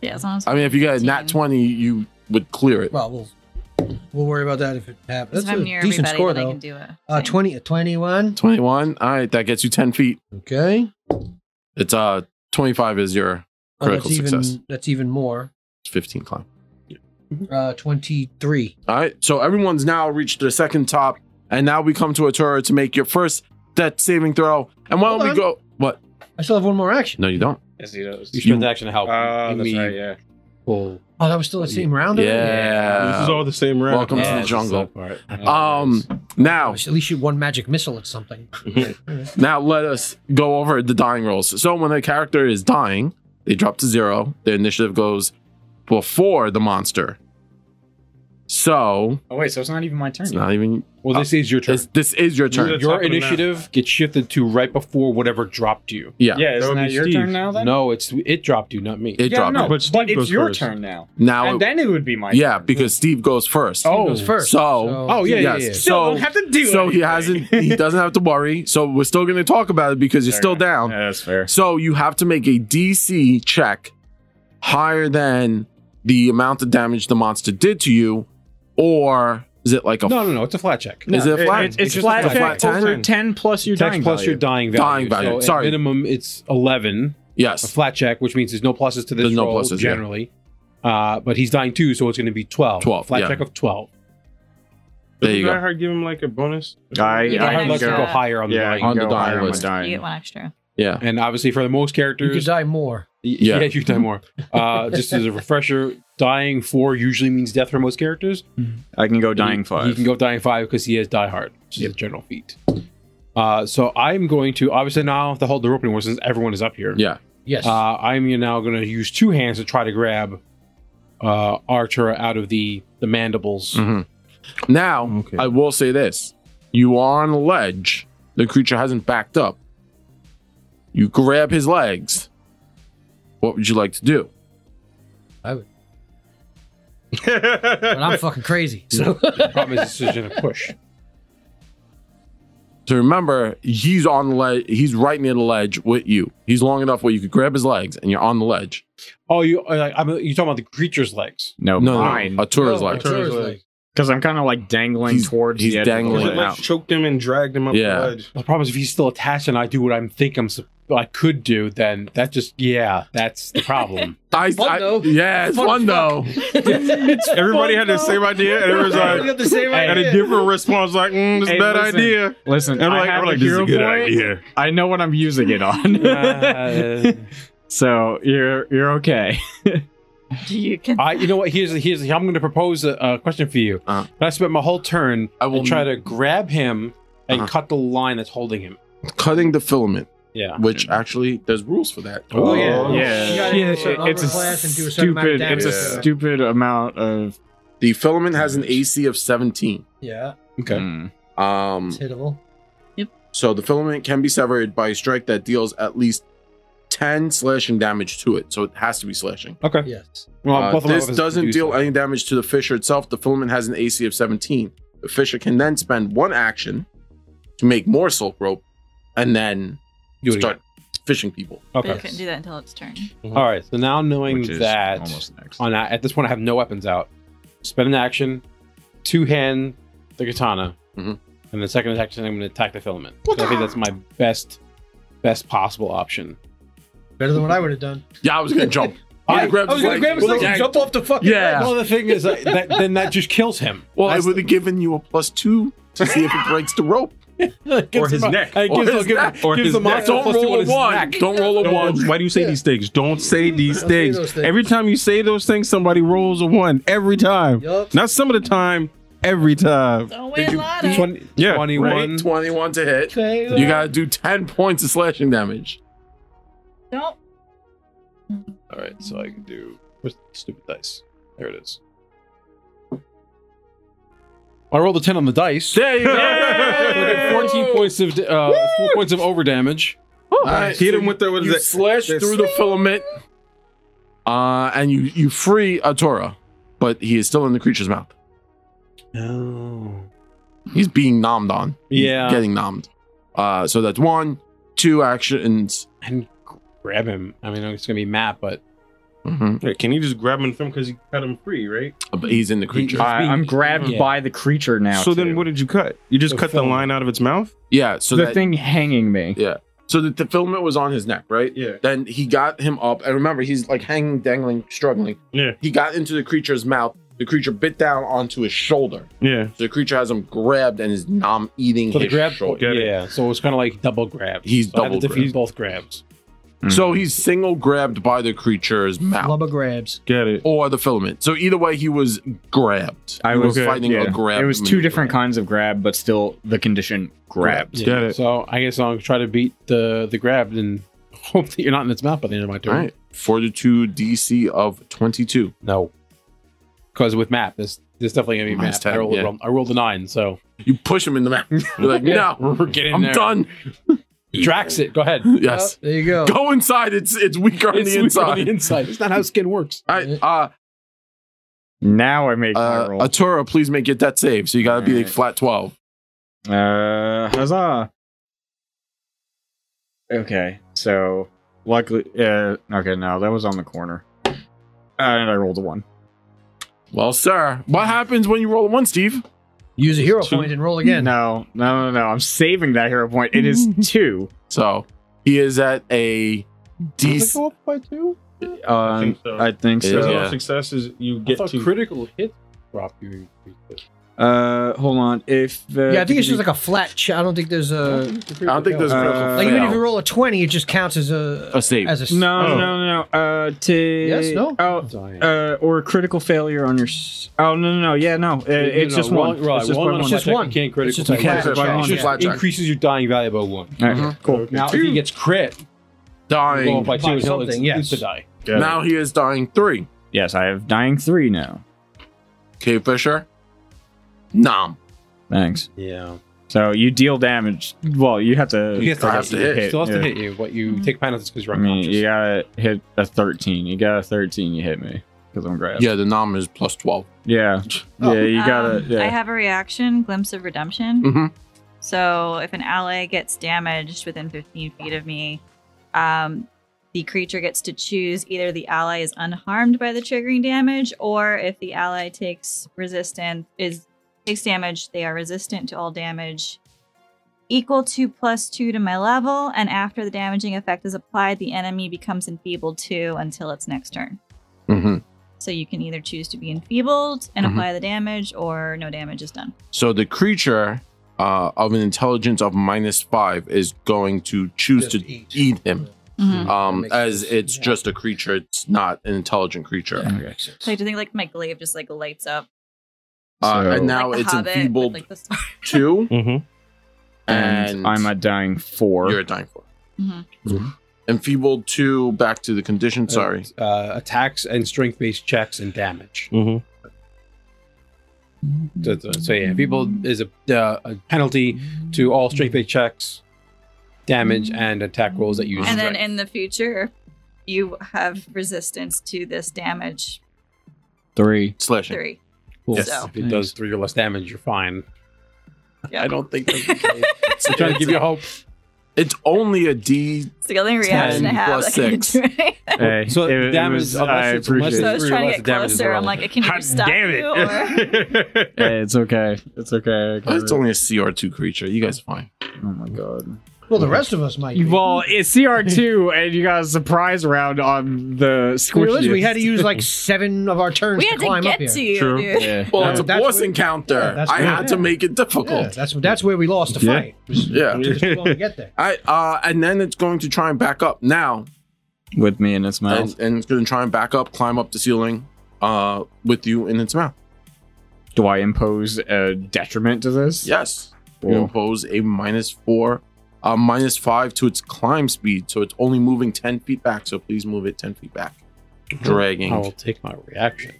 [SPEAKER 5] Yeah, as long as
[SPEAKER 1] i mean if you get a nat
[SPEAKER 5] 15.
[SPEAKER 1] 20 you would clear it
[SPEAKER 2] Well, we'll we'll worry about that if it
[SPEAKER 5] Because
[SPEAKER 2] happens. That's
[SPEAKER 5] if
[SPEAKER 2] a
[SPEAKER 5] I'm near
[SPEAKER 2] decent
[SPEAKER 5] everybody,
[SPEAKER 2] score,
[SPEAKER 5] then I
[SPEAKER 2] though.
[SPEAKER 5] can do a
[SPEAKER 2] Uh,
[SPEAKER 5] thing.
[SPEAKER 2] 20, 21.
[SPEAKER 1] 21 all right that gets you 10 feet
[SPEAKER 2] Okay.
[SPEAKER 1] it's uh 25 is your
[SPEAKER 2] Oh, that's
[SPEAKER 1] critical success
[SPEAKER 2] even that's even more.
[SPEAKER 1] It's 15 climb
[SPEAKER 2] Uh, 23.
[SPEAKER 1] All right. So everyone's now reached their second top, and now we come to a tour to make your first death saving throw. And why don't
[SPEAKER 2] Hold
[SPEAKER 1] we
[SPEAKER 2] on.
[SPEAKER 1] go? What?
[SPEAKER 2] I still have one more action.
[SPEAKER 1] No, you don't.
[SPEAKER 4] Yes, he does.
[SPEAKER 6] You
[SPEAKER 1] You-
[SPEAKER 6] spend action to help.
[SPEAKER 4] Uh,
[SPEAKER 1] Ah,
[SPEAKER 6] You
[SPEAKER 4] that's
[SPEAKER 6] mean-
[SPEAKER 4] right. Yeah.
[SPEAKER 6] full.
[SPEAKER 2] Oh, that was still the same round.
[SPEAKER 1] Yeah.
[SPEAKER 3] this is all the same round.
[SPEAKER 1] Welcome to the
[SPEAKER 6] this
[SPEAKER 1] jungle.
[SPEAKER 6] is the part.
[SPEAKER 1] Um,
[SPEAKER 2] Oh,
[SPEAKER 1] now,
[SPEAKER 2] At least you had one magic missile at something. Mm-hmm.
[SPEAKER 1] now let us go over the dying rolls. So when a character is dying, they drop to zero. Their initiative goes before the monster. So
[SPEAKER 4] Oh wait, so it's not even my turn.
[SPEAKER 1] it's
[SPEAKER 4] yet.
[SPEAKER 1] not even.
[SPEAKER 6] well, this is your turn.
[SPEAKER 1] This, this is your turn.
[SPEAKER 3] That's
[SPEAKER 6] your
[SPEAKER 3] happening now.
[SPEAKER 6] initiative gets shifted to right before whatever dropped you.
[SPEAKER 1] Yeah.
[SPEAKER 4] Yeah,
[SPEAKER 3] would
[SPEAKER 4] isn't that
[SPEAKER 3] be
[SPEAKER 4] your
[SPEAKER 3] Steve.
[SPEAKER 4] turn now then?
[SPEAKER 6] No, it's it dropped you, not me.
[SPEAKER 1] It
[SPEAKER 4] yeah,
[SPEAKER 1] dropped.
[SPEAKER 4] no,
[SPEAKER 1] it.
[SPEAKER 3] But
[SPEAKER 4] but,
[SPEAKER 3] Steve
[SPEAKER 4] it's
[SPEAKER 3] goes
[SPEAKER 4] your
[SPEAKER 3] first.
[SPEAKER 4] turn now.
[SPEAKER 1] Now,
[SPEAKER 4] and
[SPEAKER 1] it-
[SPEAKER 4] then it would be my
[SPEAKER 1] yeah,
[SPEAKER 4] turn.
[SPEAKER 1] because Steve goes first.
[SPEAKER 2] It
[SPEAKER 4] Oh,
[SPEAKER 2] goes first.
[SPEAKER 1] so-
[SPEAKER 6] oh yeah, yeah,
[SPEAKER 1] yes.
[SPEAKER 6] yeah.
[SPEAKER 4] still
[SPEAKER 1] so-
[SPEAKER 4] don't have to do
[SPEAKER 1] so
[SPEAKER 4] anything.
[SPEAKER 1] he hasn't. He doesn't have to worry. So we're still going to talk about it because you're
[SPEAKER 4] Fair
[SPEAKER 1] still
[SPEAKER 4] enough.
[SPEAKER 1] down.
[SPEAKER 4] Yeah, that's fair.
[SPEAKER 1] So you have to make a DC check higher than the amount of damage the monster did to you, or is it like a
[SPEAKER 6] No, no, no. It's a flat check.
[SPEAKER 1] is it a flat?
[SPEAKER 4] It's, it's
[SPEAKER 3] It's just
[SPEAKER 4] flat,
[SPEAKER 1] a flat
[SPEAKER 4] check over
[SPEAKER 1] 10.
[SPEAKER 4] 10 plus your
[SPEAKER 6] Tax
[SPEAKER 4] dying
[SPEAKER 6] plus
[SPEAKER 4] value.
[SPEAKER 6] your dying value.
[SPEAKER 1] Dying value,
[SPEAKER 6] at
[SPEAKER 1] sorry.
[SPEAKER 6] minimum, it's eleven. A
[SPEAKER 1] yes,
[SPEAKER 6] flat check, which means there's no pluses to this
[SPEAKER 1] There's no
[SPEAKER 6] roll
[SPEAKER 1] pluses, yeah.
[SPEAKER 6] generally. Uh, but he's dying two, so it's going to be twelve.
[SPEAKER 1] 12,
[SPEAKER 6] Flat
[SPEAKER 1] yeah.
[SPEAKER 6] check of twelve.
[SPEAKER 1] there you
[SPEAKER 3] Doesn't
[SPEAKER 1] go.
[SPEAKER 3] Reinhardt give him like a bonus?
[SPEAKER 4] I-
[SPEAKER 5] You
[SPEAKER 4] Yeah,
[SPEAKER 5] get
[SPEAKER 6] I'd
[SPEAKER 5] an
[SPEAKER 6] like to
[SPEAKER 5] extra-
[SPEAKER 6] go higher on the
[SPEAKER 4] Yeah,
[SPEAKER 6] dying.
[SPEAKER 4] you can
[SPEAKER 1] On the
[SPEAKER 4] go
[SPEAKER 1] dying
[SPEAKER 4] higher on
[SPEAKER 1] list.
[SPEAKER 4] the dying.
[SPEAKER 5] You get one extra.
[SPEAKER 1] Yeah,
[SPEAKER 6] And obviously, for the most
[SPEAKER 2] You could
[SPEAKER 6] characters,
[SPEAKER 2] die more.
[SPEAKER 6] y-
[SPEAKER 1] Yeah.
[SPEAKER 6] yeah, you've done more. Uh, just as a refresher, dying four usually means death for most characters.
[SPEAKER 2] Mm-hmm.
[SPEAKER 4] I can go dying
[SPEAKER 6] He-
[SPEAKER 4] five.
[SPEAKER 6] He can go dying five because he has die hard, which is a general feat. Uh, so I'm going to obviously now I have to hold the rope anymore since everyone is up here.
[SPEAKER 1] yeah.
[SPEAKER 2] Yes.
[SPEAKER 6] Uh, I'm now going to use two hands to try to grab uh, Archer out of the the mandibles.
[SPEAKER 1] mhm. Now
[SPEAKER 3] Okay.
[SPEAKER 1] I will say this: you are on a ledge. The creature hasn't backed up. You grab his legs. What would you like to do?
[SPEAKER 2] but I'm fucking crazy. So
[SPEAKER 6] The problem is this is going to push.
[SPEAKER 1] So remember, he's on the ledge. He's right near the ledge with you. He's long enough where you could grab his legs, and you're on the ledge.
[SPEAKER 6] Oh, you uh, like, I'm, you talking about the creature's legs?
[SPEAKER 4] no,
[SPEAKER 1] No,
[SPEAKER 4] mine.
[SPEAKER 1] no, Atura's
[SPEAKER 2] Oh,
[SPEAKER 1] legs.
[SPEAKER 2] Artura's
[SPEAKER 3] Atura's
[SPEAKER 2] leg.
[SPEAKER 4] Because I'm kind of like dangling
[SPEAKER 1] He's-
[SPEAKER 4] towards
[SPEAKER 1] he's
[SPEAKER 4] the edge of the
[SPEAKER 1] dangling
[SPEAKER 4] ledge.
[SPEAKER 1] it out.
[SPEAKER 3] Like choked him and dragged him up
[SPEAKER 1] Yeah.
[SPEAKER 3] the ledge.
[SPEAKER 6] The problem is if he's still attached and I do what I am think I'm sup- I could do, then that just yeah, that's the problem.
[SPEAKER 1] I,
[SPEAKER 2] Fun,
[SPEAKER 1] I-
[SPEAKER 2] though.
[SPEAKER 1] yeah, it's
[SPEAKER 2] Fun
[SPEAKER 1] fun
[SPEAKER 2] as
[SPEAKER 1] though.
[SPEAKER 3] Everybody had the same idea, and everyone's
[SPEAKER 4] Everybody
[SPEAKER 3] like,
[SPEAKER 4] got the same
[SPEAKER 3] had a
[SPEAKER 4] idea.
[SPEAKER 3] different response. Like, mm, this is a
[SPEAKER 4] Hey,
[SPEAKER 3] bad
[SPEAKER 4] listen.
[SPEAKER 3] idea.
[SPEAKER 4] Listen,
[SPEAKER 3] And I'm like,
[SPEAKER 4] I have
[SPEAKER 3] I'm
[SPEAKER 4] a
[SPEAKER 3] like, this is
[SPEAKER 4] hero
[SPEAKER 3] a good
[SPEAKER 4] point.
[SPEAKER 3] idea.
[SPEAKER 4] I know what I'm using it on.
[SPEAKER 6] Uh,
[SPEAKER 4] so you're you're okay.
[SPEAKER 5] Do you can
[SPEAKER 6] I, you know what? Here's here's I'm going to propose a, a question for you.
[SPEAKER 1] Uh-huh.
[SPEAKER 6] I spent my whole turn
[SPEAKER 1] I
[SPEAKER 6] and
[SPEAKER 1] will
[SPEAKER 6] try to grab him and
[SPEAKER 1] Uh-huh.
[SPEAKER 6] cut the line that's holding him.
[SPEAKER 1] cutting the filament,
[SPEAKER 6] Yeah.
[SPEAKER 1] which actually there's rules for that.
[SPEAKER 6] Oh, yeah.
[SPEAKER 2] You gotta do a certain number
[SPEAKER 4] it's
[SPEAKER 2] of
[SPEAKER 4] a
[SPEAKER 2] class and do a certain amount of
[SPEAKER 4] stupid. It's a
[SPEAKER 2] damage.
[SPEAKER 4] stupid amount of.
[SPEAKER 1] The filament has an AC of 17.
[SPEAKER 2] yeah,
[SPEAKER 6] Okay.
[SPEAKER 4] Mm.
[SPEAKER 1] Um,
[SPEAKER 2] it's hittable.
[SPEAKER 1] so the filament can be severed by a strike that deals at least 10 slashing damage to it. So it has to be slashing.
[SPEAKER 6] Okay.
[SPEAKER 2] Yes.
[SPEAKER 6] Well,
[SPEAKER 1] Uh,
[SPEAKER 6] both of my
[SPEAKER 1] this
[SPEAKER 6] weapons
[SPEAKER 1] doesn't
[SPEAKER 6] do
[SPEAKER 1] deal
[SPEAKER 6] so.
[SPEAKER 1] any damage to the fisher itself. The filament has an AC of 17. The fisher can then spend one action to make more silk rope and then
[SPEAKER 6] Do it
[SPEAKER 1] start fishing people.
[SPEAKER 5] but it
[SPEAKER 6] again. Okay. Mm-hmm.
[SPEAKER 5] couldn't do that until its turn.
[SPEAKER 6] All right. So now knowing
[SPEAKER 4] Which is
[SPEAKER 6] that,
[SPEAKER 4] almost next.
[SPEAKER 6] on at this point I have no weapons out. Spend an action, two hand the katana,
[SPEAKER 1] Mhm.
[SPEAKER 6] and the second attack I'm going to attack the filament. 'Cause I think that's my best, best possible option.
[SPEAKER 2] Better than what I would have done.
[SPEAKER 1] Yeah, I was going to jump. I grabbed his leg. Well, yeah.
[SPEAKER 2] jump off the fucking
[SPEAKER 1] Yeah.
[SPEAKER 6] Well, the thing is, like, that, then that just kills him.
[SPEAKER 1] Well, I
[SPEAKER 6] That's-
[SPEAKER 1] would have given you a plus two to see if it breaks the rope.
[SPEAKER 6] gives
[SPEAKER 3] his
[SPEAKER 6] him a-
[SPEAKER 3] neck.
[SPEAKER 6] It
[SPEAKER 1] Or
[SPEAKER 6] gives,
[SPEAKER 1] his
[SPEAKER 6] gives,
[SPEAKER 1] neck.
[SPEAKER 6] gives,
[SPEAKER 3] Or his
[SPEAKER 6] the
[SPEAKER 3] neck.
[SPEAKER 6] monster
[SPEAKER 1] Don't
[SPEAKER 6] plus two
[SPEAKER 1] roll
[SPEAKER 6] on
[SPEAKER 1] a
[SPEAKER 6] his
[SPEAKER 1] one.
[SPEAKER 6] neck.
[SPEAKER 1] Don't roll a one.
[SPEAKER 3] Why do you say these things? Don't say these
[SPEAKER 2] Don't say
[SPEAKER 3] things.
[SPEAKER 2] those things.
[SPEAKER 3] Every time you say those things, somebody rolls a one. Every time.
[SPEAKER 2] Yup.
[SPEAKER 3] Not some of the time. Every time.
[SPEAKER 5] Don't win Lana.
[SPEAKER 6] 20,
[SPEAKER 3] Yeah,
[SPEAKER 6] 21.
[SPEAKER 1] Right? 21 to hit. You got to do 10 points of slashing damage.
[SPEAKER 5] Don't.
[SPEAKER 6] All right, so I can do where's the stupid dice. There it is. I rolled a ten on the dice.
[SPEAKER 1] There you go.
[SPEAKER 6] Okay, Fourteen points of da- uh, four points of over damage.
[SPEAKER 3] Oh,
[SPEAKER 1] All right,
[SPEAKER 3] Hit
[SPEAKER 1] so
[SPEAKER 3] him with the what is
[SPEAKER 1] you
[SPEAKER 3] that?
[SPEAKER 1] slash
[SPEAKER 3] This-
[SPEAKER 1] through the filament, uh, and you you free Atora, but he is still in the creature's mouth.
[SPEAKER 6] Oh.
[SPEAKER 1] He's being nommed on. He's
[SPEAKER 6] Yeah.
[SPEAKER 1] getting nommed. Uh, so that's one, two actions.
[SPEAKER 6] And grab him. I mean, it's gonna be Matt, but
[SPEAKER 1] Mhm.
[SPEAKER 3] Yeah, can you just grab him from because you cut him free, right?
[SPEAKER 1] But he's in the creature.
[SPEAKER 4] I, I'm grabbed
[SPEAKER 6] Yeah.
[SPEAKER 4] by the creature now.
[SPEAKER 3] so then,
[SPEAKER 4] too.
[SPEAKER 3] what did you cut? You just
[SPEAKER 6] The
[SPEAKER 3] cut the
[SPEAKER 6] film.
[SPEAKER 3] line out of its mouth.
[SPEAKER 1] yeah. So
[SPEAKER 4] the
[SPEAKER 1] that
[SPEAKER 4] thing hanging me.
[SPEAKER 1] so that the filament was on his neck, right?
[SPEAKER 3] Yeah.
[SPEAKER 1] Then he got him up, and remember, he's like hanging, dangling, struggling.
[SPEAKER 3] Yeah.
[SPEAKER 1] He got into the creature's mouth. The creature bit down onto his shoulder.
[SPEAKER 3] Yeah.
[SPEAKER 1] So the creature has him grabbed and is nom eating
[SPEAKER 6] so the
[SPEAKER 1] his
[SPEAKER 6] grab.
[SPEAKER 1] shoulder.
[SPEAKER 3] Get it.
[SPEAKER 6] yeah, so it's kind of like double grab.
[SPEAKER 1] He's
[SPEAKER 6] so I had to
[SPEAKER 1] double
[SPEAKER 6] defeat
[SPEAKER 1] grabbed.
[SPEAKER 6] both grabs.
[SPEAKER 4] Mm.
[SPEAKER 1] So he's single grabbed by the creature's mouth
[SPEAKER 2] Lubba grabs.
[SPEAKER 3] Get it.
[SPEAKER 1] or the filament. So either way, he was grabbed.
[SPEAKER 4] I
[SPEAKER 1] He
[SPEAKER 4] was uh,
[SPEAKER 3] Okay,
[SPEAKER 1] fighting
[SPEAKER 4] yeah.
[SPEAKER 1] a grab.
[SPEAKER 4] It was two different
[SPEAKER 1] maneuver.
[SPEAKER 4] kinds of grab, but still the condition grabbed.
[SPEAKER 3] Get it.
[SPEAKER 6] So I guess I'll try to beat the the grab and hope that you're not in its mouth by the end of my turn.
[SPEAKER 1] All right, fortitude DC of twenty-two.
[SPEAKER 6] No, because with map, there's there's definitely gonna be
[SPEAKER 1] Minus
[SPEAKER 6] map.
[SPEAKER 1] 10,
[SPEAKER 6] I, rolled,
[SPEAKER 1] yeah.
[SPEAKER 6] I rolled a nine, so
[SPEAKER 1] You push him in the mouth. You're like,
[SPEAKER 6] Yeah,
[SPEAKER 1] no,
[SPEAKER 6] we're getting
[SPEAKER 1] I'm
[SPEAKER 6] there.
[SPEAKER 1] done.
[SPEAKER 6] Drax it. Go ahead. Uh,
[SPEAKER 1] Yes,
[SPEAKER 2] There you go.
[SPEAKER 1] go inside. It's it's weaker on
[SPEAKER 6] It's
[SPEAKER 1] the
[SPEAKER 6] weak on
[SPEAKER 1] inside.
[SPEAKER 6] the inside. It's not how skin works.
[SPEAKER 1] All right, uh,
[SPEAKER 4] Now I make my
[SPEAKER 1] uh,
[SPEAKER 4] roll.
[SPEAKER 1] Atura, please make it that save. So you gotta be like
[SPEAKER 4] Alright.
[SPEAKER 1] flat twelve.
[SPEAKER 4] Uh, huzzah! Okay, so luckily, uh, okay, no, that was on the corner, uh, and I rolled a one.
[SPEAKER 1] Well, sir, what happens when you roll a one, Steve?
[SPEAKER 2] Use a hero
[SPEAKER 3] Two.
[SPEAKER 2] point and roll again.
[SPEAKER 4] No, no, no, no. I'm saving that hero point. It is two.
[SPEAKER 1] So he is at a
[SPEAKER 6] Does it
[SPEAKER 1] DC.
[SPEAKER 6] go up by two?
[SPEAKER 4] Um,
[SPEAKER 3] think so.
[SPEAKER 4] I think
[SPEAKER 1] Yeah.
[SPEAKER 3] There's
[SPEAKER 4] so.
[SPEAKER 3] no successes you
[SPEAKER 6] I
[SPEAKER 3] get
[SPEAKER 6] thought
[SPEAKER 3] to.
[SPEAKER 6] critical hit drop you.
[SPEAKER 4] Uh, hold on. If uh,
[SPEAKER 2] Yeah, I think it's just like a flat. Ch- I don't think there's a.
[SPEAKER 1] I don't think there's
[SPEAKER 4] Uh,
[SPEAKER 2] Like even if you
[SPEAKER 1] critical fail.
[SPEAKER 2] roll a twenty, it just counts as a
[SPEAKER 1] a save.
[SPEAKER 2] as a s-
[SPEAKER 4] no,
[SPEAKER 3] Oh.
[SPEAKER 4] no, no. Uh, to
[SPEAKER 2] Yes, no?
[SPEAKER 4] Oh, uh, or a critical failure on your. S- oh no, no, no. Yeah, no. It, it's just one.
[SPEAKER 6] Right,
[SPEAKER 4] it's just
[SPEAKER 6] one,
[SPEAKER 4] one.
[SPEAKER 6] on
[SPEAKER 2] It's just
[SPEAKER 6] attack,
[SPEAKER 2] one.
[SPEAKER 6] You can't
[SPEAKER 2] It's
[SPEAKER 6] critical.
[SPEAKER 2] just a
[SPEAKER 6] attack.
[SPEAKER 2] flat
[SPEAKER 4] it's
[SPEAKER 2] check.
[SPEAKER 4] by one.
[SPEAKER 1] Shoot
[SPEAKER 4] Yeah.
[SPEAKER 1] flat check. Mm-hmm.
[SPEAKER 6] Increases your dying value by one.
[SPEAKER 4] Alright, Cool.
[SPEAKER 6] Now if he gets crit, roll
[SPEAKER 1] dying.
[SPEAKER 6] by two
[SPEAKER 2] By
[SPEAKER 6] until it's
[SPEAKER 2] something, yes.
[SPEAKER 6] it's a die.
[SPEAKER 3] Get it.
[SPEAKER 1] now he is dying three.
[SPEAKER 4] Yes, I have dying three now.
[SPEAKER 1] Okay, Fisher. Nom.
[SPEAKER 4] Thanks.
[SPEAKER 6] Yeah,
[SPEAKER 4] So you deal damage. Well, you have to.
[SPEAKER 6] he has to
[SPEAKER 1] I
[SPEAKER 6] hit.
[SPEAKER 1] have to
[SPEAKER 6] you.
[SPEAKER 1] hit.
[SPEAKER 6] He Still has
[SPEAKER 4] yeah.
[SPEAKER 6] to hit you, but you take penalties because you're
[SPEAKER 4] I mean,
[SPEAKER 6] unconscious.
[SPEAKER 4] you gotta hit a 13. You got a 13, you hit me. Because I'm grabbed.
[SPEAKER 1] Yeah, the nom is plus twelve.
[SPEAKER 4] Yeah.
[SPEAKER 1] Oh.
[SPEAKER 4] Yeah, you gotta.
[SPEAKER 5] Um, I
[SPEAKER 4] yeah.
[SPEAKER 5] have a reaction, glimpse of redemption.
[SPEAKER 1] Mm-hmm.
[SPEAKER 5] So if an ally gets damaged within 15 feet of me, um, the creature gets to choose either the ally is unharmed by the triggering damage, or if the ally takes resistant is takes damage, they are resistant to all damage equal to plus two to my level, and after the damaging effect is applied, the enemy becomes enfeebled two until its next turn.
[SPEAKER 1] Mm-hmm.
[SPEAKER 5] So you can either choose to be enfeebled and
[SPEAKER 1] Mhm.
[SPEAKER 5] apply the damage, or no damage is done.
[SPEAKER 1] So the creature uh, of an intelligence of minus five is going to choose
[SPEAKER 2] Just
[SPEAKER 1] to
[SPEAKER 2] eat.
[SPEAKER 1] eat, him,
[SPEAKER 5] Mm-hmm.
[SPEAKER 1] um, as it's just a creature. It's not an intelligent creature.
[SPEAKER 5] So I do think like my glaive just like lights up.
[SPEAKER 1] Uh,
[SPEAKER 4] So- Mm-hmm.
[SPEAKER 1] and now
[SPEAKER 5] like the
[SPEAKER 1] it's
[SPEAKER 5] Hobbit with,
[SPEAKER 1] enfeebled
[SPEAKER 5] like, the sword.
[SPEAKER 1] two,
[SPEAKER 3] Mhm.
[SPEAKER 1] and,
[SPEAKER 4] and I'm at dying four. Mm-hmm.
[SPEAKER 1] you're at dying four.
[SPEAKER 5] Mhm.
[SPEAKER 1] Enfeebled two, back to the condition. Sorry,
[SPEAKER 6] Uh, attacks and strength based checks and damage.
[SPEAKER 4] Mm-hmm.
[SPEAKER 3] Mhm.
[SPEAKER 6] So, so- so yeah, people is a, uh, a penalty to all strength based checks, damage, and attack rolls that use.
[SPEAKER 5] And then
[SPEAKER 6] strength.
[SPEAKER 5] in the future, you have resistance to this damage
[SPEAKER 4] Three.
[SPEAKER 1] slashing.
[SPEAKER 5] three.
[SPEAKER 6] Cool.
[SPEAKER 5] Yes.
[SPEAKER 6] if it does three or less damage, you're fine.
[SPEAKER 5] Yeah.
[SPEAKER 6] I don't think that's the case. I'm trying to give you hope.
[SPEAKER 1] It's only a D.
[SPEAKER 5] It's the only reaction I
[SPEAKER 1] Ten
[SPEAKER 5] have.
[SPEAKER 1] plus
[SPEAKER 5] Like, I can
[SPEAKER 1] six.
[SPEAKER 5] do anything.
[SPEAKER 4] Hey,
[SPEAKER 6] So
[SPEAKER 4] it- it
[SPEAKER 6] damage-
[SPEAKER 4] was-
[SPEAKER 6] unless
[SPEAKER 4] I
[SPEAKER 6] it's- unless
[SPEAKER 4] appreciate
[SPEAKER 5] So I
[SPEAKER 4] it.
[SPEAKER 5] was
[SPEAKER 6] Three
[SPEAKER 5] trying to
[SPEAKER 6] less
[SPEAKER 5] get
[SPEAKER 6] damage is
[SPEAKER 5] closer. I'm
[SPEAKER 6] irrelevant.
[SPEAKER 5] like, I can either stop you or
[SPEAKER 4] Hey, it's okay. It's okay. I can
[SPEAKER 1] It's only a CR2 creature. You guys are fine.
[SPEAKER 4] oh my god.
[SPEAKER 2] Well, the rest of us might. Be.
[SPEAKER 4] Well, it's CR2, and you got a surprise round on the
[SPEAKER 2] The real is
[SPEAKER 4] squishy.
[SPEAKER 2] we had to use like seven of our turns
[SPEAKER 5] we
[SPEAKER 2] to
[SPEAKER 5] had to
[SPEAKER 2] climb up
[SPEAKER 5] get
[SPEAKER 2] here.
[SPEAKER 5] to you,
[SPEAKER 3] True.
[SPEAKER 5] dude.
[SPEAKER 4] Yeah.
[SPEAKER 1] Well,
[SPEAKER 2] Yeah,
[SPEAKER 1] it's a
[SPEAKER 2] that's
[SPEAKER 1] boss
[SPEAKER 2] what-
[SPEAKER 1] encounter.
[SPEAKER 2] yeah, that's
[SPEAKER 1] I
[SPEAKER 2] what-
[SPEAKER 1] had to make it
[SPEAKER 2] Yeah,
[SPEAKER 1] difficult.
[SPEAKER 2] that's that's where we lost the
[SPEAKER 3] Yeah.
[SPEAKER 2] fight. Was-
[SPEAKER 1] Yeah.
[SPEAKER 2] took us too long to get there.
[SPEAKER 1] I uh, and then it's going to try and back up now,
[SPEAKER 4] With me in its mouth.
[SPEAKER 1] and, and it's going to try and back up, climb up the ceiling, uh, with you in its mouth.
[SPEAKER 4] Do I impose a detriment to this?
[SPEAKER 1] Yes, you
[SPEAKER 4] Cool.
[SPEAKER 1] impose a minus four, uh, minus five to its climb speed, so it's only moving ten feet back. So please move it ten feet back, dragging.
[SPEAKER 6] I will take my reaction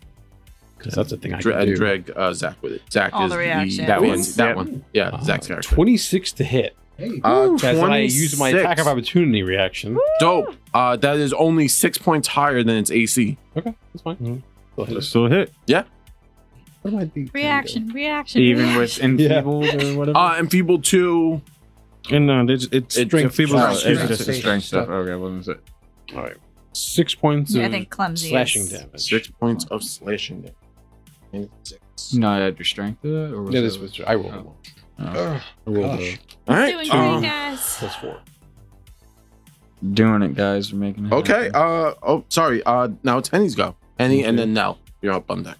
[SPEAKER 6] because that's the thing I
[SPEAKER 1] Dra-
[SPEAKER 6] can
[SPEAKER 1] and
[SPEAKER 6] do.
[SPEAKER 1] drag uh, Zach with it. Zach
[SPEAKER 5] All
[SPEAKER 1] is
[SPEAKER 5] the
[SPEAKER 1] the,
[SPEAKER 5] reactions.
[SPEAKER 1] that one.
[SPEAKER 4] Ooh.
[SPEAKER 1] That
[SPEAKER 4] Yeah.
[SPEAKER 1] one. Yeah, Zach's
[SPEAKER 6] Uh,
[SPEAKER 1] character.
[SPEAKER 6] Twenty-six to hit.
[SPEAKER 2] Hey,
[SPEAKER 1] Uh,
[SPEAKER 6] As I use my
[SPEAKER 1] 26.
[SPEAKER 6] attack of opportunity reaction.
[SPEAKER 1] Dope. Uh, that is only six points higher than its AC.
[SPEAKER 6] Okay, that's fine.
[SPEAKER 3] Mhm.
[SPEAKER 6] Go ahead.
[SPEAKER 3] It's still a hit.
[SPEAKER 6] What do I do?
[SPEAKER 5] Reaction, reaction.
[SPEAKER 3] Hmm?
[SPEAKER 4] Even with enfeebled or whatever?
[SPEAKER 1] Uh, enfeebled two.
[SPEAKER 3] And no, it's it's
[SPEAKER 1] It's
[SPEAKER 3] strength.
[SPEAKER 1] feeble
[SPEAKER 3] uh,
[SPEAKER 1] strength.
[SPEAKER 3] it's
[SPEAKER 2] Strength.
[SPEAKER 3] just
[SPEAKER 2] Strength.
[SPEAKER 4] Okay, what was it?
[SPEAKER 6] All right, six points
[SPEAKER 5] Yeah, I
[SPEAKER 6] of
[SPEAKER 5] think clumsy.
[SPEAKER 6] slashing
[SPEAKER 5] is-
[SPEAKER 6] damage.
[SPEAKER 1] Six points of slashing damage. And six.
[SPEAKER 4] Not at your strength, uh, or was
[SPEAKER 6] Yeah,
[SPEAKER 4] it-
[SPEAKER 6] this was I rolled.
[SPEAKER 4] Oh.
[SPEAKER 6] a one.
[SPEAKER 4] Oh.
[SPEAKER 6] I rolled
[SPEAKER 2] Gosh.
[SPEAKER 6] a
[SPEAKER 1] All
[SPEAKER 5] Doing
[SPEAKER 1] right.
[SPEAKER 5] great,
[SPEAKER 1] um,
[SPEAKER 5] guys.
[SPEAKER 6] plus four.
[SPEAKER 4] doing it, guys. We're making it.
[SPEAKER 1] okay.
[SPEAKER 4] happen.
[SPEAKER 1] Uh. Oh, sorry. Uh. Now it's Henny's go. Henny and then Nell. You're up on deck.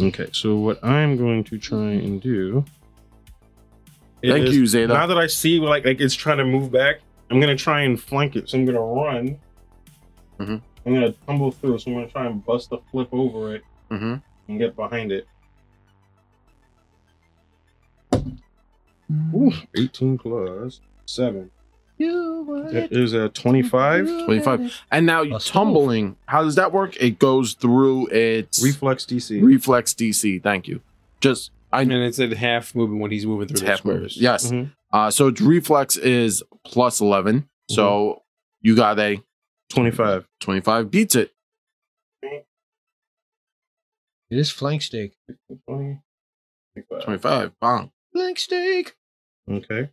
[SPEAKER 3] Okay, so what I'm going to try and do.
[SPEAKER 1] Thank
[SPEAKER 3] is-
[SPEAKER 1] you, Zeta.
[SPEAKER 3] Now that I see, like, like it's trying to move back, I'm gonna try and flank it. So I'm gonna run.
[SPEAKER 1] Mhm.
[SPEAKER 3] I'm gonna tumble through. So I'm gonna try and bust a flip over it
[SPEAKER 1] Mm-hmm.
[SPEAKER 3] and get behind it. Ooh, 18 plus seven. That is a 25
[SPEAKER 1] 25. And now you
[SPEAKER 2] Plus
[SPEAKER 1] tumbling. How does that work? It goes through its
[SPEAKER 3] reflex DC.
[SPEAKER 1] reflex DC. Thank you. Just I
[SPEAKER 6] And it's at half movement when he's moving through
[SPEAKER 1] it's
[SPEAKER 6] the
[SPEAKER 1] half
[SPEAKER 6] squares.
[SPEAKER 1] moves. Yes.
[SPEAKER 3] Mhm.
[SPEAKER 1] Uh, so its reflex is plus 11.
[SPEAKER 3] Mm-hmm.
[SPEAKER 1] So you got a
[SPEAKER 3] 25.
[SPEAKER 1] 25 beats it.
[SPEAKER 2] It is flank steak.
[SPEAKER 3] 25.
[SPEAKER 1] 25. Bong.
[SPEAKER 2] Flank steak.
[SPEAKER 3] Okay.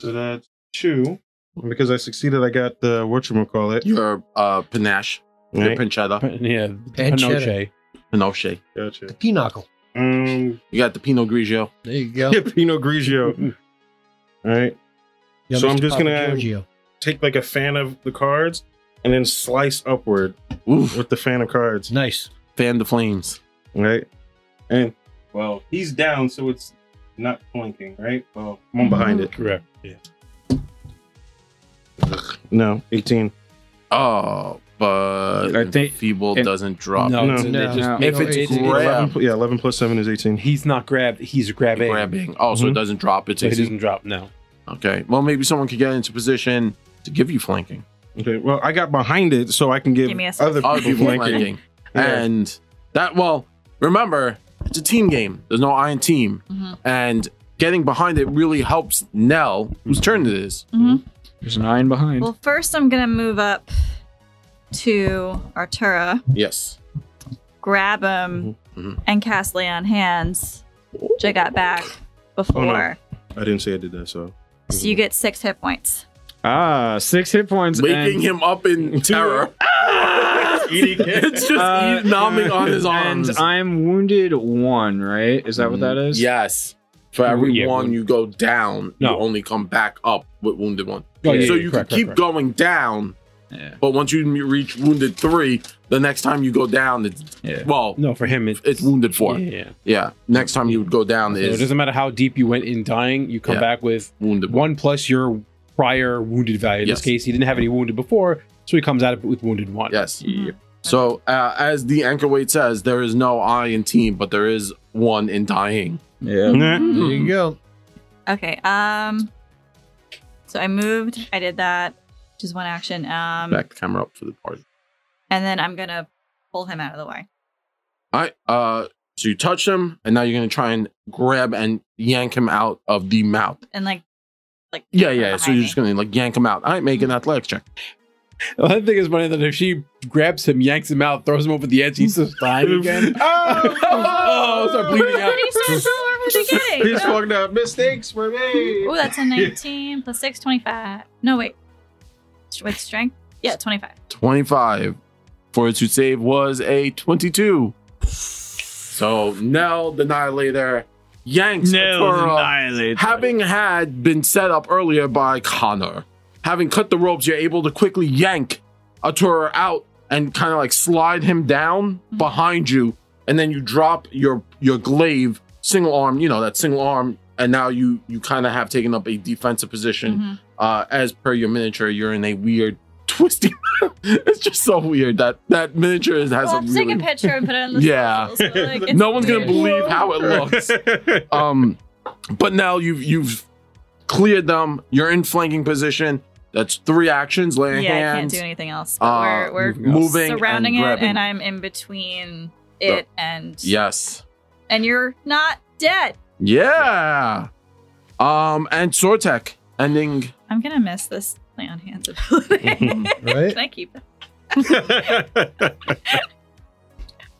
[SPEAKER 3] So that's two. And because I succeeded, I got the whatchamacallit.
[SPEAKER 1] Your uh, panache, your
[SPEAKER 3] Right?
[SPEAKER 1] pancetta,
[SPEAKER 6] But, yeah,
[SPEAKER 2] Pancetta.
[SPEAKER 6] Pinoche.
[SPEAKER 1] pinoche.
[SPEAKER 3] Gotcha.
[SPEAKER 2] The pinochle.
[SPEAKER 3] Um,
[SPEAKER 1] You got the Pinot Grigio.
[SPEAKER 2] There you go.
[SPEAKER 3] yeah, Pinot Grigio. All right.
[SPEAKER 2] Yeah,
[SPEAKER 3] So I'm
[SPEAKER 2] Mr.
[SPEAKER 3] just
[SPEAKER 2] Papa
[SPEAKER 3] gonna-
[SPEAKER 2] Giorgio.
[SPEAKER 3] Take like a fan of the cards and then slice upward
[SPEAKER 1] Oof.
[SPEAKER 3] with the fan of cards.
[SPEAKER 2] It's nice.
[SPEAKER 1] Fan the flames.
[SPEAKER 3] right? And well, he's down, so it's not blinking, right? Well, I'm behind it.
[SPEAKER 6] Correct. Yeah.
[SPEAKER 3] No, 18.
[SPEAKER 1] Oh, but
[SPEAKER 4] I think-
[SPEAKER 1] feeble
[SPEAKER 4] and-
[SPEAKER 1] doesn't drop.
[SPEAKER 6] No,
[SPEAKER 3] No.
[SPEAKER 6] it's-
[SPEAKER 2] No.
[SPEAKER 6] it just-
[SPEAKER 4] No.
[SPEAKER 1] If it's
[SPEAKER 6] it's-
[SPEAKER 1] grab,
[SPEAKER 3] 11, pl- yeah, 11 plus 7 is 18.
[SPEAKER 6] he's not grabbed. He's grabbing.
[SPEAKER 1] grabbing. Oh, so it
[SPEAKER 3] Mhm.
[SPEAKER 1] doesn't drop. It's
[SPEAKER 6] So he
[SPEAKER 1] AC.
[SPEAKER 6] doesn't drop. No.
[SPEAKER 1] okay. Well, maybe someone could get into position to give you flanking.
[SPEAKER 3] Okay, well, I got behind it, so I can give,
[SPEAKER 5] Give me a second.
[SPEAKER 3] other
[SPEAKER 1] Other
[SPEAKER 3] people
[SPEAKER 1] people
[SPEAKER 3] blanking.
[SPEAKER 1] flanking,
[SPEAKER 3] Yeah.
[SPEAKER 1] and that. Well, remember it's a team game. There's no I in team,
[SPEAKER 5] Mhm.
[SPEAKER 1] and getting behind it really helps Nell, whose turn it is.
[SPEAKER 4] There's nine behind.
[SPEAKER 5] Mm-hmm. Well, first I'm gonna move up to Artura,
[SPEAKER 1] Yes.
[SPEAKER 5] grab him,
[SPEAKER 1] Mhm.
[SPEAKER 5] and cast Lay on Hands, which I got back
[SPEAKER 1] Oh,
[SPEAKER 5] before.
[SPEAKER 3] Oh, I didn't say I did that, so.
[SPEAKER 5] So
[SPEAKER 1] Mm-hmm.
[SPEAKER 5] you get six hit points.
[SPEAKER 4] Ah, six hit points.
[SPEAKER 1] Waking
[SPEAKER 4] and,
[SPEAKER 1] him up in terror. it's just
[SPEAKER 4] Uh,
[SPEAKER 1] he's numbing on his arms. Mm-hmm.
[SPEAKER 4] And I'm wounded one, right? Is that what that is?
[SPEAKER 1] Yes. For every
[SPEAKER 6] Yeah,
[SPEAKER 1] one
[SPEAKER 6] wound-
[SPEAKER 1] you go down,
[SPEAKER 6] No.
[SPEAKER 1] you only come back up with wounded one.
[SPEAKER 6] Oh, yeah,
[SPEAKER 1] so
[SPEAKER 6] yeah,
[SPEAKER 1] you
[SPEAKER 6] correct,
[SPEAKER 1] can keep
[SPEAKER 6] correct,
[SPEAKER 1] going down,
[SPEAKER 4] Yeah.
[SPEAKER 1] but once you m- reach wounded three, the next time you go down, it's
[SPEAKER 4] Yeah.
[SPEAKER 1] well,
[SPEAKER 6] No, for him,
[SPEAKER 1] it's wounded four.
[SPEAKER 6] Yeah.
[SPEAKER 1] Yeah.
[SPEAKER 6] yeah.
[SPEAKER 1] Next time you would go down
[SPEAKER 6] So it
[SPEAKER 1] is
[SPEAKER 6] doesn't matter how deep you went in dying. You come
[SPEAKER 1] Yeah.
[SPEAKER 6] back with
[SPEAKER 1] wounded one.
[SPEAKER 6] one plus your prior wounded value. In
[SPEAKER 1] Yes.
[SPEAKER 6] this case, he didn't have any wounded before, so he comes out of it with wounded one.
[SPEAKER 1] Yes.
[SPEAKER 2] Mm-hmm.
[SPEAKER 4] Yep.
[SPEAKER 1] So uh, as the anchor weight says, there is no I in team, but there is one in dying.
[SPEAKER 4] Yeah.
[SPEAKER 2] There you go.
[SPEAKER 5] Okay. Um. So I moved. I did that, which is one action. Um.
[SPEAKER 1] Back the camera up for the party.
[SPEAKER 5] And then I'm gonna pull him out of the way.
[SPEAKER 1] All right. Uh, so you touch him, and now you're gonna try and grab and yank him out of the mouth.
[SPEAKER 5] And like, like.
[SPEAKER 1] Yeah, yeah. So
[SPEAKER 5] behind
[SPEAKER 1] you're
[SPEAKER 5] me.
[SPEAKER 1] just gonna like yank him out. I ain't making athletics check.
[SPEAKER 6] The other thing is funny that if she grabs him, yanks him out, throws him over the edge, he's just dying again.
[SPEAKER 3] oh,
[SPEAKER 6] oh, start bleeding out.
[SPEAKER 5] Pretty smash roll, what was I getting?
[SPEAKER 3] He's fucked up. Mistakes were made.
[SPEAKER 5] Oh, that's a 19 plus 6, 25. No, wait. With strength? Yeah, 25.
[SPEAKER 1] 25. Fortitude save was a 22. So Nell the Annihilator yanks Atura, having had been set up earlier by Connor. Having cut the ropes, you're able to quickly yank Atura out and kind of like slide him down behind you, and then you drop your your glaive single arm, you know that single arm, and now you you kind of have taken up a defensive position
[SPEAKER 5] Mhm.
[SPEAKER 1] uh, as per your miniature, you're in a weird twisty. it's just so weird that that miniature is, has
[SPEAKER 5] Well,
[SPEAKER 1] a
[SPEAKER 5] I'm taking
[SPEAKER 1] really.
[SPEAKER 5] a picture and put it on the
[SPEAKER 1] Yeah.
[SPEAKER 5] social, so, like, it's
[SPEAKER 1] No one's gonna
[SPEAKER 5] weird.
[SPEAKER 1] believe how it looks. Um, but now you've you've cleared them. You're in flanking position. That's three actions.
[SPEAKER 5] Yeah,
[SPEAKER 1] Laying
[SPEAKER 5] I can't
[SPEAKER 1] hands,
[SPEAKER 5] do anything else. But
[SPEAKER 1] uh,
[SPEAKER 5] we're we're
[SPEAKER 1] moving,
[SPEAKER 5] surrounding
[SPEAKER 1] and
[SPEAKER 5] it,
[SPEAKER 1] grabbing.
[SPEAKER 5] and I'm in between it and
[SPEAKER 1] yes,
[SPEAKER 5] and you're not dead.
[SPEAKER 1] yeah. Um, and Sortek ending.
[SPEAKER 5] I'm gonna miss this play on hands ability.
[SPEAKER 2] Right?
[SPEAKER 5] Can I keep it?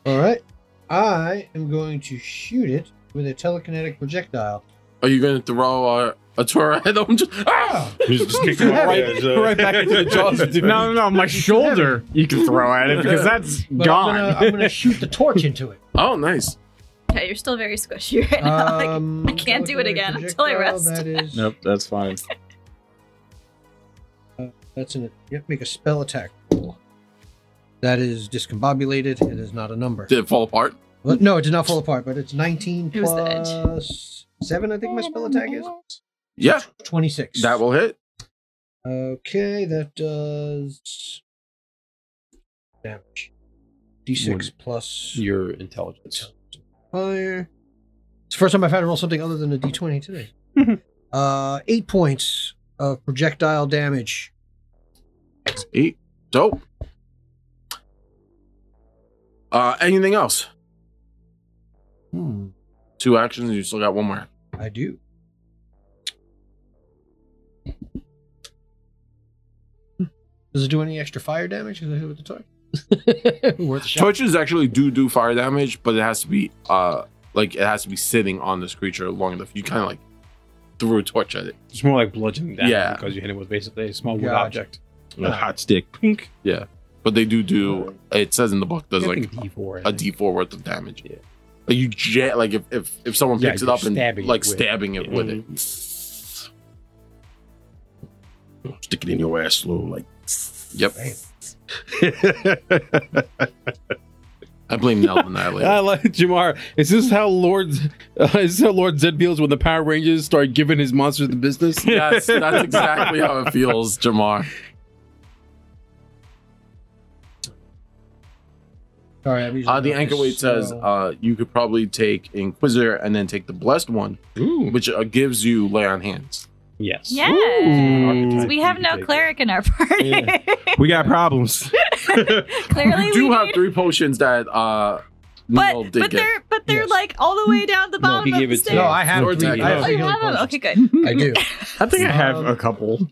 [SPEAKER 2] All right. I am going to shoot it with a telekinetic projectile.
[SPEAKER 1] Are you going to throw a, a Torah at them? Just- ah!
[SPEAKER 3] Just, just kick him off
[SPEAKER 6] Right-
[SPEAKER 3] the edge, uh,
[SPEAKER 6] right back into the jaws of
[SPEAKER 4] No, no, no. My shoulder you can throw at it because that's
[SPEAKER 2] But I'm
[SPEAKER 4] gone.
[SPEAKER 2] gonna, I'm gonna shoot the torch into it.
[SPEAKER 1] Oh, nice.
[SPEAKER 5] Okay, you're still very squishy right now. Like,
[SPEAKER 2] Um,
[SPEAKER 5] I can't do it
[SPEAKER 2] telekinetic
[SPEAKER 5] again until I
[SPEAKER 2] projectile,
[SPEAKER 5] rest.
[SPEAKER 2] That is,
[SPEAKER 4] nope, that's fine.
[SPEAKER 2] Uh, That's an. You have to make a spell attack roll. That is discombobulated. It is not a number.
[SPEAKER 1] Did it fall apart?
[SPEAKER 2] Well, no, it did not fall apart, but it's 19
[SPEAKER 5] It was the edge. Oh.
[SPEAKER 2] plus 7, I think my spell attack is.
[SPEAKER 1] Yeah,
[SPEAKER 2] 26.
[SPEAKER 1] that will hit.
[SPEAKER 2] Okay, that does damage. D6
[SPEAKER 6] Would-
[SPEAKER 2] plus
[SPEAKER 6] Your intelligence.
[SPEAKER 2] fire. Oh, It's the first time I've had to roll something other than a d20 today. uh, eight points of projectile damage.
[SPEAKER 1] That's eight. Dope. Uh, anything else? Hmm. Two actions. You still got one more.
[SPEAKER 2] I do. Does it do any extra fire damage? Is that hit with the torch? Worth a shot.
[SPEAKER 1] Torches actually do do fire damage, but it has to be uh like it has to be sitting on this creature long enough. You kind of like threw a torch at it.
[SPEAKER 6] It's more like bludgeoning damage
[SPEAKER 1] Yeah.
[SPEAKER 6] because you hit it with basically a small wood
[SPEAKER 2] Gotcha.
[SPEAKER 6] object.
[SPEAKER 3] A hot stick. Pink.
[SPEAKER 1] But they do do. It says in the book there's
[SPEAKER 6] Yeah, I
[SPEAKER 1] like
[SPEAKER 6] think D4 in
[SPEAKER 1] a
[SPEAKER 6] it.
[SPEAKER 1] D4 worth of damage.
[SPEAKER 6] Yeah.
[SPEAKER 1] Like you jet like if if, if someone
[SPEAKER 6] Yeah,
[SPEAKER 1] picks it
[SPEAKER 6] you're
[SPEAKER 1] up and
[SPEAKER 6] stabbing it Mm-hmm.
[SPEAKER 1] like
[SPEAKER 6] with-
[SPEAKER 1] stabbing it
[SPEAKER 6] yeah.
[SPEAKER 1] with it.
[SPEAKER 7] Stick it in your ass slow, like
[SPEAKER 1] Yep. I blame Nell Annihilator.
[SPEAKER 6] I like Jamar. Is this how Lord? Uh, is this how Lord Zed feels when the Power Rangers start giving his monsters the business?
[SPEAKER 1] Yes, that's exactly how it feels, Jamar.
[SPEAKER 2] Sorry, I'm using
[SPEAKER 1] Uh, the
[SPEAKER 2] my
[SPEAKER 1] anchor
[SPEAKER 2] focus,
[SPEAKER 1] weight
[SPEAKER 2] so-
[SPEAKER 1] says uh, you could probably take Inquisitor and then take the Blessed One,
[SPEAKER 6] Ooh.
[SPEAKER 1] which uh, gives you Lay on Hands.
[SPEAKER 6] Yes.
[SPEAKER 2] Mm,
[SPEAKER 5] Yes. we have no cleric in our party.
[SPEAKER 3] We got problems.
[SPEAKER 5] Clearly,
[SPEAKER 1] You do
[SPEAKER 5] we
[SPEAKER 1] have
[SPEAKER 5] need-
[SPEAKER 1] three potions that uh, Neil
[SPEAKER 5] but
[SPEAKER 1] did
[SPEAKER 5] but
[SPEAKER 1] get.
[SPEAKER 5] they're but they're
[SPEAKER 2] Yes.
[SPEAKER 5] like all the way down the
[SPEAKER 6] No,
[SPEAKER 5] bottom
[SPEAKER 6] he
[SPEAKER 5] of
[SPEAKER 6] gave
[SPEAKER 5] the
[SPEAKER 6] it to
[SPEAKER 5] stairs.
[SPEAKER 6] you.
[SPEAKER 2] No, I have.
[SPEAKER 3] Or
[SPEAKER 2] three-
[SPEAKER 3] did-
[SPEAKER 2] I have
[SPEAKER 5] Oh,
[SPEAKER 2] three
[SPEAKER 5] you
[SPEAKER 2] healing
[SPEAKER 5] have them.
[SPEAKER 2] potions.
[SPEAKER 5] Okay, good.
[SPEAKER 2] I do.
[SPEAKER 4] I think I have
[SPEAKER 2] Um,
[SPEAKER 4] a couple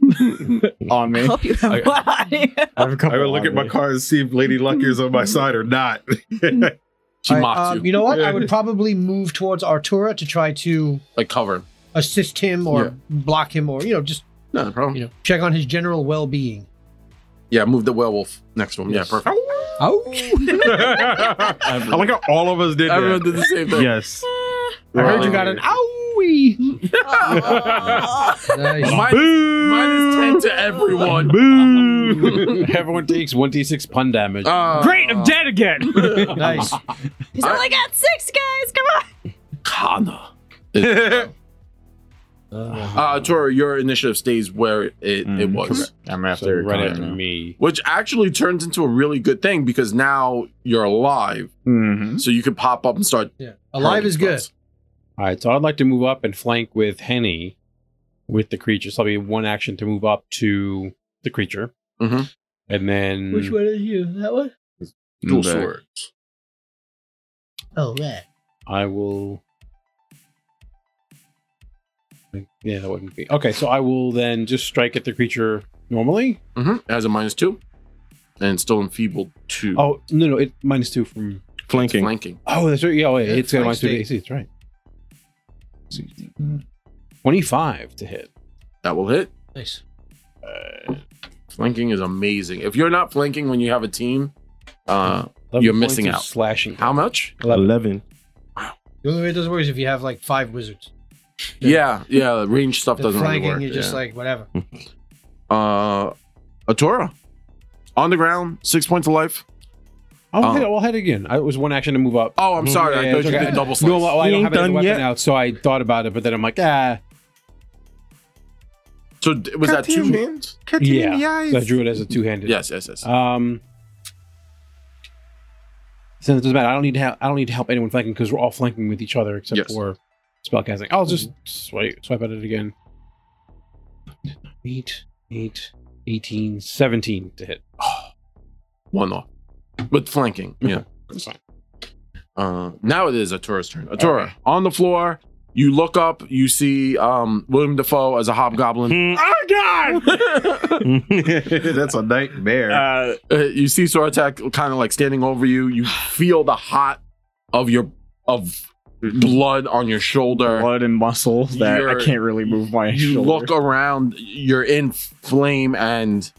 [SPEAKER 4] on me.
[SPEAKER 5] I hope you have
[SPEAKER 4] I-
[SPEAKER 5] one.
[SPEAKER 4] I have a couple.
[SPEAKER 3] I would look
[SPEAKER 4] on
[SPEAKER 3] at my
[SPEAKER 4] me.
[SPEAKER 3] car and see if Lady Luck is on my side or not.
[SPEAKER 1] she
[SPEAKER 2] All right,
[SPEAKER 1] mocks
[SPEAKER 2] um,
[SPEAKER 1] you,
[SPEAKER 2] You know what? I would probably move towards Artura to try to
[SPEAKER 1] like cover.
[SPEAKER 2] assist him or
[SPEAKER 1] Yeah.
[SPEAKER 2] block him or you know just
[SPEAKER 1] No problem.
[SPEAKER 2] you know check on his general well-being.
[SPEAKER 1] Yeah, move the werewolf next one.
[SPEAKER 2] Yes.
[SPEAKER 1] Yeah, perfect.
[SPEAKER 2] Oh,
[SPEAKER 3] I like how all of us did
[SPEAKER 1] Everyone
[SPEAKER 3] that.
[SPEAKER 1] did the same thing.
[SPEAKER 3] Yes.
[SPEAKER 2] I heard you got an owie.
[SPEAKER 5] Oh.
[SPEAKER 2] Nice.
[SPEAKER 1] Minus,
[SPEAKER 3] Boo!
[SPEAKER 1] minus ten to everyone.
[SPEAKER 3] Boo!
[SPEAKER 6] Everyone takes one d six pun damage.
[SPEAKER 1] Uh,
[SPEAKER 4] Great, I'm dead again.
[SPEAKER 2] nice.
[SPEAKER 5] He's only got six guys. Come on.
[SPEAKER 1] Kana. Uh, Tora, your initiative stays where it, it
[SPEAKER 4] Mm,
[SPEAKER 1] was.
[SPEAKER 4] I'm
[SPEAKER 6] so
[SPEAKER 4] after
[SPEAKER 6] right
[SPEAKER 4] right
[SPEAKER 6] after me.
[SPEAKER 1] which actually turns into a really good thing because now you're alive,
[SPEAKER 4] Mm-hmm.
[SPEAKER 1] so you could pop up and start.
[SPEAKER 2] Yeah. Alive is good.
[SPEAKER 6] All right, so I'd like to move up and flank with Henny with the creature. So I'll be one action to move up to the creature.
[SPEAKER 1] Mhm.
[SPEAKER 6] And then
[SPEAKER 2] Which one is you? That one?
[SPEAKER 1] Dual sword.
[SPEAKER 2] Oh, that.
[SPEAKER 6] I will. Yeah, that wouldn't be. Okay, so I will then just strike at the creature normally.
[SPEAKER 1] Mm-hmm. It has a minus two, and it's still enfeebled two.
[SPEAKER 6] Oh, no, no, it minus two from.
[SPEAKER 1] It's
[SPEAKER 3] Flanking.
[SPEAKER 1] flanking.
[SPEAKER 6] Oh, that's right. Yeah, oh, yeah,
[SPEAKER 2] Yeah,
[SPEAKER 6] it's got a minus
[SPEAKER 2] flank
[SPEAKER 6] two to
[SPEAKER 2] state.
[SPEAKER 6] AC. That's right. 25 to hit.
[SPEAKER 1] That will hit.
[SPEAKER 2] Nice.
[SPEAKER 1] Flanking is amazing. If you're not flanking when you have a team, uh, You're
[SPEAKER 6] points
[SPEAKER 1] missing
[SPEAKER 6] of
[SPEAKER 1] out.
[SPEAKER 6] Slashing.
[SPEAKER 1] how much?
[SPEAKER 3] Eleven.
[SPEAKER 2] The only way it doesn't work is if you have like five wizards.
[SPEAKER 1] Yeah, yeah. Range stuff
[SPEAKER 2] The
[SPEAKER 1] doesn't really
[SPEAKER 2] flanking,
[SPEAKER 1] work.
[SPEAKER 2] you're just like whatever.
[SPEAKER 1] uh, a Torah on the ground, six points of life.
[SPEAKER 6] I'll,
[SPEAKER 1] Oh.
[SPEAKER 6] head, I'll head again. I, it was one action to move up. Mm-hmm.
[SPEAKER 1] Oh, I'm sorry. I
[SPEAKER 6] Yeah,
[SPEAKER 1] thought
[SPEAKER 6] it's
[SPEAKER 1] you
[SPEAKER 6] okay.
[SPEAKER 1] did double slice.
[SPEAKER 6] No, well, I
[SPEAKER 3] He
[SPEAKER 6] don't
[SPEAKER 3] ain't
[SPEAKER 6] have another
[SPEAKER 3] done
[SPEAKER 6] weapon
[SPEAKER 3] yet.
[SPEAKER 6] out, so I thought about it, but then I'm like, ah,
[SPEAKER 1] so d- was that two hands?
[SPEAKER 6] yeah. So I drew it as a two-handed.
[SPEAKER 1] Yes, yes, yes.
[SPEAKER 6] Um. Since it doesn't matter, I don't need to have I don't need to help anyone flanking because we're all flanking with each other except
[SPEAKER 1] Yes.
[SPEAKER 6] for spellcasting. I'll just
[SPEAKER 3] Mm-hmm.
[SPEAKER 6] swipe swipe at it again. Eight, eight, 18, 17 to hit.
[SPEAKER 1] one off with flanking. Yeah,
[SPEAKER 6] That's fine.
[SPEAKER 1] Uh, now it is Atura's turn. Atura on the floor. You look up. You see um, William Defoe as a hobgoblin.
[SPEAKER 4] Oh God!
[SPEAKER 3] That's a nightmare.
[SPEAKER 4] Uh,
[SPEAKER 1] Uh, you see Soratak kind of like standing over you. You feel the hot of your of blood on your shoulder.
[SPEAKER 4] blood and muscle that
[SPEAKER 1] You're-
[SPEAKER 4] I can't really move my
[SPEAKER 1] You
[SPEAKER 4] shoulder.
[SPEAKER 1] look around. You're in flame, and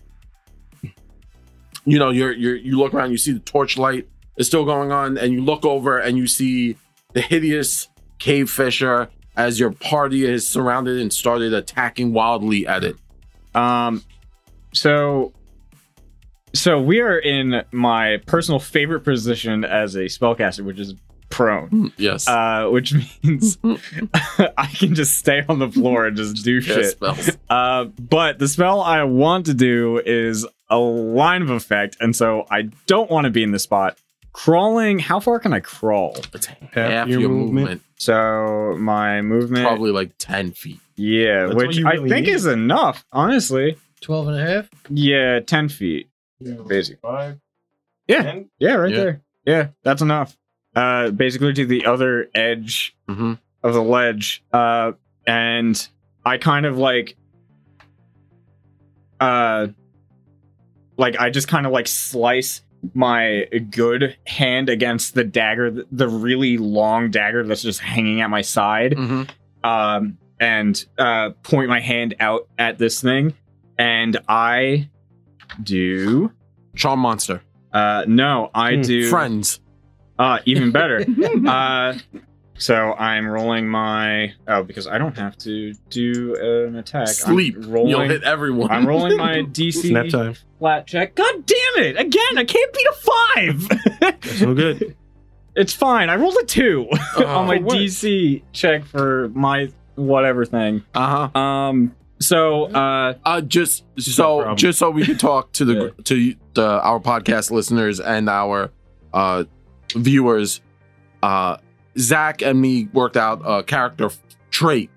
[SPEAKER 1] you know you're you're you look around. You see the torchlight is still going on, and you look over and you see the hideous cave fisher as your party is surrounded and started attacking wildly at it.
[SPEAKER 4] Um, so, so we are in my personal favorite position as a spellcaster, which is prone,
[SPEAKER 1] Hmm, yes.
[SPEAKER 4] uh, which means I can just stay on the floor and just do
[SPEAKER 1] Cast
[SPEAKER 4] shit.
[SPEAKER 1] spells.
[SPEAKER 4] Uh, but the spell I want to do is a line of effect, and so I don't want to be in the spot. Crawling, how far can I crawl?
[SPEAKER 1] It's half,
[SPEAKER 3] Half
[SPEAKER 1] your,
[SPEAKER 3] your
[SPEAKER 1] movement.
[SPEAKER 3] movement.
[SPEAKER 4] So my movement,
[SPEAKER 1] Probably like 10 feet.
[SPEAKER 4] yeah,
[SPEAKER 2] That's all
[SPEAKER 4] which
[SPEAKER 2] you
[SPEAKER 4] I
[SPEAKER 2] really
[SPEAKER 4] think
[SPEAKER 2] need.
[SPEAKER 4] is enough, honestly.
[SPEAKER 2] 12 and a half.
[SPEAKER 4] Yeah, ten feet, basically.
[SPEAKER 3] Five.
[SPEAKER 4] Yeah.
[SPEAKER 3] ten?
[SPEAKER 4] Yeah, right
[SPEAKER 1] Yeah.
[SPEAKER 4] there. Yeah, that's enough. Uh, basically to the other edge
[SPEAKER 1] Mm-hmm.
[SPEAKER 4] of the ledge uh and i kind of like uh like i just kind of like slice my good hand against the dagger th- the really long dagger that's just hanging at my side
[SPEAKER 1] Mm-hmm.
[SPEAKER 4] um and uh point my hand out at this thing and i do
[SPEAKER 1] Charm monster.
[SPEAKER 4] uh no i
[SPEAKER 6] Hmm,
[SPEAKER 4] do
[SPEAKER 1] Friends.
[SPEAKER 4] uh even better uh, so I'm rolling my oh because I don't have to do an attack. I'm
[SPEAKER 1] Sleep. You'll
[SPEAKER 4] rolling.
[SPEAKER 1] hit everyone.
[SPEAKER 4] I'm rolling my DC
[SPEAKER 3] Nap time.
[SPEAKER 4] flat check. God damn it! Again, I can't beat a five.
[SPEAKER 3] That's no good.
[SPEAKER 4] it's fine. I rolled a two on my
[SPEAKER 1] For what?
[SPEAKER 4] DC check for my whatever thing.
[SPEAKER 1] Uh-huh.
[SPEAKER 4] Um. So uh.
[SPEAKER 1] Uh just
[SPEAKER 3] No
[SPEAKER 1] so
[SPEAKER 3] problem.
[SPEAKER 1] just so we can talk to the to the our podcast listeners and our uh viewers. Uh Zach and me worked out a character trait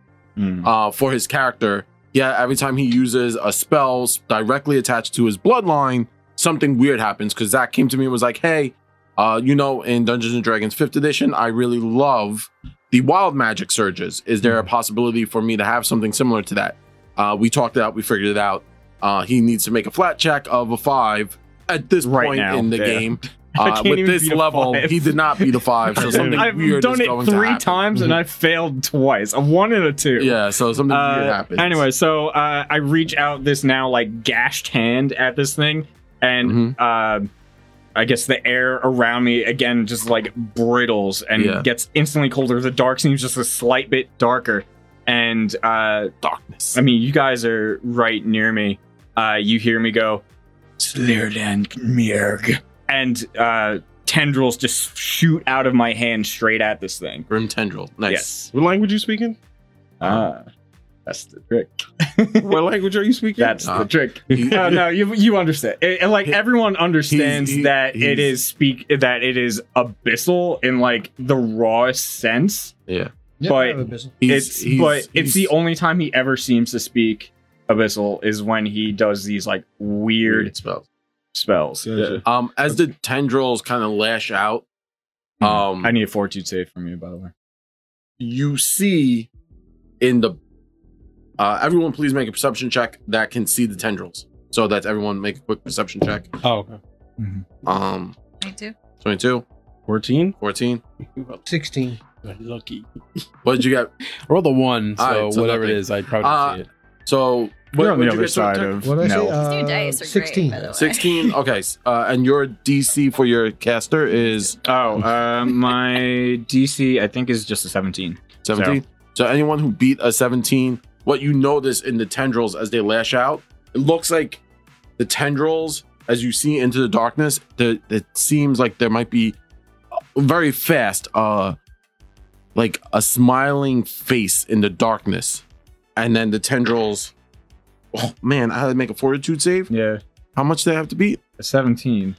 [SPEAKER 1] uh, for his character. Yeah, every time he uses a spell s- directly attached to his bloodline, something weird happens. Because Zach came to me and was like, "Hey, uh, you know, in Dungeons and Dragons Fifth Edition, I really love the wild magic surges. Is there a possibility for me to have something similar to that?" Uh, we talked it out. We figured it out. Uh, he needs to make a flat check of a five at this
[SPEAKER 4] Right
[SPEAKER 1] point
[SPEAKER 4] now,
[SPEAKER 1] in the
[SPEAKER 4] yeah.
[SPEAKER 1] game.
[SPEAKER 4] I
[SPEAKER 1] Uh,
[SPEAKER 4] can't
[SPEAKER 1] with
[SPEAKER 4] even
[SPEAKER 1] this
[SPEAKER 4] beat a
[SPEAKER 1] level,
[SPEAKER 4] five.
[SPEAKER 1] he did not beat a five, so something
[SPEAKER 4] I've
[SPEAKER 1] weird
[SPEAKER 4] done
[SPEAKER 1] is
[SPEAKER 4] it
[SPEAKER 1] going to
[SPEAKER 4] three
[SPEAKER 1] happen. Mm-hmm.
[SPEAKER 4] times and I failed twice. A one and a two.
[SPEAKER 1] Yeah, so something weird
[SPEAKER 4] Uh,
[SPEAKER 1] happens.
[SPEAKER 4] Anyway, so uh, I reach out this now like gashed hand at this thing, and
[SPEAKER 1] Mhm.
[SPEAKER 4] uh, I guess the air around me again just like brittles and
[SPEAKER 1] Yeah.
[SPEAKER 4] gets instantly colder. The dark seems just a slight bit darker, and uh,
[SPEAKER 1] darkness.
[SPEAKER 4] I mean, you guys are right near me. Uh, you hear me go, Slirdan Mirg, and uh, tendrils just shoot out of my hand straight at this thing.
[SPEAKER 1] Grim tendril. Nice. Uh,
[SPEAKER 4] Yes.
[SPEAKER 3] What language you speaking?
[SPEAKER 4] Ah, that's the trick.
[SPEAKER 3] What language are you speaking?
[SPEAKER 4] That's
[SPEAKER 1] Ah.
[SPEAKER 4] the trick.
[SPEAKER 1] He-
[SPEAKER 4] no, no, you you understand. It, it, like
[SPEAKER 1] He-
[SPEAKER 4] everyone understands
[SPEAKER 1] he-
[SPEAKER 4] that
[SPEAKER 1] he's-
[SPEAKER 4] it is speak that it is abyssal in like the rawest sense.
[SPEAKER 1] Yeah.
[SPEAKER 2] Yeah,
[SPEAKER 4] But
[SPEAKER 2] I have a business.
[SPEAKER 1] He's-
[SPEAKER 4] it's
[SPEAKER 1] he's-
[SPEAKER 4] but it's the
[SPEAKER 1] he's-
[SPEAKER 4] only time he ever seems to speak abyssal is when he does these like weird
[SPEAKER 1] spell.
[SPEAKER 4] spells.
[SPEAKER 3] Gotcha.
[SPEAKER 1] Um, as the tendrils kind of lash out, um,
[SPEAKER 4] Hmm. I need a fortitude save from you, by the way.
[SPEAKER 1] you see in the uh, everyone, please make a perception check that can see the tendrils. So that's everyone make a quick perception check.
[SPEAKER 6] Oh, okay.
[SPEAKER 1] Um,
[SPEAKER 5] Me too.
[SPEAKER 1] 22,
[SPEAKER 3] 14.
[SPEAKER 1] 14.
[SPEAKER 2] 16.
[SPEAKER 6] lucky.
[SPEAKER 1] What did you get?
[SPEAKER 6] I rolled a one, so,
[SPEAKER 1] All right, so
[SPEAKER 6] whatever
[SPEAKER 1] nothing.
[SPEAKER 6] it is, I probably
[SPEAKER 1] Uh,
[SPEAKER 6] see it.
[SPEAKER 1] So
[SPEAKER 4] We're on
[SPEAKER 1] what'd
[SPEAKER 4] the
[SPEAKER 1] you
[SPEAKER 4] other
[SPEAKER 1] get, sir?
[SPEAKER 4] side of
[SPEAKER 2] What did I say?
[SPEAKER 4] no.
[SPEAKER 2] Uh,
[SPEAKER 5] These new dice are
[SPEAKER 2] 16.
[SPEAKER 5] great, by the way.
[SPEAKER 1] 16. Okay. s- Uh, and your DC for your caster is
[SPEAKER 4] Oh, uh, my DC I think is just a seventeen.
[SPEAKER 1] 17. So anyone who beat a 17, what you notice in the tendrils as they lash out, it looks like the tendrils, as you see into the darkness, the, it seems like there might be uh, very fast, uh, like a smiling face in the darkness. And then the tendrils, oh man, I had to make a fortitude save.
[SPEAKER 4] Yeah,
[SPEAKER 1] How much do I have to beat?
[SPEAKER 4] a seventeen.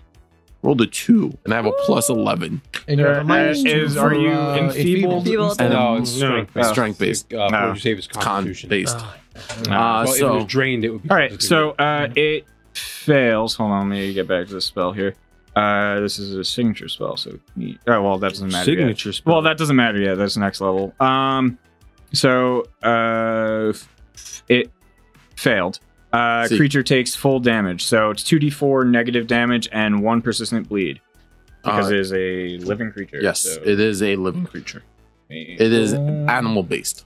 [SPEAKER 1] Rolled a two, and I have a plus 11.
[SPEAKER 2] And you have
[SPEAKER 4] Uh,
[SPEAKER 2] a minus two
[SPEAKER 4] is- are
[SPEAKER 2] for,
[SPEAKER 4] you
[SPEAKER 2] uh,
[SPEAKER 4] enfeebled?
[SPEAKER 5] Enfeebled.
[SPEAKER 1] And
[SPEAKER 6] no,
[SPEAKER 1] um,
[SPEAKER 6] it's
[SPEAKER 3] no,
[SPEAKER 6] strength
[SPEAKER 1] no,
[SPEAKER 6] based.
[SPEAKER 1] strength based.
[SPEAKER 6] Uh,
[SPEAKER 4] No.
[SPEAKER 6] what would you say was
[SPEAKER 1] Con
[SPEAKER 6] constitution?
[SPEAKER 1] based.
[SPEAKER 2] Ah,
[SPEAKER 1] Uh,
[SPEAKER 6] well, if it was
[SPEAKER 1] so,
[SPEAKER 6] drained, it would be.
[SPEAKER 4] All right, so
[SPEAKER 6] constitution.
[SPEAKER 4] uh, it fails. Hold on, let me get back to the spell here. Uh, this is a signature spell, so we- oh well, that doesn't matter. Yet.
[SPEAKER 3] Signature spell.
[SPEAKER 4] Well, that doesn't matter yet. That's next level. Um, so uh, f- it failed. Uh,
[SPEAKER 1] See.
[SPEAKER 4] creature takes full damage, so it's two d four negative damage and one persistent bleed because
[SPEAKER 1] Uh,
[SPEAKER 4] it is a living creature.
[SPEAKER 1] yes,
[SPEAKER 4] so
[SPEAKER 1] it is a living creature. It is animal based.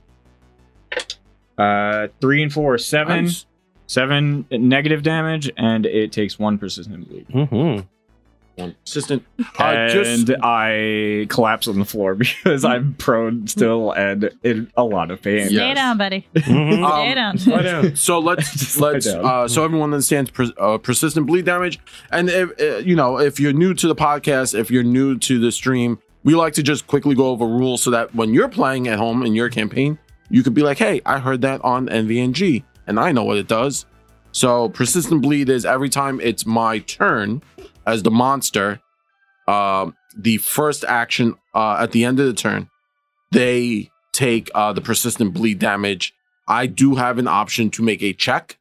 [SPEAKER 4] Uh, three and four, seven,
[SPEAKER 1] Nice.
[SPEAKER 4] seven uh, negative damage, and it takes one persistent bleed.
[SPEAKER 3] Mhm.
[SPEAKER 1] One assistant. Uh,
[SPEAKER 4] and
[SPEAKER 1] Mm-hmm. just
[SPEAKER 4] I collapse on the floor because I'm prone still and in a lot of pain.
[SPEAKER 1] Yeah.
[SPEAKER 5] Stay
[SPEAKER 1] Yes.
[SPEAKER 5] down, buddy.
[SPEAKER 3] Mhm.
[SPEAKER 5] Stay
[SPEAKER 1] Um,
[SPEAKER 5] down.
[SPEAKER 3] Lie down.
[SPEAKER 1] so let's
[SPEAKER 4] Just lie
[SPEAKER 1] let's
[SPEAKER 4] down.
[SPEAKER 1] uh, so everyone understands pers- uh, persistent bleed damage. And if uh, you know if you're new to the podcast, if you're new to the stream, we like to just quickly go over rules so that when you're playing at home in your campaign, you could be like, hey, I heard that on NVNG and I know what it does. So persistent bleed is every time it's my turn as the monster, um, the first action uh, at the end of the turn, they take uh, the persistent bleed damage. I do have an option to make a check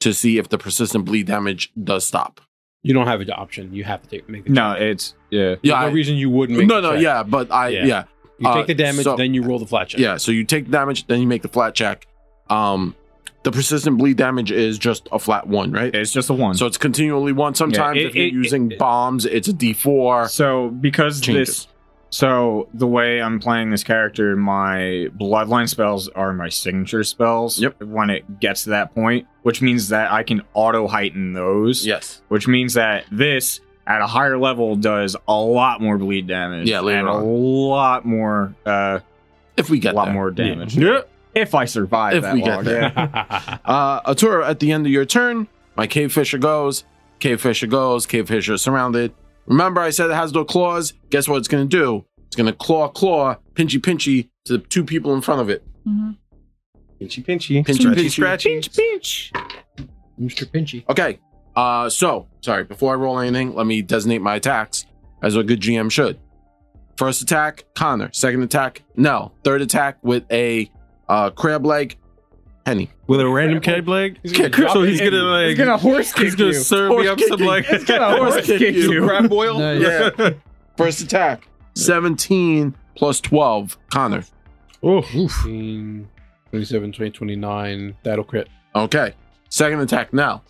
[SPEAKER 1] to see if the persistent bleed damage does stop.
[SPEAKER 6] You don't have an option. You have to take, make the
[SPEAKER 4] No,
[SPEAKER 6] check.
[SPEAKER 4] it's yeah.
[SPEAKER 6] There's
[SPEAKER 1] Yeah,
[SPEAKER 6] no
[SPEAKER 1] I-
[SPEAKER 6] reason you wouldn't make
[SPEAKER 1] no,
[SPEAKER 6] the
[SPEAKER 1] no,
[SPEAKER 6] check.
[SPEAKER 1] yeah, but I,
[SPEAKER 6] Yeah.
[SPEAKER 1] yeah,
[SPEAKER 6] You
[SPEAKER 1] Uh,
[SPEAKER 6] take the damage,
[SPEAKER 1] so-
[SPEAKER 6] then you roll the flat check.
[SPEAKER 1] Yeah, so you take the damage, then you make the flat check. Um, the persistent bleed damage is just a flat one, right?
[SPEAKER 4] It's just a one.
[SPEAKER 1] So it's continually one. Sometimes
[SPEAKER 4] it-
[SPEAKER 1] if you're
[SPEAKER 4] it-
[SPEAKER 1] using
[SPEAKER 4] it-
[SPEAKER 1] bombs, it's a D4.
[SPEAKER 4] So because
[SPEAKER 1] Changes.
[SPEAKER 4] this so the way I'm playing this character, my bloodline spells are my signature spells.
[SPEAKER 1] Yep.
[SPEAKER 4] When it gets to that point, which means that I can auto heighten those.
[SPEAKER 1] Yes.
[SPEAKER 4] Which means that this at a higher level does a lot more bleed damage.
[SPEAKER 1] Yeah, later
[SPEAKER 4] and a
[SPEAKER 1] on.
[SPEAKER 4] lot more uh
[SPEAKER 1] If we
[SPEAKER 4] a
[SPEAKER 1] get
[SPEAKER 4] lot
[SPEAKER 1] there.
[SPEAKER 4] more damage.
[SPEAKER 1] Yeah.
[SPEAKER 4] If I survive
[SPEAKER 1] If
[SPEAKER 4] that
[SPEAKER 1] we get
[SPEAKER 4] long.
[SPEAKER 1] there.
[SPEAKER 4] yeah.
[SPEAKER 1] Uh, Atura, at the end of your turn, my cave fisher goes, cave fisher goes, cave fisher is surrounded. Remember, I said it has no claws. Guess what it's going to do? It's going to claw, claw, pinchy, pinchy to the two people in front of it.
[SPEAKER 5] Mhm.
[SPEAKER 6] pinchy, pinchy.
[SPEAKER 1] Pinchy, pinchy.
[SPEAKER 6] pinch.
[SPEAKER 2] Mr. Pinchy.
[SPEAKER 1] Okay. Uh, so sorry. Before I roll anything, let me designate my attacks as a good GM should. First attack, Connor. Second attack, Nell. Third attack with a uh, crab leg, Henny.
[SPEAKER 3] With a random cat leg? So he's gonna like
[SPEAKER 4] He's gonna horse kick
[SPEAKER 3] he's gonna
[SPEAKER 4] you.
[SPEAKER 3] serve
[SPEAKER 1] Horse
[SPEAKER 3] me up some
[SPEAKER 1] kicking.
[SPEAKER 3] like
[SPEAKER 4] He's gonna horse kick you.
[SPEAKER 1] Crab oil.
[SPEAKER 2] Nice.
[SPEAKER 1] Yeah. First attack, seventeen plus twelve, Connor.
[SPEAKER 3] Oh,
[SPEAKER 6] 15, 27, 20, 29. That'll crit.
[SPEAKER 1] Okay. Second attack, Nell.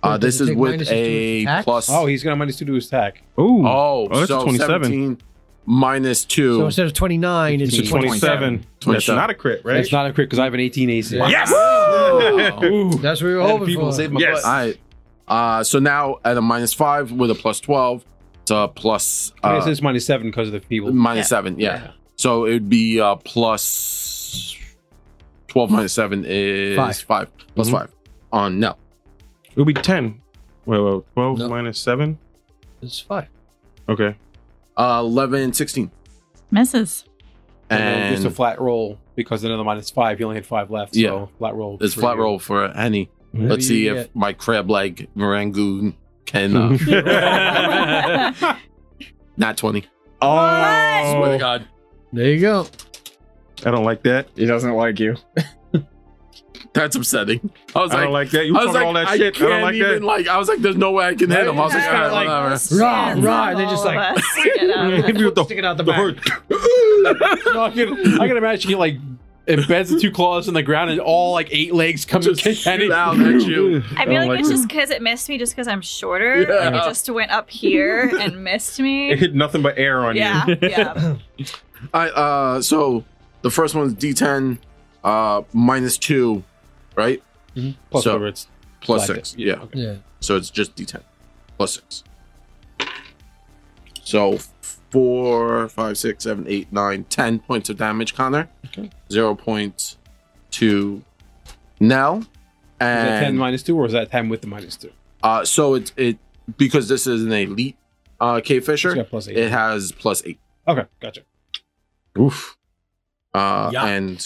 [SPEAKER 1] Uh,
[SPEAKER 2] Does
[SPEAKER 1] this
[SPEAKER 2] it
[SPEAKER 1] is
[SPEAKER 2] take
[SPEAKER 1] with
[SPEAKER 2] minus into
[SPEAKER 1] a
[SPEAKER 2] attacks?
[SPEAKER 1] plus.
[SPEAKER 6] Oh, he's gonna minus two to his attack.
[SPEAKER 3] Ooh. Oh,
[SPEAKER 1] oh,
[SPEAKER 3] that's a
[SPEAKER 1] so
[SPEAKER 3] 27.
[SPEAKER 1] seventeen minus two.
[SPEAKER 2] So instead of 29, it's
[SPEAKER 3] it's a
[SPEAKER 2] 20.
[SPEAKER 3] 27. That's
[SPEAKER 1] 27.
[SPEAKER 3] not a crit, right?
[SPEAKER 6] That's not a crit because I have an 18 AC.
[SPEAKER 4] Yes!
[SPEAKER 1] Oh.
[SPEAKER 2] That's what we were hoping for.
[SPEAKER 4] Yes.
[SPEAKER 1] All right. Uh, so now at a minus five with a plus 12, it's a plus uh,
[SPEAKER 6] I guess it's minus seven because of the feeble.
[SPEAKER 1] minus
[SPEAKER 5] Yeah.
[SPEAKER 1] seven. Yeah. So it would be uh, plus 12 minus seven is
[SPEAKER 2] Five. Mm-hmm.
[SPEAKER 1] five. Plus
[SPEAKER 3] Mhm.
[SPEAKER 1] five on no.
[SPEAKER 3] It'll be 10. Wait, wait, 12
[SPEAKER 2] No.
[SPEAKER 3] minus 7?
[SPEAKER 2] It's fine.
[SPEAKER 3] Okay.
[SPEAKER 1] Uh, 11, 16.
[SPEAKER 5] Misses.
[SPEAKER 6] And
[SPEAKER 1] And
[SPEAKER 6] just a flat roll because another minus five. He only had five left. So
[SPEAKER 1] Yeah.
[SPEAKER 6] flat roll.
[SPEAKER 1] it's
[SPEAKER 6] for
[SPEAKER 1] flat
[SPEAKER 6] you.
[SPEAKER 1] roll for Henny.
[SPEAKER 3] Whatever
[SPEAKER 1] Let's see
[SPEAKER 2] you
[SPEAKER 1] if my crab leg Marangoon can. Uh, not 20.
[SPEAKER 8] Oh,
[SPEAKER 1] Swear to
[SPEAKER 3] Oh,
[SPEAKER 1] God.
[SPEAKER 2] There you go.
[SPEAKER 3] I don't like that.
[SPEAKER 4] He doesn't like you.
[SPEAKER 1] That's upsetting. I was
[SPEAKER 3] I
[SPEAKER 1] like,
[SPEAKER 3] don't like that. You
[SPEAKER 1] I was
[SPEAKER 3] talking
[SPEAKER 1] like,
[SPEAKER 3] all that
[SPEAKER 1] I
[SPEAKER 3] shit. I
[SPEAKER 1] can't
[SPEAKER 3] don't like
[SPEAKER 1] even,
[SPEAKER 3] that.
[SPEAKER 1] like, I was like, there's no way I can hit him. I was like,
[SPEAKER 5] Yeah,
[SPEAKER 1] all right,
[SPEAKER 5] like,
[SPEAKER 1] whatever.
[SPEAKER 2] Rah, rah. And they
[SPEAKER 5] All
[SPEAKER 2] just
[SPEAKER 5] of
[SPEAKER 2] like,
[SPEAKER 5] us to get out of
[SPEAKER 3] Hit me with the-
[SPEAKER 2] sticking out the
[SPEAKER 3] the
[SPEAKER 2] back.
[SPEAKER 3] hurt.
[SPEAKER 6] No, I, can, I can imagine he like embeds the two claws in the ground and all like eight legs come and
[SPEAKER 1] Just
[SPEAKER 6] kick Henny.
[SPEAKER 1] shoot out at you.
[SPEAKER 5] I feel
[SPEAKER 6] Oh
[SPEAKER 3] don't
[SPEAKER 5] like, it's
[SPEAKER 3] that.
[SPEAKER 5] just because it missed me, just because I'm shorter.
[SPEAKER 1] Yeah.
[SPEAKER 5] It just went up here and missed
[SPEAKER 3] It
[SPEAKER 5] me.
[SPEAKER 3] hit nothing but air on
[SPEAKER 5] Yeah,
[SPEAKER 3] you.
[SPEAKER 5] yeah.
[SPEAKER 1] I uh so the first one's D10 uh minus 2, right?
[SPEAKER 3] Mm-hmm.
[SPEAKER 6] Plus
[SPEAKER 1] So-
[SPEAKER 6] whatever it's
[SPEAKER 1] Plus
[SPEAKER 6] Like
[SPEAKER 1] 6. Yeah.
[SPEAKER 2] Yeah.
[SPEAKER 1] So it's just D10 plus 6. So four, five, six, seven, eight, nine, ten points of damage, Connor.
[SPEAKER 6] Okay.
[SPEAKER 1] 0 points to Nell.
[SPEAKER 6] Is that 10
[SPEAKER 1] And
[SPEAKER 6] minus 2 or is that 10 with the minus 2?
[SPEAKER 1] uh so it it because this is an elite uh K
[SPEAKER 6] It's
[SPEAKER 1] Fisher,
[SPEAKER 6] got plus 8.
[SPEAKER 1] it has plus 8.
[SPEAKER 6] okay, gotcha.
[SPEAKER 1] Oof. Uh,
[SPEAKER 2] Yeah.
[SPEAKER 1] And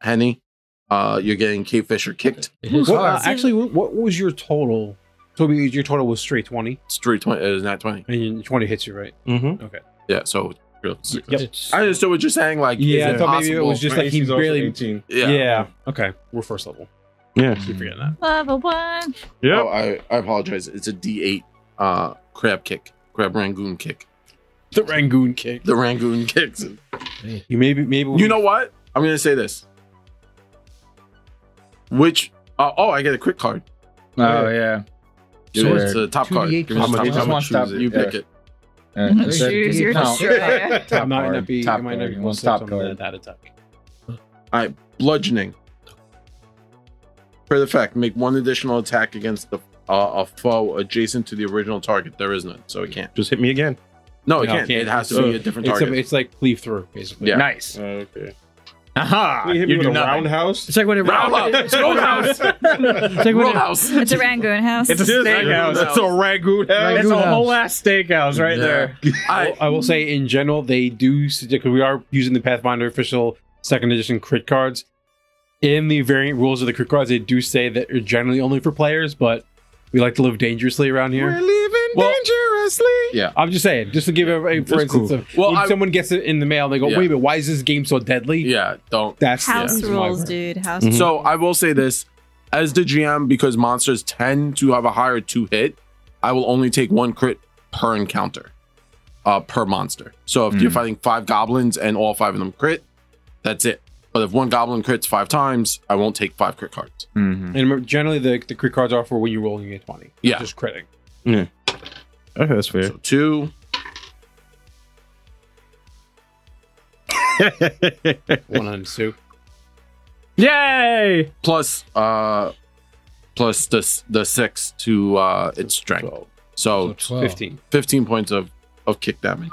[SPEAKER 1] Henny, uh, you're getting Kate Fisher kicked.
[SPEAKER 2] It is
[SPEAKER 6] What-
[SPEAKER 2] hard.
[SPEAKER 6] uh, actually, what, what was your total? Toby, your total was straight 20
[SPEAKER 1] It's three twenty. It's not twenty.
[SPEAKER 6] and your 20 hits you, right?
[SPEAKER 3] Mm-hmm.
[SPEAKER 1] Yeah. So real six.
[SPEAKER 6] Yep.
[SPEAKER 2] It's-
[SPEAKER 1] I understood what you're saying. Like,
[SPEAKER 6] Yeah,
[SPEAKER 1] is
[SPEAKER 6] I thought maybe it
[SPEAKER 1] possible?
[SPEAKER 6] was just like he barely.
[SPEAKER 3] 18.
[SPEAKER 1] Yeah.
[SPEAKER 6] Okay, we're first level.
[SPEAKER 3] Yeah.
[SPEAKER 6] Keep forgetting that.
[SPEAKER 5] Level one.
[SPEAKER 1] Oh, I, I apologize. It's a D8 uh, crab kick, crab rangoon kick.
[SPEAKER 6] The Rangoon kick.
[SPEAKER 1] The rangoon kicks.
[SPEAKER 6] You maybe maybe
[SPEAKER 1] You know what? I'm gonna say this. Which? Uh, oh, I get a quick card.
[SPEAKER 4] Oh yeah.
[SPEAKER 1] Give
[SPEAKER 4] Sure.
[SPEAKER 1] it to the top card.
[SPEAKER 2] 2D8
[SPEAKER 1] Give it to the
[SPEAKER 2] plus one.
[SPEAKER 1] top card.
[SPEAKER 4] Just one
[SPEAKER 1] Choose it. You
[SPEAKER 4] stop,
[SPEAKER 1] pick
[SPEAKER 4] yeah.
[SPEAKER 1] it.
[SPEAKER 4] Mm-hmm.
[SPEAKER 2] Is that-
[SPEAKER 5] Choose your
[SPEAKER 4] No.
[SPEAKER 5] destroyer.
[SPEAKER 6] it might not be it might not be
[SPEAKER 4] What's
[SPEAKER 6] plus
[SPEAKER 4] top
[SPEAKER 6] on
[SPEAKER 4] card.
[SPEAKER 6] that attack.
[SPEAKER 1] bludgeoning. For the fact, make one additional attack against the uh, a foe adjacent to the original target. There is none, so it can't.
[SPEAKER 3] Just hit me again.
[SPEAKER 1] No, it
[SPEAKER 6] No, it
[SPEAKER 1] can't.
[SPEAKER 6] can't.
[SPEAKER 1] It has to
[SPEAKER 6] So
[SPEAKER 1] be a different
[SPEAKER 6] It's,
[SPEAKER 1] target.
[SPEAKER 6] a, it's like cleave through basically.
[SPEAKER 1] Yeah.
[SPEAKER 4] Nice.
[SPEAKER 3] Okay.
[SPEAKER 8] Aha!
[SPEAKER 3] Ah, You hit me
[SPEAKER 8] You
[SPEAKER 3] with
[SPEAKER 8] do
[SPEAKER 3] a
[SPEAKER 8] nothing.
[SPEAKER 3] roundhouse.
[SPEAKER 4] It's like when it
[SPEAKER 1] Round up.
[SPEAKER 4] it's like
[SPEAKER 1] Roll house. Roll
[SPEAKER 4] when it,
[SPEAKER 1] house.
[SPEAKER 5] It's a Rangoon house.
[SPEAKER 8] It's a
[SPEAKER 3] It is
[SPEAKER 8] steakhouse.
[SPEAKER 1] Ragoon
[SPEAKER 8] It's a ragoon house. It's
[SPEAKER 4] Ragoon
[SPEAKER 8] a
[SPEAKER 4] house.
[SPEAKER 8] whole ass steakhouse right
[SPEAKER 1] Yeah.
[SPEAKER 8] there.
[SPEAKER 1] I,
[SPEAKER 6] I will say in general they do because we are using the Pathfinder official second edition crit cards. In the variant rules of the crit cards, they do say that they're generally only for players, but we like to live dangerously around here.
[SPEAKER 3] living
[SPEAKER 6] Well-
[SPEAKER 3] dangerously.
[SPEAKER 6] I'm just saying, just to give everybody for
[SPEAKER 1] That's cool.
[SPEAKER 6] instance, if,
[SPEAKER 1] Well,
[SPEAKER 6] if
[SPEAKER 1] I-
[SPEAKER 6] someone gets it in the mail, and they go,
[SPEAKER 1] Yeah.
[SPEAKER 6] "Wait, but why is this game so deadly?"
[SPEAKER 1] yeah, don't.
[SPEAKER 6] That's the
[SPEAKER 5] House
[SPEAKER 6] reason why
[SPEAKER 5] rules,
[SPEAKER 6] we're-
[SPEAKER 5] dude. House
[SPEAKER 6] Mhm.
[SPEAKER 5] rules.
[SPEAKER 1] So I will say this as the GM, because monsters tend to have a higher two hit, I will only take one crit per encounter, uh, per monster. So if you're
[SPEAKER 8] Mm.
[SPEAKER 1] fighting five goblins and all five of them crit, that's it. But if one goblin crits five times, I won't take five crit cards.
[SPEAKER 8] Mm-hmm.
[SPEAKER 6] And remember, generally, the, the crit cards are for when you're rolling a twenty. not
[SPEAKER 1] Yeah.
[SPEAKER 6] just critting.
[SPEAKER 3] Okay, that's fair.
[SPEAKER 1] So two,
[SPEAKER 6] One hundred two.
[SPEAKER 8] Yay!
[SPEAKER 1] plus uh plus the s- the six to uh its strength. So
[SPEAKER 6] 15.
[SPEAKER 1] fifteen points of of kick damage.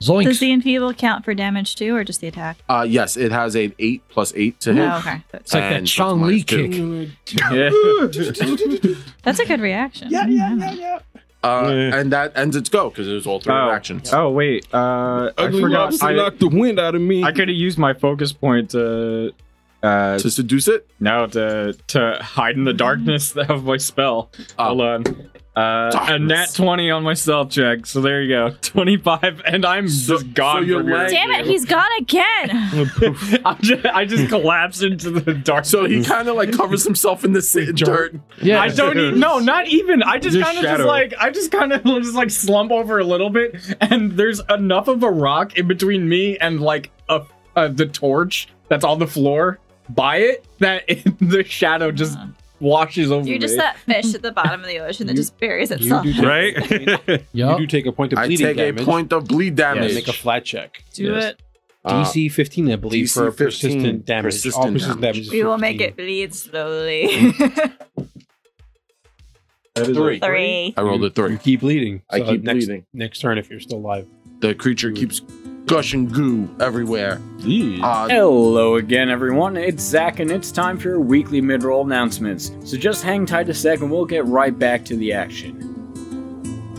[SPEAKER 5] Does
[SPEAKER 4] Zoinks.
[SPEAKER 5] the enfeeble count for damage too, or just the attack?
[SPEAKER 1] Uh yes, it has an eight plus eight to hit.
[SPEAKER 5] Oh, okay. That's-
[SPEAKER 4] It's like that
[SPEAKER 1] And plus
[SPEAKER 4] Chong
[SPEAKER 1] minus
[SPEAKER 4] Li
[SPEAKER 1] two.
[SPEAKER 4] kick.
[SPEAKER 8] Yeah.
[SPEAKER 5] That's a good reaction. Yeah,
[SPEAKER 1] Uh,
[SPEAKER 3] Yeah.
[SPEAKER 1] and that ends its go because it was all three
[SPEAKER 8] Oh.
[SPEAKER 1] actions.
[SPEAKER 8] Oh wait, uh, I
[SPEAKER 3] Ugly
[SPEAKER 8] forgot.
[SPEAKER 3] lobster
[SPEAKER 8] I,
[SPEAKER 3] knocked the wind out of me.
[SPEAKER 8] I could have used my focus point to, uh,
[SPEAKER 1] To seduce it,
[SPEAKER 8] now to to hide in the darkness of my spell.
[SPEAKER 1] Oh.
[SPEAKER 8] Hold on. Uh, a nat
[SPEAKER 1] Darkness.
[SPEAKER 8] 20 on my stealth check, so there you go. 25, and I'm
[SPEAKER 1] So-
[SPEAKER 8] just gone.
[SPEAKER 1] so you're
[SPEAKER 8] from your-
[SPEAKER 1] laying-
[SPEAKER 5] Damn it, he's gone again.
[SPEAKER 8] I'm just, I just collapsed into the dark.
[SPEAKER 1] so he kind of like covers himself in the si- dirt.
[SPEAKER 4] Yeah.
[SPEAKER 8] I don't even, no, not even. I just
[SPEAKER 3] Just
[SPEAKER 8] kind of just
[SPEAKER 3] shadow.
[SPEAKER 8] like, I just kind of just like slump over a little bit, and there's enough of a rock in between me and like a, uh, the torch that's on the floor by it that it, the shadow just washes over
[SPEAKER 5] Uh-huh. You're just
[SPEAKER 8] me.
[SPEAKER 5] that fish at the bottom of the ocean that just buries
[SPEAKER 6] You
[SPEAKER 5] itself.
[SPEAKER 6] do take,
[SPEAKER 3] right?
[SPEAKER 6] You
[SPEAKER 4] Yup.
[SPEAKER 6] do take a point of
[SPEAKER 1] I
[SPEAKER 6] bleeding
[SPEAKER 1] take
[SPEAKER 6] damage.
[SPEAKER 1] a point of bleed damage.
[SPEAKER 6] and make a flat check.
[SPEAKER 5] Do it.
[SPEAKER 1] Uh,
[SPEAKER 6] DC 15, I believe,
[SPEAKER 1] DC
[SPEAKER 6] for
[SPEAKER 1] 15,
[SPEAKER 6] persistent damage.
[SPEAKER 1] persistent
[SPEAKER 6] All persistent
[SPEAKER 1] damage.
[SPEAKER 6] damage. is
[SPEAKER 5] We will make
[SPEAKER 6] 15.
[SPEAKER 5] it bleed slowly.
[SPEAKER 3] That is
[SPEAKER 1] Three.
[SPEAKER 5] Three.
[SPEAKER 1] I rolled a
[SPEAKER 6] You
[SPEAKER 1] three.
[SPEAKER 6] keep bleeding.
[SPEAKER 1] I keep
[SPEAKER 6] next,
[SPEAKER 1] bleeding.
[SPEAKER 6] Next turn, if you're still alive.
[SPEAKER 1] The creature keeps gushing goo everywhere. Uh,
[SPEAKER 8] Hello again, everyone. It's Zach, and it's time for your weekly mid-roll announcements. So just hang tight a second. We'll get right back to the action.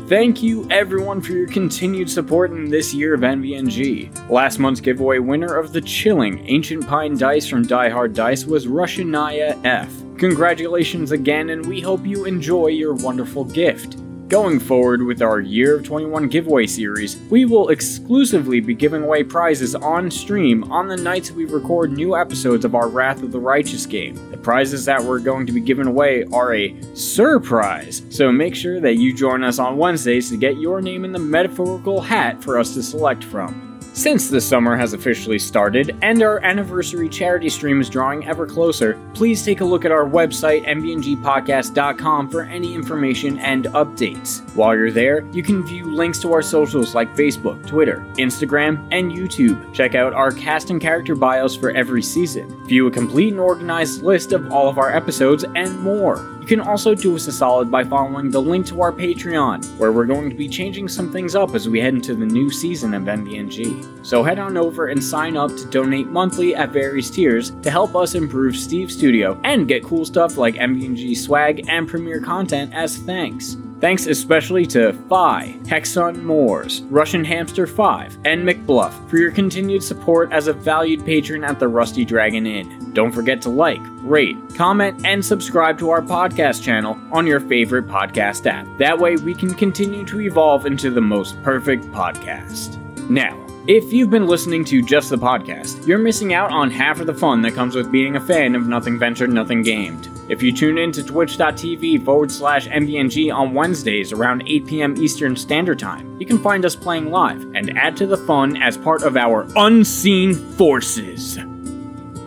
[SPEAKER 8] Thank you, everyone, for your continued support in this year of NVNG. Last month's giveaway winner of the chilling Ancient Pine Dice from Die Hard Dice was Rushanaya F. Congratulations again, and we hope you enjoy your wonderful gift. Going forward with our Year of 21 giveaway series, we will exclusively be giving away prizes on stream on the nights we record new episodes of our Wrath of the Righteous game. The prizes that we're going to be giving away are a surprise, so make sure that you join us on Wednesdays to get your name in the metaphorical hat for us to select from. Since the summer has officially started and our anniversary charity stream is drawing ever closer, please take a look at our website, mbngpodcast.com, for any information and updates. While you're there, you can view links to our socials like Facebook, Twitter, Instagram, and YouTube. Check out our cast and character bios for every season. View a complete and organized list of all of our episodes and more. You can also do us a solid by following the link to our Patreon, where we're going to be changing some things up as we head into the new season of MVNG. So head on over and sign up to donate monthly at various tiers to help us improve Steve's studio and get cool stuff like MVNG swag and premiere content as thanks. Thanks especially to Phi, Hexon Moores, Russian Hamster 5, and McBluff for your continued support as a valued patron at the Rusty Dragon Inn. Don't forget to like, rate, comment, and subscribe to our podcast channel on your favorite podcast app. That way we can continue to evolve into the most perfect podcast. Now, if you've been listening to just the podcast, you're missing out on half of the fun that comes with being a fan of Nothing Ventured, Nothing Gamed. If you tune in to twitch.tv forward slash MVNG on Wednesdays around 8 p.m. Eastern Standard Time, you can find us playing live and add to the fun as part of our Unseen Forces.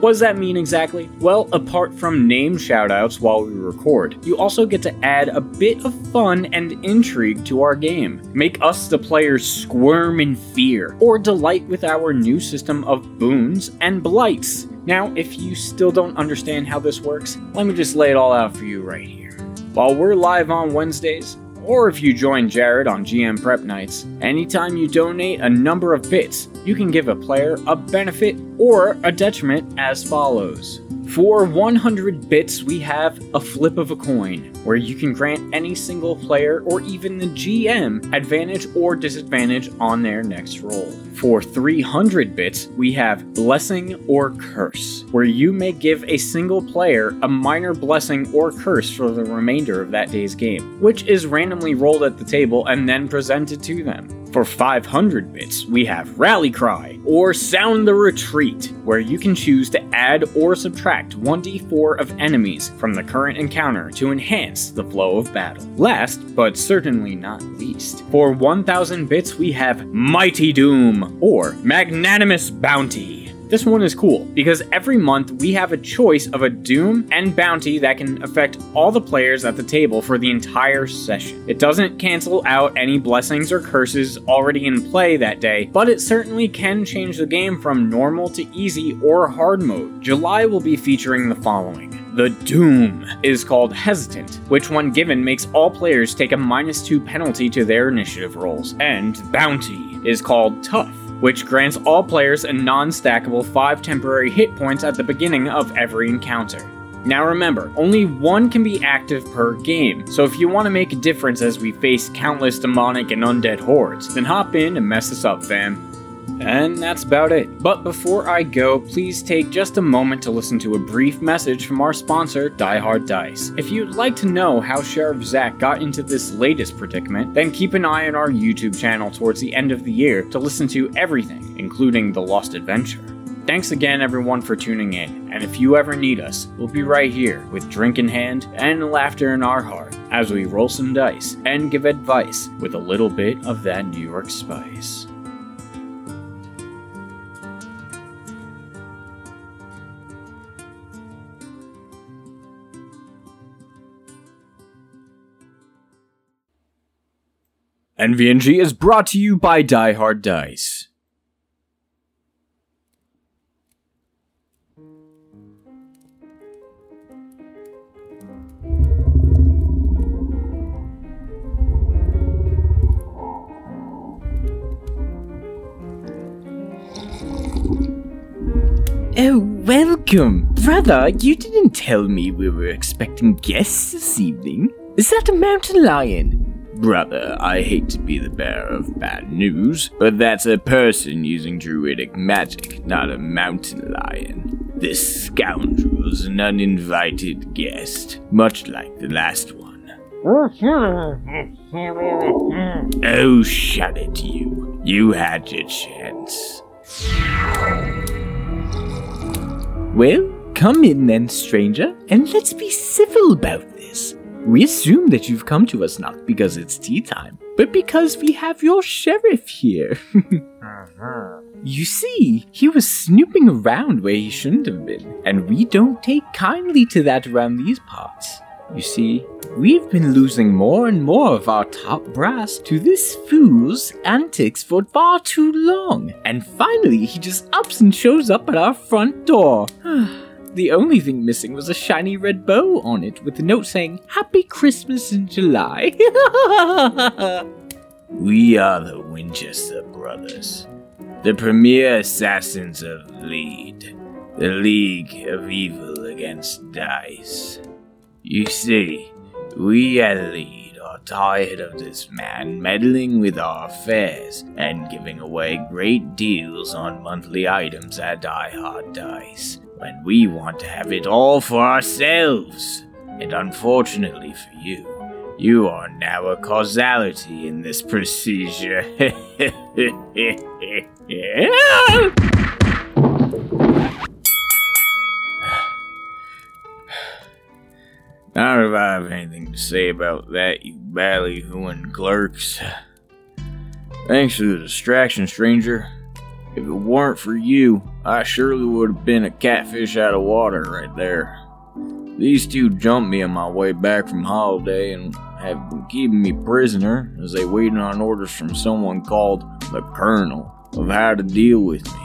[SPEAKER 8] What does that mean exactly? Well, apart from name shoutouts while we record, you also get to add a bit of fun and intrigue to our game. Make us the players squirm in fear, or delight with our new system of boons and blights. Now, if you still don't understand how this works, let me just lay it all out for you right here. While we're live on Wednesdays, Or if you join Jared on GM Prep Nights, anytime you donate a number of bits, you can give a player a benefit or a detriment as follows. For 100 bits, we have a flip of a coin, where you can grant any single player or even the GM advantage or disadvantage on their next roll. For 300 bits, we have blessing or curse, where you may give a single player a minor blessing or curse for the remainder of that day's game, which is randomly rolled at the table and then presented to them. For 500 bits, we have Rally Cry or Sound the Retreat, where you can choose to add or subtract 1d4 of enemies from the current encounter to enhance the flow of battle. Last, but certainly not least, for 1000 bits, we have Mighty Doom or Magnanimous Bounty. This one is cool because every month we have a choice of a doom and bounty that can affect all the players at the table for the entire session. It doesn't cancel out any blessings or curses already in play that day, but it certainly can change the game from normal to easy or hard mode. July will be featuring the following. The Doom is called Hesitant, which, when given, makes all players take a minus 2 penalty to their initiative rolls. And Bounty is called Tough, which grants all players a non stackable 5 temporary hit points at the beginning of every encounter. Now remember, only one can be active per game, so if you want to make a difference as we face countless demonic and undead hordes, then hop in and mess us up, fam. And that's about it. But before I go, please take just a moment to listen to a brief message from our sponsor, Die Hard Dice. If you'd like to know how Sheriff Zach got into this latest predicament, then keep an eye on our YouTube channel towards the end of the year to listen to everything, including The Lost Adventure. Thanks again, everyone, for tuning in. And if you ever need us, we'll be right here with drink in hand and laughter in our heart as we roll some dice and give advice with a little bit of that New York spice. NVNG is brought to you by Die Hard Dice. Oh, welcome. Brother, you didn't tell me we were expecting guests this evening. Is that a mountain lion? Brother, I hate to be the bearer of bad news, but that's a person using druidic magic, not a mountain lion. This scoundrel's an uninvited guest, much like the last one. Oh, shut it, you. You had your chance. Well, come in then, stranger, and let's be civil about this. We assume that you've come to us not because it's tea time, but because we have your sheriff here. you see, he was snooping around where he shouldn't have been, and we don't take kindly to that around these parts. You see, we've been losing more and more of our top brass to this fool's antics for far too long, and finally he just ups and shows up at our front door. the only thing missing was a shiny red bow on it with a note saying, Happy Christmas in July. we are the Winchester Brothers, the premier assassins of Lead, the League of Evil against Dice. You see, we at Lead are tired of this man meddling with our affairs and giving away great deals on monthly items at Die Hard Dice when we want to have it all for ourselves. And unfortunately for you, you are now a causality in this procedure. I don't have anything to say about that, you ballyhooing clerks. Thanks for the distraction, stranger. If it weren't for you, I surely would have been a catfish out of water right there. These two jumped me on my way back from holiday and have been keeping me prisoner as they waited on orders from someone called the Colonel of how to deal with me.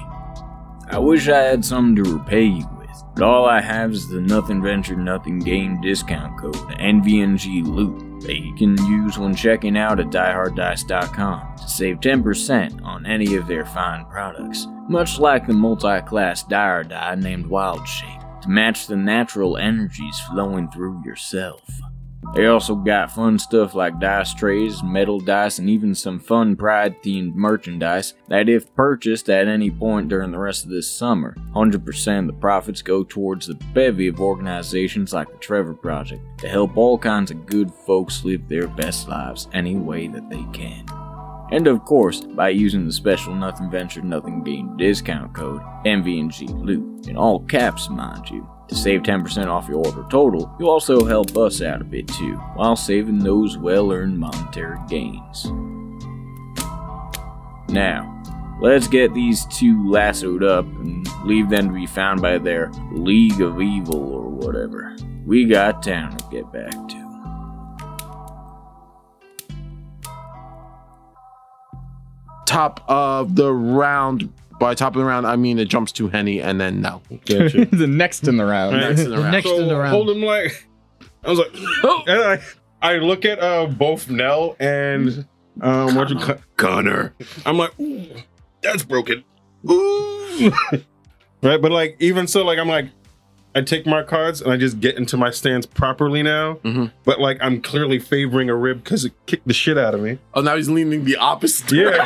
[SPEAKER 8] I wish I had something to repay you with, but all I have is the Nothing Venture Nothing Gain discount code, NVNG Loot.
[SPEAKER 9] that you can use when checking out at dieharddice.com to save 10% on any of their fine products, much like the multi class dire die named Wild Shape to match the natural energies flowing through yourself. They also got fun stuff like dice trays, metal dice, and even some fun pride themed merchandise that, if purchased at any point during the rest of this summer, 100% of the profits go towards the bevy of organizations like the Trevor Project to help all kinds of good folks live their best lives any way that they can. And of course, by using the special Nothing Venture Nothing Gain discount code MVNG Loot in all caps, mind you, to save 10% off your order total, you'll also help us out a bit too, while saving those well-earned monetary gains. Now, let's get these two lassoed up and leave them to be found by their League of Evil or whatever. We got town to get back to.
[SPEAKER 1] Top of the round. By top of the round, I mean it jumps to Henny and then now.
[SPEAKER 4] Gotcha. the next in the round.
[SPEAKER 1] Uh, Next in the
[SPEAKER 2] The
[SPEAKER 1] round. Oh!
[SPEAKER 2] next in the round.
[SPEAKER 3] Hold him like I was like, and I, I look at uh, both Nell and um, what you ca-
[SPEAKER 10] Connor.
[SPEAKER 3] I'm like, ooh, that's broken. Ooh. right, but like even so, like I'm like, I take my cards and I just get into my stance properly now.
[SPEAKER 1] Mhm.
[SPEAKER 3] But like I'm clearly favoring a rib because it kicked the shit out of me.
[SPEAKER 1] Oh, now he's leaning the opposite.
[SPEAKER 3] Yeah,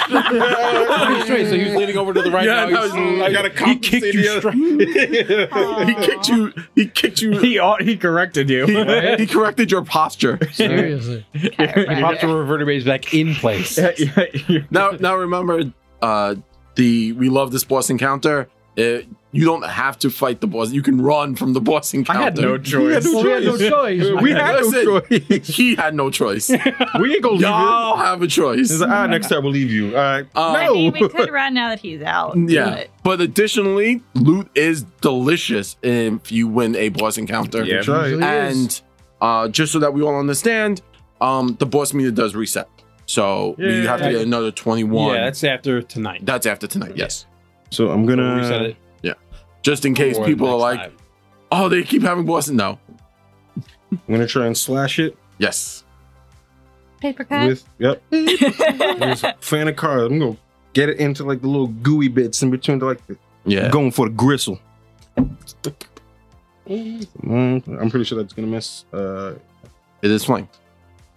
[SPEAKER 6] so he was leaning over to the right.
[SPEAKER 1] Yeah,
[SPEAKER 6] now he's-
[SPEAKER 1] that was-
[SPEAKER 3] I gotta compensate
[SPEAKER 10] kicked you
[SPEAKER 3] the other-
[SPEAKER 1] he kicked you. He kicked you.
[SPEAKER 4] He au- he corrected you.
[SPEAKER 1] He, he corrected your posture.
[SPEAKER 2] Seriously.
[SPEAKER 6] Postural vertebrae is back in place.
[SPEAKER 4] Yeah, yeah, yeah.
[SPEAKER 1] Now, now remember, uh, the we love this boss encounter. Uh you don't have to fight the boss. You can run from the boss encounter.
[SPEAKER 4] I had no choice.
[SPEAKER 2] Well, we had no choice.
[SPEAKER 4] We had no
[SPEAKER 1] Listen.
[SPEAKER 4] choice.
[SPEAKER 1] He had no choice.
[SPEAKER 4] We ain't gonna leave
[SPEAKER 1] Y'all have a choice.
[SPEAKER 3] He's like, ah, next time we'll leave you. Uh, All right.
[SPEAKER 5] I
[SPEAKER 1] Um,
[SPEAKER 5] mean, we could run now that he's out.
[SPEAKER 1] Yeah, but additionally, loot is delicious if you win a boss encounter.
[SPEAKER 4] Yeah.
[SPEAKER 3] Try it.
[SPEAKER 1] and uh, just so that we all understand, um, the boss meter does reset, so we
[SPEAKER 3] Yeah.
[SPEAKER 1] have to get another twenty-one.
[SPEAKER 6] Yeah, that's after tonight.
[SPEAKER 1] That's after tonight. Yes,
[SPEAKER 3] So I'm
[SPEAKER 6] We'll reset
[SPEAKER 3] gonna.
[SPEAKER 6] it
[SPEAKER 1] just in case
[SPEAKER 6] for
[SPEAKER 1] people are
[SPEAKER 6] next
[SPEAKER 1] like,
[SPEAKER 6] time.
[SPEAKER 1] "Oh, they keep having bosses." No.
[SPEAKER 3] I'm gonna try and slash it
[SPEAKER 1] Yes.
[SPEAKER 5] Paper cut.
[SPEAKER 3] with. Yep. There's a fan of cars. I'm gonna get it into like the little gooey bits in between, to, like the,
[SPEAKER 1] Yeah.
[SPEAKER 3] going for the gristle. Mm, I'm pretty sure that's gonna miss. Uh,
[SPEAKER 1] It is flanked.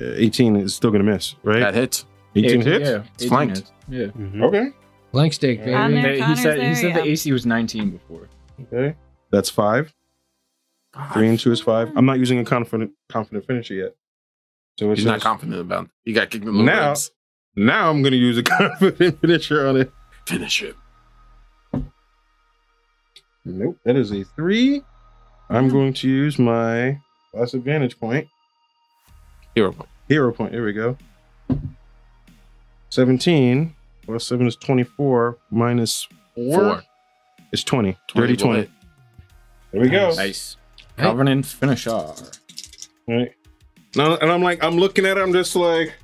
[SPEAKER 3] 18 is still gonna miss,
[SPEAKER 1] That
[SPEAKER 3] right?
[SPEAKER 1] hits.
[SPEAKER 3] 18 hits.
[SPEAKER 4] Yeah,
[SPEAKER 1] It's flanked.
[SPEAKER 4] hits. Yeah.
[SPEAKER 2] Mm-hmm.
[SPEAKER 3] Okay.
[SPEAKER 2] Blank steak,
[SPEAKER 5] Um,
[SPEAKER 2] baby.
[SPEAKER 5] there,
[SPEAKER 4] They- he
[SPEAKER 5] Connor's
[SPEAKER 4] said
[SPEAKER 5] there,
[SPEAKER 4] he said
[SPEAKER 5] yeah.
[SPEAKER 4] the AC was 19 before.
[SPEAKER 3] Okay. That's five. Three and two is five. I'm not using a confident confident finisher yet. So it's
[SPEAKER 1] He's not
[SPEAKER 3] just,
[SPEAKER 1] confident about. It. He got kicked in the
[SPEAKER 3] Now-
[SPEAKER 1] ribs.
[SPEAKER 3] now I'm gonna use a confident finisher on it.
[SPEAKER 1] Finish it.
[SPEAKER 3] Nope. That is a three. I'm going to use my last advantage point.
[SPEAKER 1] Hero.
[SPEAKER 3] Hero point. Here we go. 17 plus 7 is 24 minus 4,
[SPEAKER 1] Four.
[SPEAKER 3] is 20.
[SPEAKER 1] 20
[SPEAKER 3] Dirty
[SPEAKER 1] will
[SPEAKER 3] 20.
[SPEAKER 1] hit.
[SPEAKER 3] There we go.
[SPEAKER 4] Nice.
[SPEAKER 2] Hey.
[SPEAKER 4] Covenant finisher.
[SPEAKER 3] Right. Now, and I'm like, I'm looking at it, I'm just like,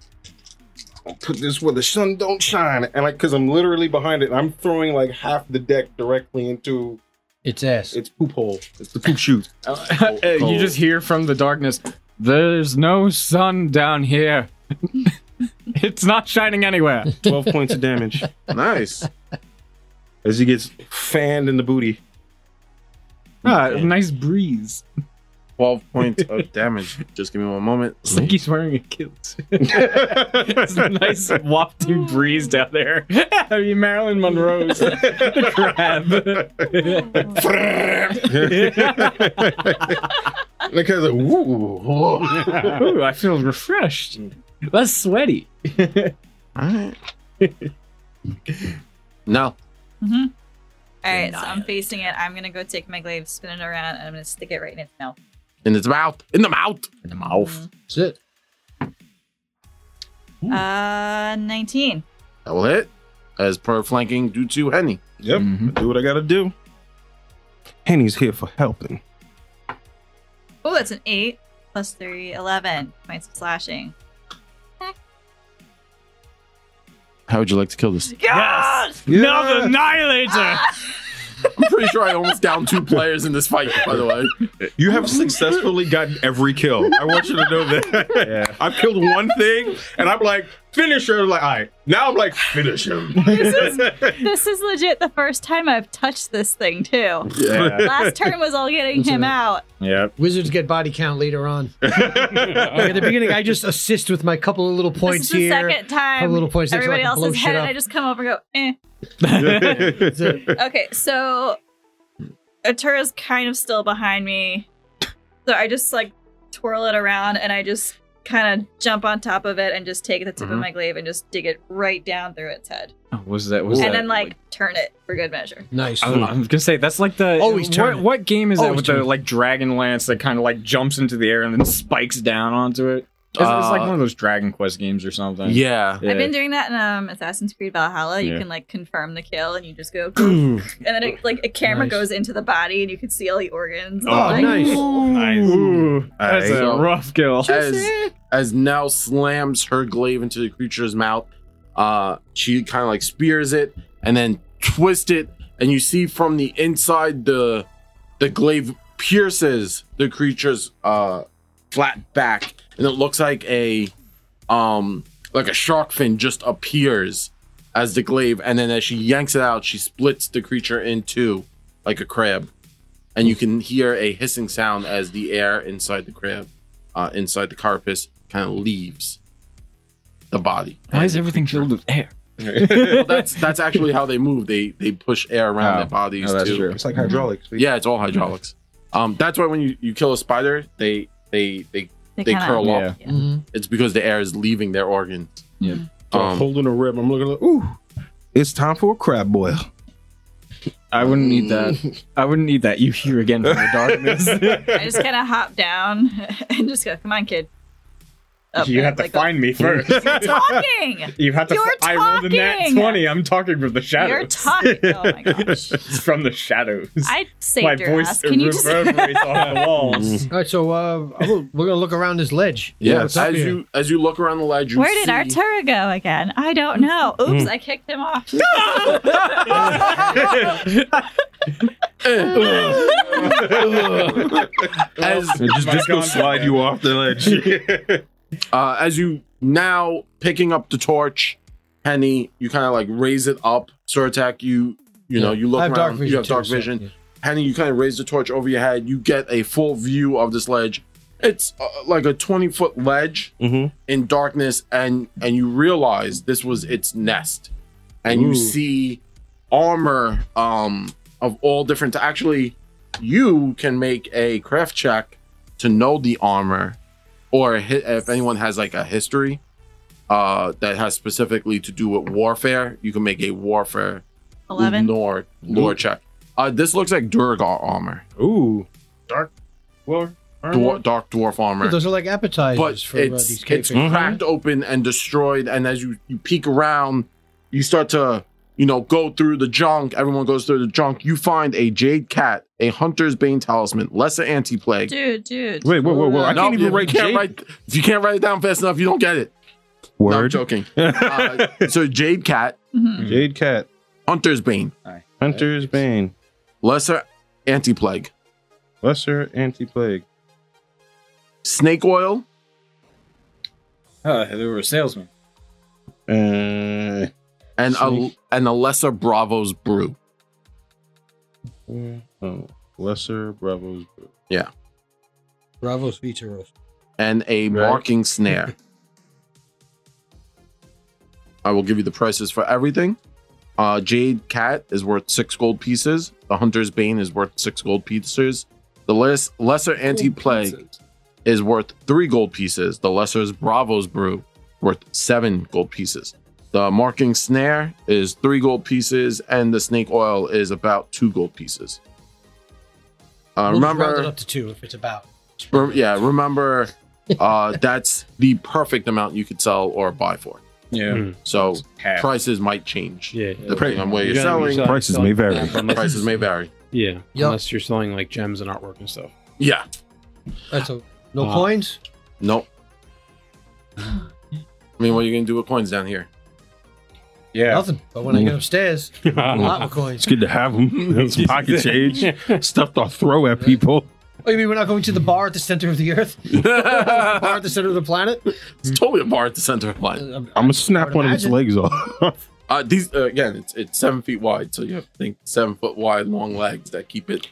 [SPEAKER 3] I'll put this where the sun don't shine. And like, cause I'm literally behind it. I'm throwing like half the deck directly into
[SPEAKER 2] It's ass.
[SPEAKER 3] its poop hole. It's the poop chute.
[SPEAKER 4] Uh, you just hear from the darkness. There's no sun down here. it's not shining anywhere.
[SPEAKER 3] 12 points of damage
[SPEAKER 1] Nice.
[SPEAKER 3] as he gets fanned in the booty.
[SPEAKER 4] Ah, nice breeze.
[SPEAKER 1] Twelve points of damage. Just give me one moment.
[SPEAKER 4] It's like he's wearing a kilt. it's a nice wafting breeze down there. I mean, Marilyn Monroe's the crab.
[SPEAKER 3] Like, I was like, woo.
[SPEAKER 4] Ooh, I feel refreshed. Less sweaty.
[SPEAKER 1] No.
[SPEAKER 5] All right, so I'm facing it. I'm gonna go take my glaive, spin it around, and I'm gonna stick it right in its mouth.
[SPEAKER 1] In its mouth. In the mouth.
[SPEAKER 4] In the mouth.
[SPEAKER 2] That's it.
[SPEAKER 5] Uh, 19.
[SPEAKER 1] That will hit. As per flanking due to Henny.
[SPEAKER 3] Yep. Do what I gotta do. Mm-hmm. Henny's here for helping.
[SPEAKER 5] Oh, that's an 8 plus 3, 11 points of slashing.
[SPEAKER 1] How would you like to kill this?
[SPEAKER 5] Yes! Ah!
[SPEAKER 4] Now the annihilator.
[SPEAKER 1] I'm pretty sure I almost downed two players in this fight, by the way.
[SPEAKER 9] You have successfully gotten every kill. I want you to know that. I've killed one thing, and I'm like, finish her. Like, all right, now I'm like, finish him.
[SPEAKER 5] This is this is legit the first time I've touched this thing too.
[SPEAKER 9] Yeah.
[SPEAKER 5] Last turn was all getting him out.
[SPEAKER 9] Yep.
[SPEAKER 2] Wizards get body count later on. Like, at the beginning, I just assist with my couple of little points
[SPEAKER 5] this is the
[SPEAKER 2] here.
[SPEAKER 5] second time
[SPEAKER 2] couple little points there so I
[SPEAKER 5] everybody
[SPEAKER 2] can
[SPEAKER 5] else
[SPEAKER 2] blow
[SPEAKER 5] has
[SPEAKER 2] shit
[SPEAKER 5] had it.
[SPEAKER 2] up.
[SPEAKER 5] I just come over and go, eh.
[SPEAKER 2] That's it.
[SPEAKER 5] Okay, so Atura's kind of still behind me. So I just like twirl it around and I just kind of jump on top of it and just take the tip of
[SPEAKER 11] Mhm.
[SPEAKER 5] my glaive and just dig it right down through its head.
[SPEAKER 11] Oh, was that? Was
[SPEAKER 5] and
[SPEAKER 11] that,
[SPEAKER 5] then like, turn it for good measure.
[SPEAKER 2] Nice.
[SPEAKER 11] I don't know, I'm gonna say that's like the
[SPEAKER 2] Always turn
[SPEAKER 11] what,
[SPEAKER 2] it.
[SPEAKER 11] what game is
[SPEAKER 2] Always
[SPEAKER 11] that with
[SPEAKER 2] turn
[SPEAKER 11] the
[SPEAKER 2] it.
[SPEAKER 11] like dragon lance that kind of like jumps into the air and then spikes down onto it? It's, it's like
[SPEAKER 1] Uh,
[SPEAKER 11] one of those Dragon Quest games or something.
[SPEAKER 1] Yeah.
[SPEAKER 11] Yeah.
[SPEAKER 5] I've been doing that in um, Assassin's Creed Valhalla. You
[SPEAKER 9] Yeah.
[SPEAKER 5] can like confirm the kill and you just go, and then it, like a camera
[SPEAKER 2] Nice.
[SPEAKER 5] goes into the body and you can see all the organs.
[SPEAKER 2] Oh,
[SPEAKER 5] Like,
[SPEAKER 2] nice.
[SPEAKER 9] Ooh,
[SPEAKER 11] that's
[SPEAKER 9] All right.
[SPEAKER 11] a rough kill.
[SPEAKER 1] As as now slams her glaive into the creature's mouth, uh, she kind of like spears it and then twists it, and you see from the inside the the glaive pierces the creature's uh flat back, and it looks like a um like a shark fin just appears as the glaive, and then as she yanks it out, she splits the creature in two like a crab. And you can hear a hissing sound as the air inside the crab uh, inside the carapace kind of leaves the body.
[SPEAKER 11] Why is everything filled with air?
[SPEAKER 1] Well, that's that's actually how they move. They they push air around
[SPEAKER 11] Oh.
[SPEAKER 1] their bodies
[SPEAKER 11] Oh, that's
[SPEAKER 1] too. Mm-hmm.
[SPEAKER 11] true.
[SPEAKER 3] It's like hydraulics.
[SPEAKER 1] Yeah, it's all hydraulics. Um, that's why when you, you kill a spider, they they they they
[SPEAKER 5] kinda-
[SPEAKER 1] curl
[SPEAKER 11] yeah.
[SPEAKER 1] up. It's because the air is leaving their organ.
[SPEAKER 11] Yeah.
[SPEAKER 1] Um,
[SPEAKER 3] holding a rib. I'm looking like, ooh, it's time for a crab boil.
[SPEAKER 11] I wouldn't need that. I wouldn't need that. You hear again from the darkness.
[SPEAKER 5] I just kind of hop down and just go, come on, kid. Up
[SPEAKER 11] You
[SPEAKER 5] and,
[SPEAKER 11] have to
[SPEAKER 5] Oh, like, go,
[SPEAKER 11] find me first.
[SPEAKER 5] talking.
[SPEAKER 11] You have to.
[SPEAKER 5] You're
[SPEAKER 11] I rolled a nat
[SPEAKER 5] talking!
[SPEAKER 11] twenty. I'm talking from the
[SPEAKER 5] You're
[SPEAKER 11] shadows.
[SPEAKER 5] talking. Oh my gosh.
[SPEAKER 11] It's from the shadows.
[SPEAKER 5] I saved
[SPEAKER 11] My
[SPEAKER 5] your
[SPEAKER 11] voice
[SPEAKER 5] ass. Can you just
[SPEAKER 11] reverberates on the walls.
[SPEAKER 2] All right, so uh, I will- we're gonna look around this ledge.
[SPEAKER 1] yeah,
[SPEAKER 2] What's up
[SPEAKER 1] as
[SPEAKER 2] here?
[SPEAKER 1] you as you look around the ledge, you
[SPEAKER 5] Where did
[SPEAKER 1] see-
[SPEAKER 5] Artura go again? I don't know. Oops, I kicked him off.
[SPEAKER 1] as
[SPEAKER 9] Just, just go slide you off the ledge.
[SPEAKER 1] uh, as you now picking up the torch, Penny, you kind of like raise it up. Surtak, you you know you
[SPEAKER 2] I
[SPEAKER 1] look
[SPEAKER 2] have dark
[SPEAKER 1] around.
[SPEAKER 2] vision
[SPEAKER 1] You have
[SPEAKER 2] too,
[SPEAKER 1] dark
[SPEAKER 2] so,
[SPEAKER 1] vision.
[SPEAKER 2] yeah.
[SPEAKER 1] Penny, you kind of raise the torch over your head. You get a full view of this ledge. It's uh, like a twenty foot ledge
[SPEAKER 3] Mhm.
[SPEAKER 9] Mm-hmm.
[SPEAKER 1] in darkness, and and you realize this was its nest, and you
[SPEAKER 3] Ooh.
[SPEAKER 1] see armor um of all different. Actually, you can make a craft check to know the armor or hi- if anyone has like a history uh, that has specifically to do with warfare, you can make a warfare
[SPEAKER 5] 11.
[SPEAKER 1] lore lore check. Uh, this looks like Durgar armor,
[SPEAKER 3] Ooh, dark. Well,
[SPEAKER 1] Dwar- dark dwarf armor,
[SPEAKER 2] Those are like appetizers
[SPEAKER 1] but
[SPEAKER 2] for uh,
[SPEAKER 1] it's
[SPEAKER 2] these
[SPEAKER 1] it's
[SPEAKER 2] cakes.
[SPEAKER 1] cracked open and destroyed. And as you you peek around, you start to you know go through the junk. Everyone goes through the junk. You find a jade cat, a hunter's bane talisman, lesser anti plague.
[SPEAKER 5] Dude, dude.
[SPEAKER 3] wait, whoa, whoa, whoa! I
[SPEAKER 1] No,
[SPEAKER 3] can't even
[SPEAKER 1] you
[SPEAKER 3] write
[SPEAKER 1] can't
[SPEAKER 3] Jade.
[SPEAKER 1] write- if you can't write it down fast enough, you don't get it. No, I'm
[SPEAKER 3] Word.
[SPEAKER 1] joking. Uh, so jade cat,
[SPEAKER 5] Mhm.
[SPEAKER 3] Jade Cat,
[SPEAKER 1] Hunter's Bane,
[SPEAKER 3] Hunter's Bane,
[SPEAKER 1] Lesser Anti Plague,
[SPEAKER 3] Lesser Anti-Plague.
[SPEAKER 1] Snake Oil,
[SPEAKER 11] Uh, they were a salesman.
[SPEAKER 3] Uh,
[SPEAKER 1] and a
[SPEAKER 3] Snake.
[SPEAKER 1] and a Lesser Bravo's Brew.
[SPEAKER 3] oh, Lesser Bravo's.
[SPEAKER 2] Bravo, Vitoros.
[SPEAKER 1] and a
[SPEAKER 3] Right.
[SPEAKER 1] marking snare. I will give you the prices for everything. Uh, Jade Cat is worth six gold pieces. The Hunter's Bane is worth six gold pieces. The less, Lesser Anti Plague is worth three gold pieces. The Lesser's Bravo's Brew worth seven gold pieces. The Marking Snare is three gold pieces, and the Snake Oil is about two gold pieces. Uh,
[SPEAKER 2] We'll just
[SPEAKER 1] remember,
[SPEAKER 2] round it up to two if it's about.
[SPEAKER 1] Rem- yeah, remember, uh, that's the perfect amount you could sell or buy for.
[SPEAKER 11] Yeah.
[SPEAKER 1] So
[SPEAKER 11] Half.
[SPEAKER 1] prices might change
[SPEAKER 6] Hmm. Yeah.
[SPEAKER 1] depending on where you're
[SPEAKER 6] You're gonna be
[SPEAKER 1] selling.
[SPEAKER 6] selling-
[SPEAKER 3] Prices
[SPEAKER 6] selling
[SPEAKER 3] may vary.
[SPEAKER 6] crap unless-
[SPEAKER 1] Prices may vary.
[SPEAKER 6] Yeah,
[SPEAKER 2] Yup.
[SPEAKER 6] unless you're selling like gems and artwork and stuff.
[SPEAKER 1] Yeah.
[SPEAKER 2] That's a no
[SPEAKER 6] Uh,
[SPEAKER 2] coins.
[SPEAKER 1] Nope. I mean, what are you gonna do with coins down here?
[SPEAKER 3] Yeah.
[SPEAKER 2] Nothing. But when I get upstairs, a lot more coins.
[SPEAKER 3] It's good to have them. It's pocket change. Stuff to throw at people.
[SPEAKER 2] Oh, you mean we're not going to the bar at the center of the earth? bar at the center of the planet?
[SPEAKER 1] It's totally a bar at the center of life.
[SPEAKER 2] Um,
[SPEAKER 3] I'm gonna snap one of its
[SPEAKER 2] imagine.
[SPEAKER 3] legs off.
[SPEAKER 1] Uh, these uh, again, it's it's seven feet wide, so you have to think seven foot wide, long legs that keep it.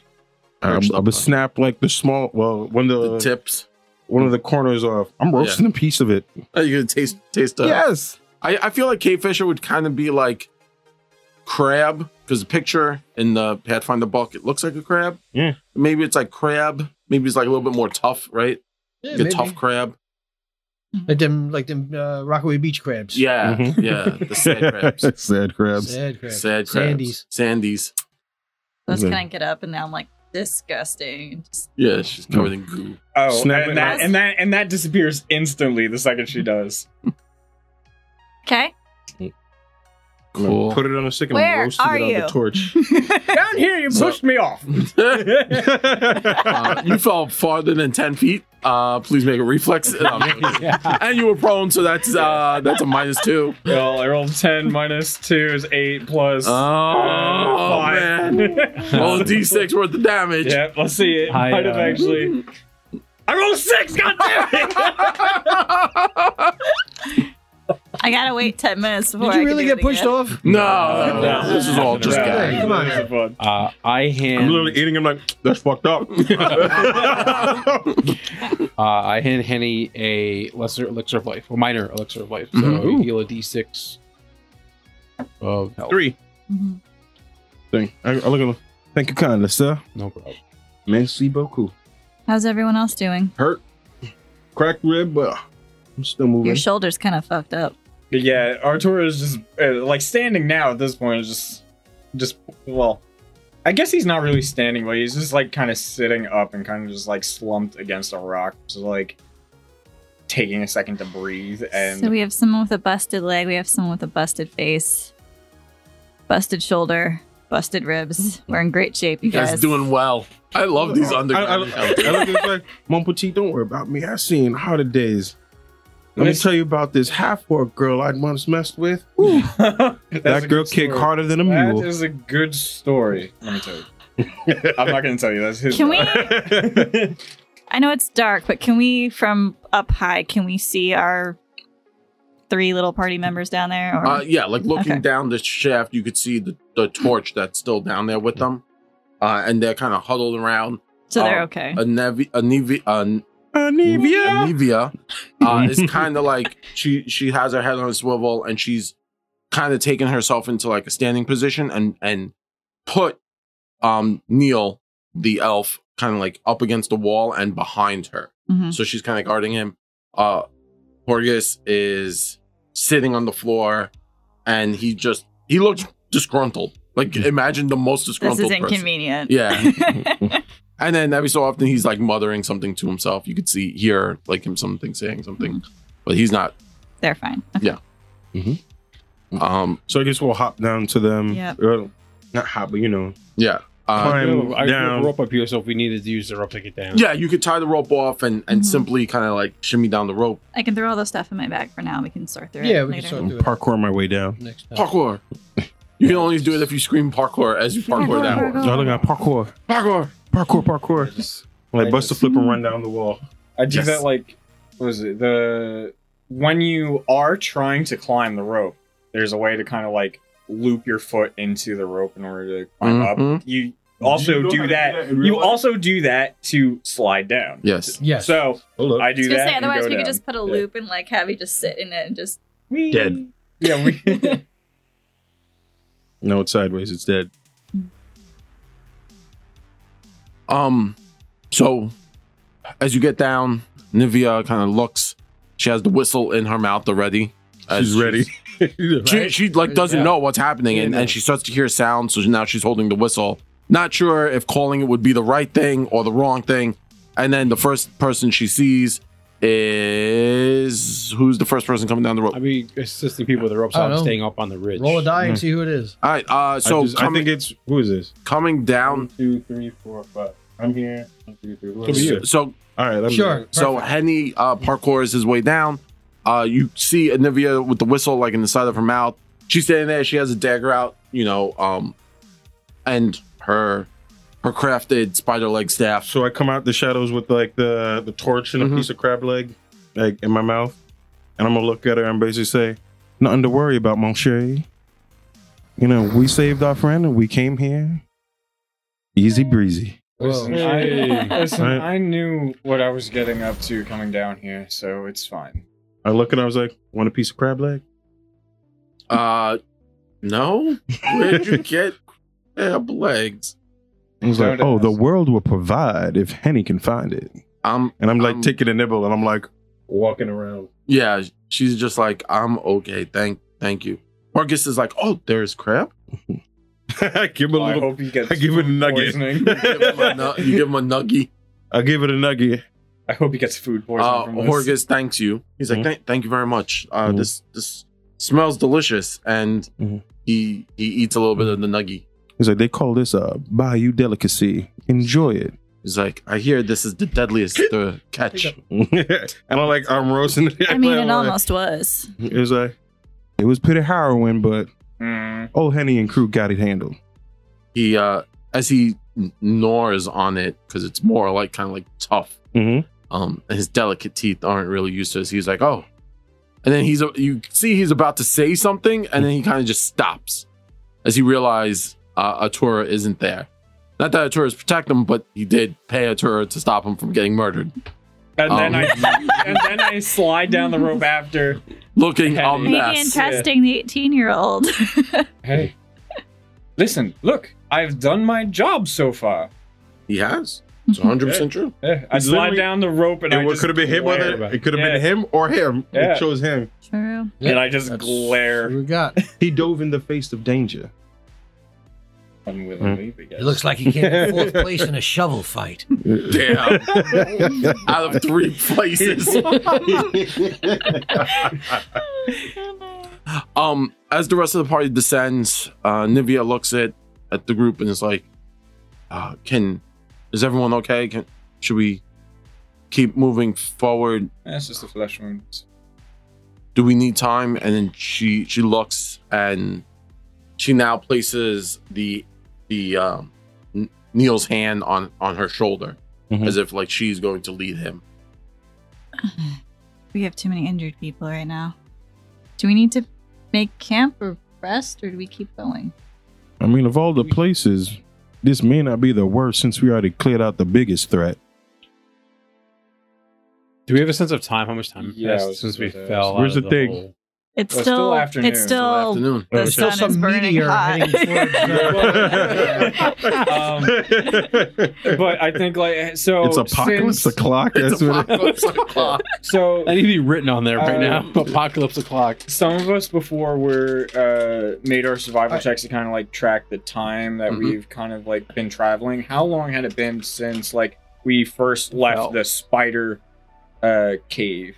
[SPEAKER 3] I'm,
[SPEAKER 1] perched
[SPEAKER 3] I'm
[SPEAKER 1] up
[SPEAKER 3] gonna snap like the small, well, one of the,
[SPEAKER 1] on the tips.
[SPEAKER 3] one of the corners off. I'm roasting a piece of it.
[SPEAKER 1] Are you gonna taste taste? Uh,
[SPEAKER 3] yes.
[SPEAKER 1] I, I feel like Kate Fisher would kind of be like crab because the picture in the Pathfinder book it looks like a crab.
[SPEAKER 3] Yeah.
[SPEAKER 1] Maybe it's like crab. Maybe it's like a little bit more tough, right?
[SPEAKER 2] yeah,
[SPEAKER 1] like a
[SPEAKER 2] maybe.
[SPEAKER 1] tough crab.
[SPEAKER 2] Like them, like them uh, Rockaway Beach crabs.
[SPEAKER 1] Yeah,
[SPEAKER 3] Mhm.
[SPEAKER 1] yeah. The sad crabs.
[SPEAKER 3] Sad crabs.
[SPEAKER 2] Sad crabs.
[SPEAKER 1] Sad crabs.
[SPEAKER 2] Sandies.
[SPEAKER 1] Sandies.
[SPEAKER 5] Let's
[SPEAKER 3] Okay.
[SPEAKER 5] kind of get up, and now I'm like disgusting. Just-
[SPEAKER 1] Yeah, she's covered in goo.
[SPEAKER 4] Oh,
[SPEAKER 3] Snap it
[SPEAKER 4] and that,
[SPEAKER 5] up.
[SPEAKER 4] and that and that disappears instantly the second she does.
[SPEAKER 5] okay,
[SPEAKER 1] Cool.
[SPEAKER 3] Put it on a stick and
[SPEAKER 5] Where
[SPEAKER 3] roast it
[SPEAKER 5] are
[SPEAKER 3] on
[SPEAKER 5] you?
[SPEAKER 3] the torch.
[SPEAKER 4] Down here, you pushed me off.
[SPEAKER 1] Uh, you fell farther than ten feet. Uh, please make a reflex. No, I'm joking. and you were prone, so that's uh, that's a minus two.
[SPEAKER 4] Well, I rolled ten minus two is eight plus.
[SPEAKER 1] Oh,
[SPEAKER 4] five.
[SPEAKER 1] man! Roll a d6 worth of damage.
[SPEAKER 4] yeah, let's see it.
[SPEAKER 6] I,
[SPEAKER 4] Might have
[SPEAKER 6] uh,
[SPEAKER 4] actually. I rolled six. God damn it!
[SPEAKER 5] I gotta wait ten minutes before.
[SPEAKER 2] Did
[SPEAKER 5] I
[SPEAKER 2] you
[SPEAKER 5] can
[SPEAKER 2] really
[SPEAKER 5] do
[SPEAKER 2] get
[SPEAKER 5] it
[SPEAKER 2] pushed
[SPEAKER 5] again.
[SPEAKER 2] off?
[SPEAKER 1] No,
[SPEAKER 4] No.
[SPEAKER 1] this is all just
[SPEAKER 4] No.
[SPEAKER 1] gag.
[SPEAKER 2] Come on.
[SPEAKER 4] This is fun.
[SPEAKER 6] Uh, I
[SPEAKER 3] I'm
[SPEAKER 6] hand
[SPEAKER 3] literally eating. I'm like, that's fucked up.
[SPEAKER 6] uh, I hand Henny a lesser elixir of life, a minor elixir of life. So
[SPEAKER 1] Mhm.
[SPEAKER 6] you heal a d6 of health.
[SPEAKER 3] Uh, Three.
[SPEAKER 5] Mhm.
[SPEAKER 3] Thing. I, I look at him. Thank you kindly, sir.
[SPEAKER 6] No problem.
[SPEAKER 3] Merci beaucoup.
[SPEAKER 5] How's everyone else doing?
[SPEAKER 3] Hurt. Cracked rib, but I'm still moving.
[SPEAKER 5] Your shoulder's kind of fucked up.
[SPEAKER 4] But yeah, Arturo is just uh, like standing now at this point is just, just well, I guess he's not really standing, but he's just like kind of sitting up and kind of just like slumped against a rock, just like taking a second to breathe. And
[SPEAKER 5] So we have someone with a busted leg. We have someone with a busted face, busted shoulder, busted ribs. We're in great shape, you
[SPEAKER 1] You guys
[SPEAKER 5] guys.
[SPEAKER 1] doing well. I love these underground.
[SPEAKER 3] I, I, I, I look at it like, Mon Petit, don't worry about me. I've seen harder days. Let me
[SPEAKER 4] Listen-
[SPEAKER 3] tell you about this half orc girl I once messed with. Woo. that girl kicked harder than a mule.
[SPEAKER 4] That is a good story. Let me tell you. I'm not gonna tell you. That's his.
[SPEAKER 5] Can we? I know it's dark, but can we, from up high, can we see our three little party members down there? Or
[SPEAKER 1] Uh, yeah, like looking
[SPEAKER 5] Okay.
[SPEAKER 1] down the shaft, you could see the, the torch that's still down there with them. Uh, and they're kind of huddled around.
[SPEAKER 5] so they're
[SPEAKER 1] uh,
[SPEAKER 5] okay.
[SPEAKER 1] A Nevi, a Nevi, a
[SPEAKER 3] Anivia.
[SPEAKER 1] Anivia uh, is kind of like she she has her head on a swivel and she's kind of taking herself into like a standing position and and put um Neil the elf kind of like up against the wall and behind her.
[SPEAKER 5] Mhm.
[SPEAKER 1] So she's kind of guarding him. Uh Horgus is sitting on the floor and he just he looks disgruntled. Like imagine the most
[SPEAKER 5] This
[SPEAKER 1] disgruntled
[SPEAKER 5] is
[SPEAKER 1] person.
[SPEAKER 5] inconvenient.
[SPEAKER 1] Yeah. And then every so often he's like muttering something to himself. You could see hear like him something saying something,
[SPEAKER 5] Mm-hmm.
[SPEAKER 1] but he's not.
[SPEAKER 5] they're fine.
[SPEAKER 1] Um,
[SPEAKER 3] So I guess we'll hop down to them.
[SPEAKER 5] Yep.
[SPEAKER 3] Well, not hop, but you know.
[SPEAKER 1] yeah, uh,
[SPEAKER 6] I
[SPEAKER 3] Climb
[SPEAKER 6] have a
[SPEAKER 3] down.
[SPEAKER 6] rope up here, so if we needed to use the rope to get down.
[SPEAKER 1] yeah. You could tie the rope off and and
[SPEAKER 5] Mhm.
[SPEAKER 1] simply kind of like shimmy down the rope.
[SPEAKER 5] I can throw all the stuff in my bag for now. We can sort through it.
[SPEAKER 2] Yeah, we
[SPEAKER 5] later.
[SPEAKER 2] can sort through it
[SPEAKER 3] Parkour my way down.
[SPEAKER 2] next time.
[SPEAKER 1] Parkour. You can only do it if you scream parkour as you parkour down.
[SPEAKER 5] parkour.
[SPEAKER 3] Y'all look at parkour.
[SPEAKER 1] Parkour.
[SPEAKER 3] Parkour, parkour. Like bust a flip and run down the wall.
[SPEAKER 4] I do
[SPEAKER 1] Yes.
[SPEAKER 4] that like what was it the when you are trying to climb the rope, there's a way to kind of like loop your foot into the rope in order to climb
[SPEAKER 1] Mhm.
[SPEAKER 4] up. You also
[SPEAKER 3] you know
[SPEAKER 4] do,
[SPEAKER 3] how to do
[SPEAKER 4] that.
[SPEAKER 3] that in real
[SPEAKER 4] you
[SPEAKER 3] life?
[SPEAKER 4] also do that to slide down.
[SPEAKER 1] Yes.
[SPEAKER 2] Yes.
[SPEAKER 4] So
[SPEAKER 3] Hold
[SPEAKER 4] I do
[SPEAKER 5] I was
[SPEAKER 4] that.
[SPEAKER 5] gonna say,
[SPEAKER 4] and
[SPEAKER 5] otherwise
[SPEAKER 4] go
[SPEAKER 5] we could
[SPEAKER 4] down.
[SPEAKER 5] just put a loop and like have you just sit in it and just.
[SPEAKER 3] Dead.
[SPEAKER 4] Yeah, we.
[SPEAKER 3] No, it's sideways. It's dead.
[SPEAKER 1] Um, so as you get down, Nivea kind of looks. She has the whistle in her mouth already. as
[SPEAKER 3] She's ready.
[SPEAKER 1] She, she like doesn't
[SPEAKER 2] Yeah.
[SPEAKER 1] know what's happening and, and she starts to hear sounds so now she's holding the whistle not sure if calling it would be the right thing or the wrong thing and then the first person she sees is who's the first person coming down the road
[SPEAKER 6] I'd be assisting people with the rope, so
[SPEAKER 2] I don't
[SPEAKER 6] I'm
[SPEAKER 2] know.
[SPEAKER 6] staying up on the ridge.
[SPEAKER 2] Roll a die
[SPEAKER 3] Mm.
[SPEAKER 2] and see who it is.
[SPEAKER 1] all right Hmm. uh
[SPEAKER 3] So
[SPEAKER 1] so
[SPEAKER 3] I, just, I
[SPEAKER 1] coming,
[SPEAKER 3] think it's who is this?
[SPEAKER 1] coming down
[SPEAKER 3] two, three, four, five. I'm here. One, two, three, four.
[SPEAKER 6] Could be you.
[SPEAKER 1] so
[SPEAKER 3] All right. Let me
[SPEAKER 2] Sure.
[SPEAKER 1] so
[SPEAKER 2] perfect.
[SPEAKER 1] henny uh parkours his way down uh you see anivia with the whistle like in the side of her mouth she's standing there. She has a dagger out, you know, um, and her her crafted spider leg staff.
[SPEAKER 3] So I come out the shadows with like the the torch and a
[SPEAKER 1] Mhm.
[SPEAKER 3] piece of crab leg, like in my mouth, and I'm gonna look at her and basically say, "Nothing to worry about, mon chéri. You know, we saved our friend and we came here. Easy breezy.
[SPEAKER 4] Listen, I, listen
[SPEAKER 3] Right.
[SPEAKER 4] I knew what I was getting up to coming down here, so it's fine.
[SPEAKER 3] I look and I was like, want a piece of crab leg?
[SPEAKER 1] Uh, no, where'd you get crab legs?
[SPEAKER 3] I was like,
[SPEAKER 4] Don't
[SPEAKER 3] oh, the
[SPEAKER 4] ask.
[SPEAKER 3] world will provide if Henny can find it.
[SPEAKER 1] I'm
[SPEAKER 3] And I'm like
[SPEAKER 1] Um,
[SPEAKER 3] taking a nibble and I'm like walking around.
[SPEAKER 1] yeah. She's just like I'm okay. Thank thank you. Marcus is like, oh, there's crab.
[SPEAKER 3] I give him a
[SPEAKER 4] Oh, I
[SPEAKER 3] little.
[SPEAKER 4] hope he gets
[SPEAKER 3] I give it a
[SPEAKER 4] food
[SPEAKER 3] nugget.
[SPEAKER 4] poisoning.
[SPEAKER 1] You give him a, nu- you give him a nuggie.
[SPEAKER 3] I give it a nugget.
[SPEAKER 4] I hope he gets food poisoning
[SPEAKER 1] Uh,
[SPEAKER 4] from this.
[SPEAKER 1] Horgus thanks you. He's like,
[SPEAKER 3] Mhm.
[SPEAKER 1] "Thank- thank you very much. Uh,
[SPEAKER 3] Mhm.
[SPEAKER 1] This this smells delicious, and
[SPEAKER 3] Mhm.
[SPEAKER 1] he he eats a little bit of the nuggie.
[SPEAKER 3] He's like, they call this a bayou delicacy. Enjoy it.
[SPEAKER 1] He's like, I hear this is the deadliest to catch.
[SPEAKER 3] and I'm like, I'm roasting. it.
[SPEAKER 5] I mean,
[SPEAKER 3] I'm
[SPEAKER 5] it
[SPEAKER 2] uh,
[SPEAKER 3] like-
[SPEAKER 5] almost was.
[SPEAKER 3] It was like, it was pretty harrowing, but
[SPEAKER 4] Mm,
[SPEAKER 3] old Henny and crew got it handled.
[SPEAKER 1] He uh, as he n- gnaws on it because it's more like kind of like tough.
[SPEAKER 3] Mm-hmm.
[SPEAKER 1] Um, and his delicate teeth aren't really used to this. He's like, oh, and then he's you see he's about to say something, and then he kind of just stops as he realizes uh, Atura isn't there. Not that Atura's protect him, but he did pay Atura to stop him from getting murdered.
[SPEAKER 4] and then
[SPEAKER 1] Um.
[SPEAKER 4] I and then I slide down the rope after.
[SPEAKER 1] looking
[SPEAKER 4] Penny.
[SPEAKER 1] a
[SPEAKER 4] Maybe
[SPEAKER 5] Maybe
[SPEAKER 1] mess.
[SPEAKER 5] entrusting the 18 year old.
[SPEAKER 4] Hey, listen, look, I've done my job so far.
[SPEAKER 1] He has. It's 100 percent true.
[SPEAKER 4] Eh, I
[SPEAKER 3] Literally-
[SPEAKER 4] slide down the rope and I
[SPEAKER 3] It
[SPEAKER 4] just
[SPEAKER 3] could have been him. Or
[SPEAKER 4] glare.
[SPEAKER 3] the, it could have
[SPEAKER 4] Yeah.
[SPEAKER 3] been him or him.
[SPEAKER 4] Yeah.
[SPEAKER 3] It chose him.
[SPEAKER 5] True.
[SPEAKER 4] and I just
[SPEAKER 1] That's-
[SPEAKER 4] glare
[SPEAKER 2] We got.
[SPEAKER 3] He dove in the face of danger.
[SPEAKER 4] unwillingly.
[SPEAKER 3] Mm.
[SPEAKER 4] because-
[SPEAKER 2] It looks like he came in fourth place in a shovel fight.
[SPEAKER 1] Damn. Out of three places. um, as the rest of the party descends, uh, Nivea looks at at the group and is like, uh, "Can is everyone okay? Can should we keep moving forward?
[SPEAKER 4] That's just a flesh wound.
[SPEAKER 1] Do we need time?" And then she she looks and she now places the the um, N- Neil's hand on on her shoulder
[SPEAKER 3] Mhm.
[SPEAKER 1] as if like she's going to lead him.
[SPEAKER 5] We have too many injured people right now. Do we need to make camp or rest, or do we keep going?
[SPEAKER 3] I mean, of all the places, this may not be the worst since we already cleared out the biggest threat.
[SPEAKER 6] Do we have a sense of time? How much time
[SPEAKER 4] Yeah, I
[SPEAKER 6] passed
[SPEAKER 4] was
[SPEAKER 6] since
[SPEAKER 4] just
[SPEAKER 6] we
[SPEAKER 4] gonna
[SPEAKER 6] fell?
[SPEAKER 3] ask. Where's
[SPEAKER 6] out of
[SPEAKER 3] the thing?
[SPEAKER 6] hole?
[SPEAKER 5] It's
[SPEAKER 4] Well, it's still
[SPEAKER 5] still,
[SPEAKER 4] afternoon,
[SPEAKER 5] It's
[SPEAKER 4] it's
[SPEAKER 5] still
[SPEAKER 4] still
[SPEAKER 1] Afternoon.
[SPEAKER 5] the
[SPEAKER 2] There's still
[SPEAKER 5] sun is
[SPEAKER 2] some
[SPEAKER 5] burning
[SPEAKER 2] meteor
[SPEAKER 5] hot.
[SPEAKER 2] heading
[SPEAKER 4] Um, but I think like so.
[SPEAKER 3] it's apocalypse
[SPEAKER 4] since-
[SPEAKER 3] o'clock. That's
[SPEAKER 1] It's
[SPEAKER 3] what it,
[SPEAKER 1] apocalypse o'clock.
[SPEAKER 4] So
[SPEAKER 6] That need to be written on there right
[SPEAKER 4] Uh,
[SPEAKER 6] now. Apocalypse o'clock.
[SPEAKER 4] some of us before were uh, made our survival checks to kind of like track the time that
[SPEAKER 1] Mhm.
[SPEAKER 4] we've kind of like been traveling. How long had it been since like we first left
[SPEAKER 6] Well.
[SPEAKER 4] the spider uh, cave?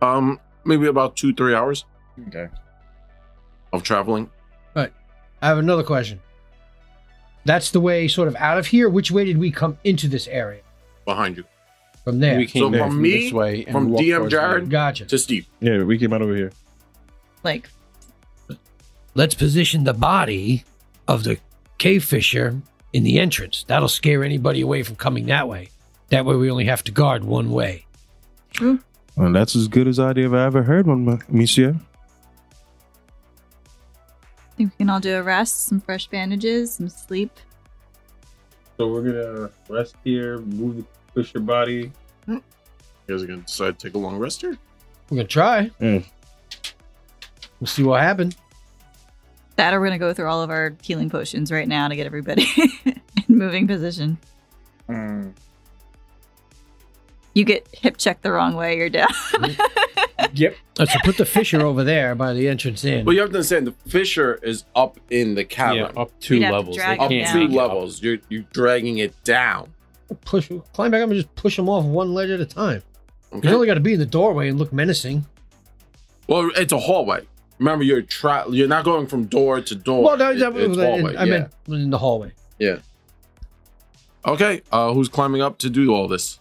[SPEAKER 1] Um, maybe about two, three hours
[SPEAKER 4] Okay.
[SPEAKER 1] of traveling.
[SPEAKER 2] I have another question. That's the way sort of out of here. Which way did we come into this area?
[SPEAKER 1] Behind you.
[SPEAKER 2] From there.
[SPEAKER 6] We came
[SPEAKER 1] So
[SPEAKER 6] there
[SPEAKER 1] from
[SPEAKER 6] from
[SPEAKER 1] me,
[SPEAKER 6] this way and
[SPEAKER 1] from
[SPEAKER 6] walked
[SPEAKER 1] DM
[SPEAKER 6] towards
[SPEAKER 1] Jared?
[SPEAKER 6] them.
[SPEAKER 2] gotcha.
[SPEAKER 1] To Steve.
[SPEAKER 3] yeah, we came out over here.
[SPEAKER 5] like
[SPEAKER 2] Let's position the body of the cave fisher in the entrance. That'll scare anybody away from coming that way. That way, we only have to guard one way.
[SPEAKER 3] And that's as good as idea I've ever heard one, mon- monsieur.
[SPEAKER 5] I think we can all do a rest, some fresh bandages, some sleep.
[SPEAKER 3] So we're gonna rest here, move, the push your body.
[SPEAKER 2] Hmm.
[SPEAKER 1] You guys are gonna decide to take a long rest here?
[SPEAKER 2] We're gonna try.
[SPEAKER 3] Mm.
[SPEAKER 2] We'll see what happens.
[SPEAKER 5] That or we're gonna go through all of our healing potions right now to get everybody in moving position.
[SPEAKER 4] Mm.
[SPEAKER 5] You get hip checked the wrong way, you're down.
[SPEAKER 4] Yep.
[SPEAKER 2] Uh, so put the fisher over there by the entrance in.
[SPEAKER 1] But you have to understand the fisher is up in the
[SPEAKER 6] Yeah,
[SPEAKER 1] cavern.
[SPEAKER 6] up two
[SPEAKER 5] We'd have to
[SPEAKER 6] levels. They
[SPEAKER 5] drag
[SPEAKER 1] up
[SPEAKER 5] it
[SPEAKER 6] can't
[SPEAKER 5] down.
[SPEAKER 1] two
[SPEAKER 6] make it up.
[SPEAKER 1] levels. You're you dragging it down.
[SPEAKER 2] push, climb back up and just push them off one ledge at a time.
[SPEAKER 1] Okay.
[SPEAKER 2] You only got to be in the doorway and look menacing.
[SPEAKER 1] well, it's a hallway. Remember, you're tra- you're not going from door to door.
[SPEAKER 2] Well, no,
[SPEAKER 1] It-
[SPEAKER 2] that, uh,
[SPEAKER 1] it's
[SPEAKER 2] I
[SPEAKER 1] hallway, yeah.
[SPEAKER 2] meant in the hallway.
[SPEAKER 1] Okay, uh, who's climbing up to do all this?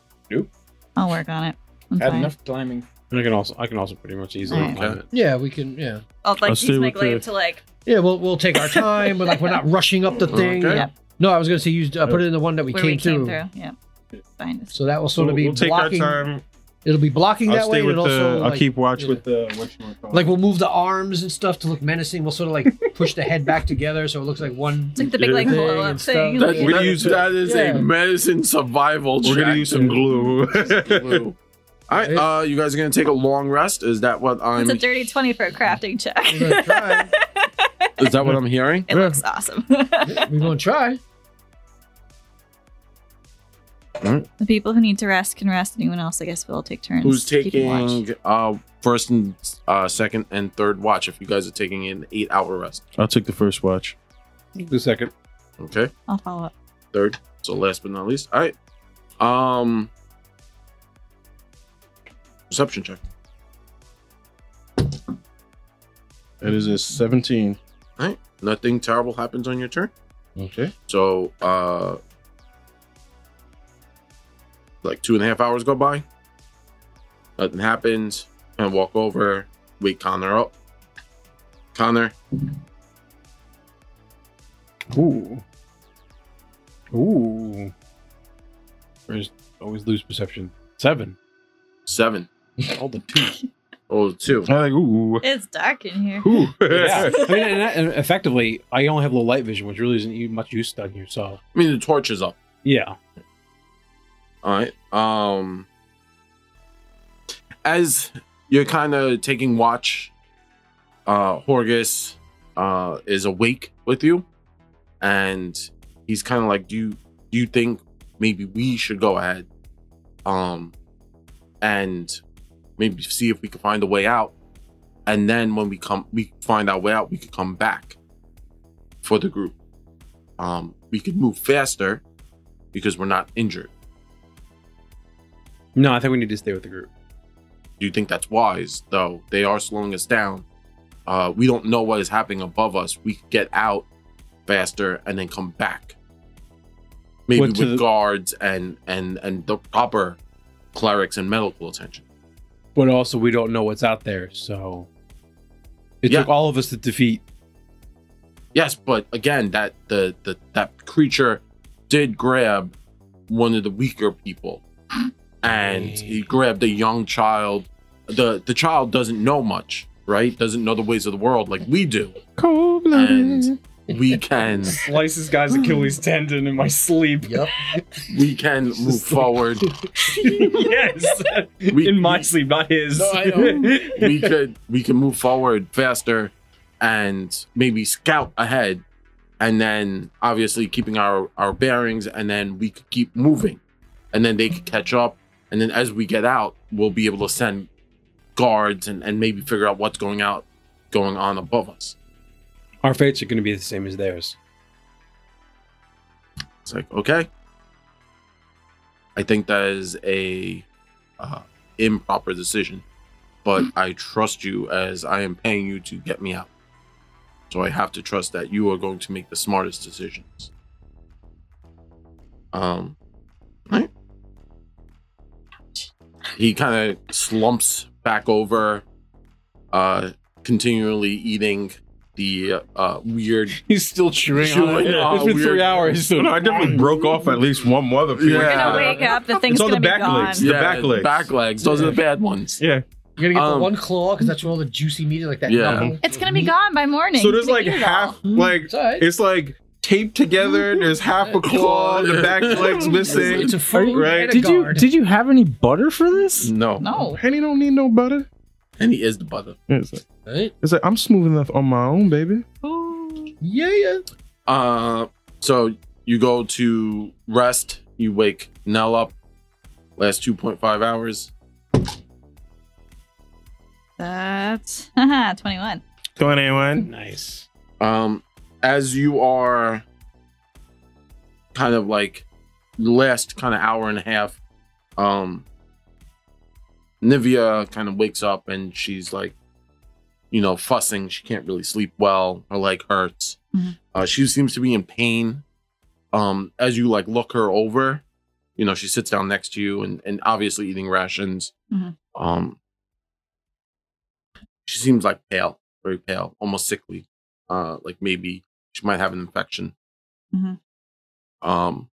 [SPEAKER 5] I'll work on it. I'm
[SPEAKER 4] Had
[SPEAKER 5] fine.
[SPEAKER 4] enough climbing.
[SPEAKER 6] And I can also I can also pretty much easily
[SPEAKER 5] Okay.
[SPEAKER 6] find it.
[SPEAKER 2] Yeah, we can. Yeah.
[SPEAKER 5] I'll like
[SPEAKER 9] I'll
[SPEAKER 5] use
[SPEAKER 9] stay
[SPEAKER 5] my
[SPEAKER 9] with
[SPEAKER 5] glaive to
[SPEAKER 9] the-
[SPEAKER 5] like
[SPEAKER 2] Yeah, we'll we'll take our time. We're like we're not rushing up the thing.
[SPEAKER 1] Okay.
[SPEAKER 5] Yeah.
[SPEAKER 2] No, I was gonna say use uh,
[SPEAKER 9] Oh.
[SPEAKER 2] put it in the one that we,
[SPEAKER 5] where
[SPEAKER 2] came,
[SPEAKER 5] we
[SPEAKER 2] through.
[SPEAKER 5] came through. Yeah. Fine.
[SPEAKER 2] So that will sort
[SPEAKER 9] We'll,
[SPEAKER 2] of be
[SPEAKER 9] we'll take
[SPEAKER 2] blocking.
[SPEAKER 9] our time.
[SPEAKER 2] It'll be blocking
[SPEAKER 9] I'll
[SPEAKER 2] that way.
[SPEAKER 9] stay
[SPEAKER 2] and
[SPEAKER 9] with the.
[SPEAKER 2] it'll also
[SPEAKER 9] I'll
[SPEAKER 2] like,
[SPEAKER 9] keep watch
[SPEAKER 2] yeah.
[SPEAKER 9] with the. What
[SPEAKER 2] like we'll move the arms and stuff to look menacing. We'll sort of like push the head back together so it looks like one.
[SPEAKER 5] It's like the big like
[SPEAKER 2] Yeah.
[SPEAKER 5] blow up
[SPEAKER 2] And
[SPEAKER 5] thing.
[SPEAKER 2] stuff.
[SPEAKER 1] That,
[SPEAKER 5] like-
[SPEAKER 1] that is, that is
[SPEAKER 2] Yeah.
[SPEAKER 1] a medicine survival
[SPEAKER 9] We're gonna
[SPEAKER 1] check.
[SPEAKER 9] use some glue.
[SPEAKER 1] All right, uh, you guys are gonna take a long rest. Is that what I'm?
[SPEAKER 5] It's a dirty twenty for a crafting check.
[SPEAKER 2] We're gonna try.
[SPEAKER 1] Is that what I'm hearing?
[SPEAKER 5] It looks awesome. the
[SPEAKER 2] We're gonna try.
[SPEAKER 5] people who need to rest can rest. Anyone else, I guess, will take turns.
[SPEAKER 1] Who's
[SPEAKER 5] keeping watch.
[SPEAKER 1] taking uh, first and uh, second and third watch? If you guys are taking an eight-hour rest,
[SPEAKER 9] I'll take the first watch.
[SPEAKER 6] The second.
[SPEAKER 1] okay.
[SPEAKER 5] I'll follow up.
[SPEAKER 1] third. So last but not least, all right. Um, perception check.
[SPEAKER 9] It is a seventeen.
[SPEAKER 1] All right, nothing terrible happens on your turn.
[SPEAKER 9] Okay.
[SPEAKER 1] So, uh, like two and a half hours go by. Nothing happens. I walk over, wake Connor up. Connor,
[SPEAKER 6] Ooh. Ooh. There's always lose perception. Seven.
[SPEAKER 1] seven.
[SPEAKER 6] All the two.
[SPEAKER 1] Oh, two.
[SPEAKER 9] I like ooh.
[SPEAKER 5] It's dark in here.
[SPEAKER 9] Ooh.
[SPEAKER 6] yeah. I mean, and, I- and effectively, I only have low light vision, which really isn't even much use down here. So
[SPEAKER 1] I mean, the torch is up.
[SPEAKER 6] yeah.
[SPEAKER 1] All right. Um, as you're kind of taking watch, uh, Horgus uh, is awake with you, and he's kind of like, "Do you do you think maybe we should go ahead, um, and maybe see if we can find a way out, and then when we come, we find our way out, we could come back for the group. Um, we could move faster because we're not injured."
[SPEAKER 6] No, I think we need to stay with the group.
[SPEAKER 1] Do you think that's wise, though? They are slowing us down. Uh, we don't know what is happening above us. We could get out faster and then come back. Maybe
[SPEAKER 6] What,
[SPEAKER 1] with
[SPEAKER 6] to the-
[SPEAKER 1] guards and and and the proper clerics and medical attention.
[SPEAKER 6] But also, we don't know what's out there. So it
[SPEAKER 1] Yeah.
[SPEAKER 6] took all of us to defeat.
[SPEAKER 1] Yes, but again, that the, the that creature did grab one of the weaker people, and he grabbed a young child. the The child doesn't know much, right? Doesn't know the ways of the world like we do,
[SPEAKER 9] Cold
[SPEAKER 1] and we can.
[SPEAKER 11] Slice this guy's Achilles tendon in my sleep.
[SPEAKER 2] Yep.
[SPEAKER 1] we can move forward.
[SPEAKER 11] yes,
[SPEAKER 1] We-
[SPEAKER 11] in my sleep, not his.
[SPEAKER 1] No, I know. We could we can move forward faster and maybe scout ahead and then obviously keeping our our bearings and then we could keep moving and then they could catch up and then as we get out we'll be able to send guards and, and maybe figure out what's going out going on above us.
[SPEAKER 6] Our fates are going to be the same as theirs.
[SPEAKER 1] It's like okay. I think that is a uh, improper decision, but I trust you as I am paying you to get me out. So I have to trust that you are going to make the smartest decisions. Um, right. He kind of slumps back over, uh, continually eating the uh, weird
[SPEAKER 6] He's still chewing,
[SPEAKER 1] Chewing on
[SPEAKER 6] it's been
[SPEAKER 1] weird-
[SPEAKER 6] three hours. So
[SPEAKER 9] No, I definitely broke off at least one motherfucker.
[SPEAKER 1] We're
[SPEAKER 5] We're gonna
[SPEAKER 1] Yeah.
[SPEAKER 5] wake up. The thing's
[SPEAKER 9] all
[SPEAKER 5] gonna
[SPEAKER 9] the
[SPEAKER 5] be
[SPEAKER 9] back
[SPEAKER 5] gone.
[SPEAKER 9] legs. The back legs.
[SPEAKER 1] Back legs. Those are the bad ones.
[SPEAKER 9] Yeah.
[SPEAKER 2] You're gonna get
[SPEAKER 1] Um,
[SPEAKER 2] the one claw because that's where all the juicy meat, is, like that.
[SPEAKER 1] Yeah.
[SPEAKER 2] knuckle.
[SPEAKER 5] It's gonna be gone by morning.
[SPEAKER 9] So
[SPEAKER 5] It's
[SPEAKER 9] there's
[SPEAKER 5] gonna
[SPEAKER 9] like
[SPEAKER 5] eat it
[SPEAKER 9] half,
[SPEAKER 5] Mm, all.
[SPEAKER 9] like
[SPEAKER 2] It's all right.
[SPEAKER 9] it's like taped together. There's half a
[SPEAKER 4] Uh,
[SPEAKER 9] claw. The back leg's missing.
[SPEAKER 2] It's a food
[SPEAKER 9] Right.
[SPEAKER 2] and a
[SPEAKER 9] Did
[SPEAKER 2] guard.
[SPEAKER 11] you have any butter for this?
[SPEAKER 1] No.
[SPEAKER 5] No.
[SPEAKER 9] Henny don't need no butter.
[SPEAKER 1] And he is the butter.
[SPEAKER 9] It's like,
[SPEAKER 2] Right?
[SPEAKER 9] it's like I'm smooth enough on my own, baby.
[SPEAKER 2] Yeah, yeah.
[SPEAKER 1] Uh, so you go to rest. You wake Nell up. Last 2.5 hours.
[SPEAKER 5] That's haha, 21.
[SPEAKER 9] Going anyone?
[SPEAKER 6] nice.
[SPEAKER 1] Um, as you are kind of like the last kind of hour and a half, um, Nivea kind of wakes up and she's like, you know, fussing. She can't really sleep well. Her leg hurts.
[SPEAKER 5] Mhm.
[SPEAKER 1] Uh, she seems to be in pain. Um, as you like look her
[SPEAKER 2] Mm-hmm.
[SPEAKER 1] over, you know, she sits down next to you and, and obviously eating rations.
[SPEAKER 5] Mhm.
[SPEAKER 1] Um, She seems like pale, very pale, almost sickly. Uh, like maybe she might have an infection.
[SPEAKER 5] Mhm.
[SPEAKER 1] Um,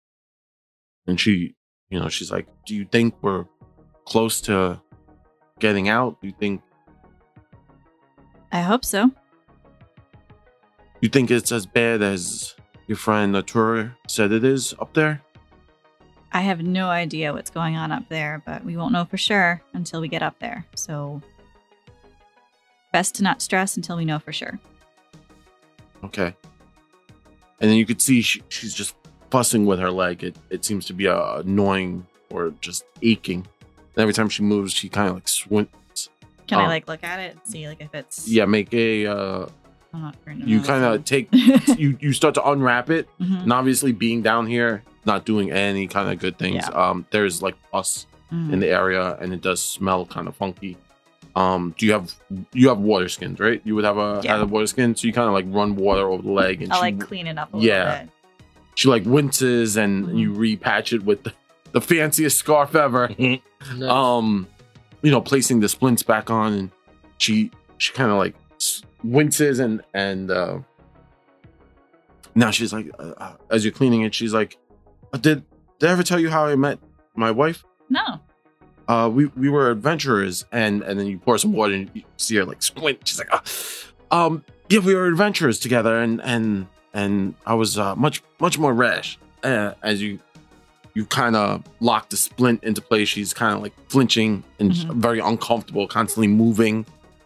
[SPEAKER 1] and she, you know, she's like, "Do you think we're close to getting out? Do you think
[SPEAKER 5] I hope so.
[SPEAKER 1] you think it's as bad as your friend Natura said it is up there?"
[SPEAKER 5] I have no idea what's going on up there, but we won't know for sure until we get up there. So, best to not stress until we know for sure.
[SPEAKER 1] Okay. And then you could see she, she's just fussing with her leg. It it seems to be uh, annoying or just aching. And every time she moves, she kind of like squints.
[SPEAKER 5] Can I
[SPEAKER 1] Um,
[SPEAKER 5] like look at it and see like if it's
[SPEAKER 1] Yeah, make a. Uh,
[SPEAKER 5] I'm not very
[SPEAKER 1] you
[SPEAKER 5] nervous.
[SPEAKER 1] kind of take. You you start to unwrap it,
[SPEAKER 5] Mhm.
[SPEAKER 1] and obviously being down here, not doing any kind of good things.
[SPEAKER 5] Yeah.
[SPEAKER 1] Um, there's like pus
[SPEAKER 5] Mm.
[SPEAKER 1] in the area, and it does smell kind of funky. Um, do you have you have water skins, right? You would have a
[SPEAKER 5] Yeah.
[SPEAKER 1] had a water skin, so you kind of like run water over the leg, and
[SPEAKER 5] I'll
[SPEAKER 1] she
[SPEAKER 5] like clean it up a little
[SPEAKER 1] Yeah.
[SPEAKER 5] bit.
[SPEAKER 1] she like winces and
[SPEAKER 5] Mhm.
[SPEAKER 1] you repatch it with the, the fanciest scarf ever um you know placing the splints back on and she she kind of like s- winces and and uh now she's like uh, uh, as you're cleaning it she's like "Uh, did did i ever tell you how i met my wife
[SPEAKER 5] No.
[SPEAKER 1] uh we we were adventurers and and then you pour some water and you see her like splint she's like "Ah." um yeah we were adventurers together and and and i was uh much much more rash uh, as you you kind of lock the splint into place she's kind of like flinching and sh-
[SPEAKER 5] Mhm.
[SPEAKER 1] very uncomfortable constantly moving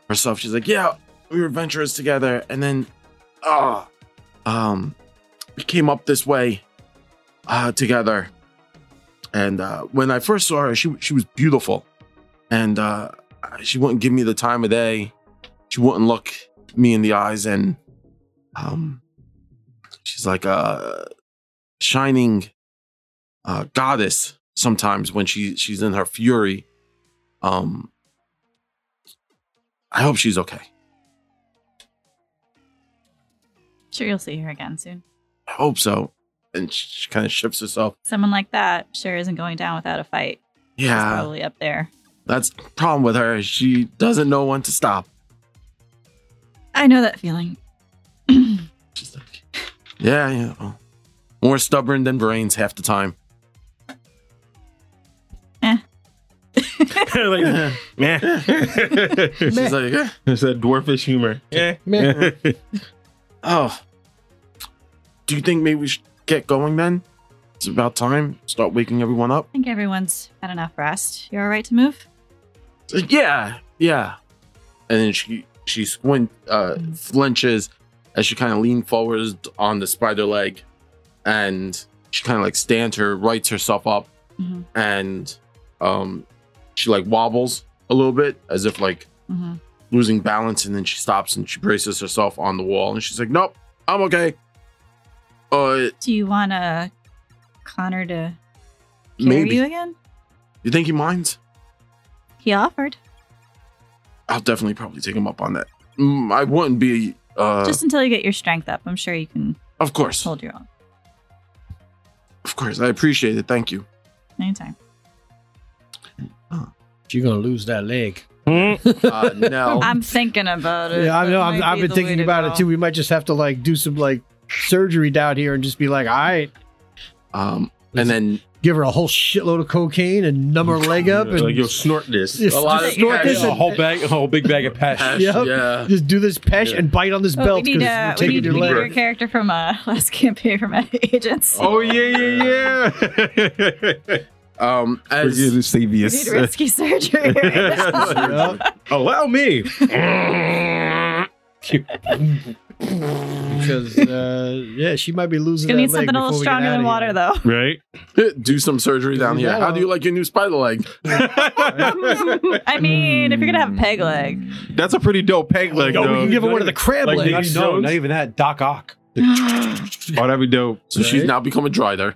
[SPEAKER 1] herself she's like yeah we were adventurers together and then ah um we came up this way uh together and uh, when I first saw her, she she was beautiful, and uh, she wouldn't give me the time of day. She wouldn't look me in the eyes, and um, she's like a shining uh, goddess. Sometimes when she she's in her fury, um, I hope she's okay.
[SPEAKER 5] Sure, you'll see her again soon.
[SPEAKER 1] I hope so. And she, she kind of shifts herself.
[SPEAKER 5] Someone like that sure isn't going down without a fight. She's
[SPEAKER 1] Yeah,
[SPEAKER 5] probably up there.
[SPEAKER 1] that's the problem with her. She doesn't know when to stop.
[SPEAKER 5] I know that feeling.
[SPEAKER 1] She's like, yeah, yeah. well, more stubborn than brains half the time.
[SPEAKER 9] like, meh.
[SPEAKER 1] She's like, eh,
[SPEAKER 9] it's that dwarfish humor. Eh.
[SPEAKER 6] Meh.
[SPEAKER 1] oh, do you think maybe we should get going then? It's about time. Start waking everyone up.
[SPEAKER 5] I think everyone's had enough rest. You're all right to move?
[SPEAKER 1] She's like, yeah, yeah. And then she she squint, uh, flinches as she kind of leans forward on the spider leg, and she kind of like stands her, rights herself up,
[SPEAKER 5] Mhm.
[SPEAKER 1] and um, she like wobbles a little bit as if like
[SPEAKER 5] Mm-hmm.
[SPEAKER 1] losing balance and then she stops and she braces herself on the wall and she's like nope i'm okay uh
[SPEAKER 5] Do you want uh, Connor to carry
[SPEAKER 1] maybe
[SPEAKER 5] you
[SPEAKER 1] you?
[SPEAKER 5] again?
[SPEAKER 1] think he minds
[SPEAKER 5] He offered.
[SPEAKER 1] i'll definitely probably take him up on that mm, i wouldn't be uh
[SPEAKER 5] Just until you get your strength up. I'm sure you can
[SPEAKER 1] of course
[SPEAKER 5] hold your own.
[SPEAKER 1] of course i appreciate it thank you
[SPEAKER 5] Anytime.
[SPEAKER 2] You're gonna lose that leg.
[SPEAKER 1] uh no
[SPEAKER 5] I'm thinking about it.
[SPEAKER 2] Yeah, I
[SPEAKER 5] That
[SPEAKER 2] know. I've,
[SPEAKER 5] might
[SPEAKER 2] I've
[SPEAKER 5] be
[SPEAKER 2] been
[SPEAKER 5] the
[SPEAKER 2] thinking
[SPEAKER 5] way to
[SPEAKER 2] about
[SPEAKER 5] go.
[SPEAKER 2] it too. We might just have to like do some like surgery down here and just be like, all right,
[SPEAKER 1] um and then
[SPEAKER 2] give her a whole shitload of cocaine and numb her leg up and
[SPEAKER 9] like, yo, snort this.
[SPEAKER 2] just,
[SPEAKER 1] lot
[SPEAKER 2] just
[SPEAKER 1] of
[SPEAKER 2] snort
[SPEAKER 1] cash.
[SPEAKER 2] this
[SPEAKER 6] a
[SPEAKER 2] and,
[SPEAKER 6] whole bag, a whole big bag of pesh.
[SPEAKER 1] Pesh,
[SPEAKER 2] Yep.
[SPEAKER 1] yeah
[SPEAKER 2] just do this pesh
[SPEAKER 9] Yeah.
[SPEAKER 2] and bite on this
[SPEAKER 5] Oh, we
[SPEAKER 2] belt
[SPEAKER 5] need,
[SPEAKER 2] because
[SPEAKER 5] uh,
[SPEAKER 2] you're
[SPEAKER 5] we
[SPEAKER 2] taking
[SPEAKER 5] need,
[SPEAKER 2] your
[SPEAKER 5] we need your
[SPEAKER 2] leg.
[SPEAKER 5] character from uh, last campaign from Agents.
[SPEAKER 9] Oh yeah, yeah, yeah.
[SPEAKER 1] um
[SPEAKER 9] We're
[SPEAKER 1] as
[SPEAKER 9] getting
[SPEAKER 5] We
[SPEAKER 9] serious.
[SPEAKER 5] need risky surgery. right now.
[SPEAKER 2] Yep.
[SPEAKER 9] Allow me.
[SPEAKER 2] Because uh, yeah, she might be losing.
[SPEAKER 5] Gonna
[SPEAKER 2] that
[SPEAKER 5] need
[SPEAKER 2] leg
[SPEAKER 5] something a little
[SPEAKER 2] before we get
[SPEAKER 5] stronger
[SPEAKER 2] outta
[SPEAKER 5] than
[SPEAKER 2] here.
[SPEAKER 5] water, though.
[SPEAKER 9] right.
[SPEAKER 1] do some surgery down here how do you like your new spider leg
[SPEAKER 5] I mean, if you're gonna have a peg leg,
[SPEAKER 9] That's a pretty dope peg leg.
[SPEAKER 2] Oh, we
[SPEAKER 9] though.
[SPEAKER 2] can give her one of the crab
[SPEAKER 9] Like
[SPEAKER 2] legs.
[SPEAKER 9] these-
[SPEAKER 6] No, not even that. Doc Ock.
[SPEAKER 9] Oh, that'd be dope.
[SPEAKER 1] so she's now become a drider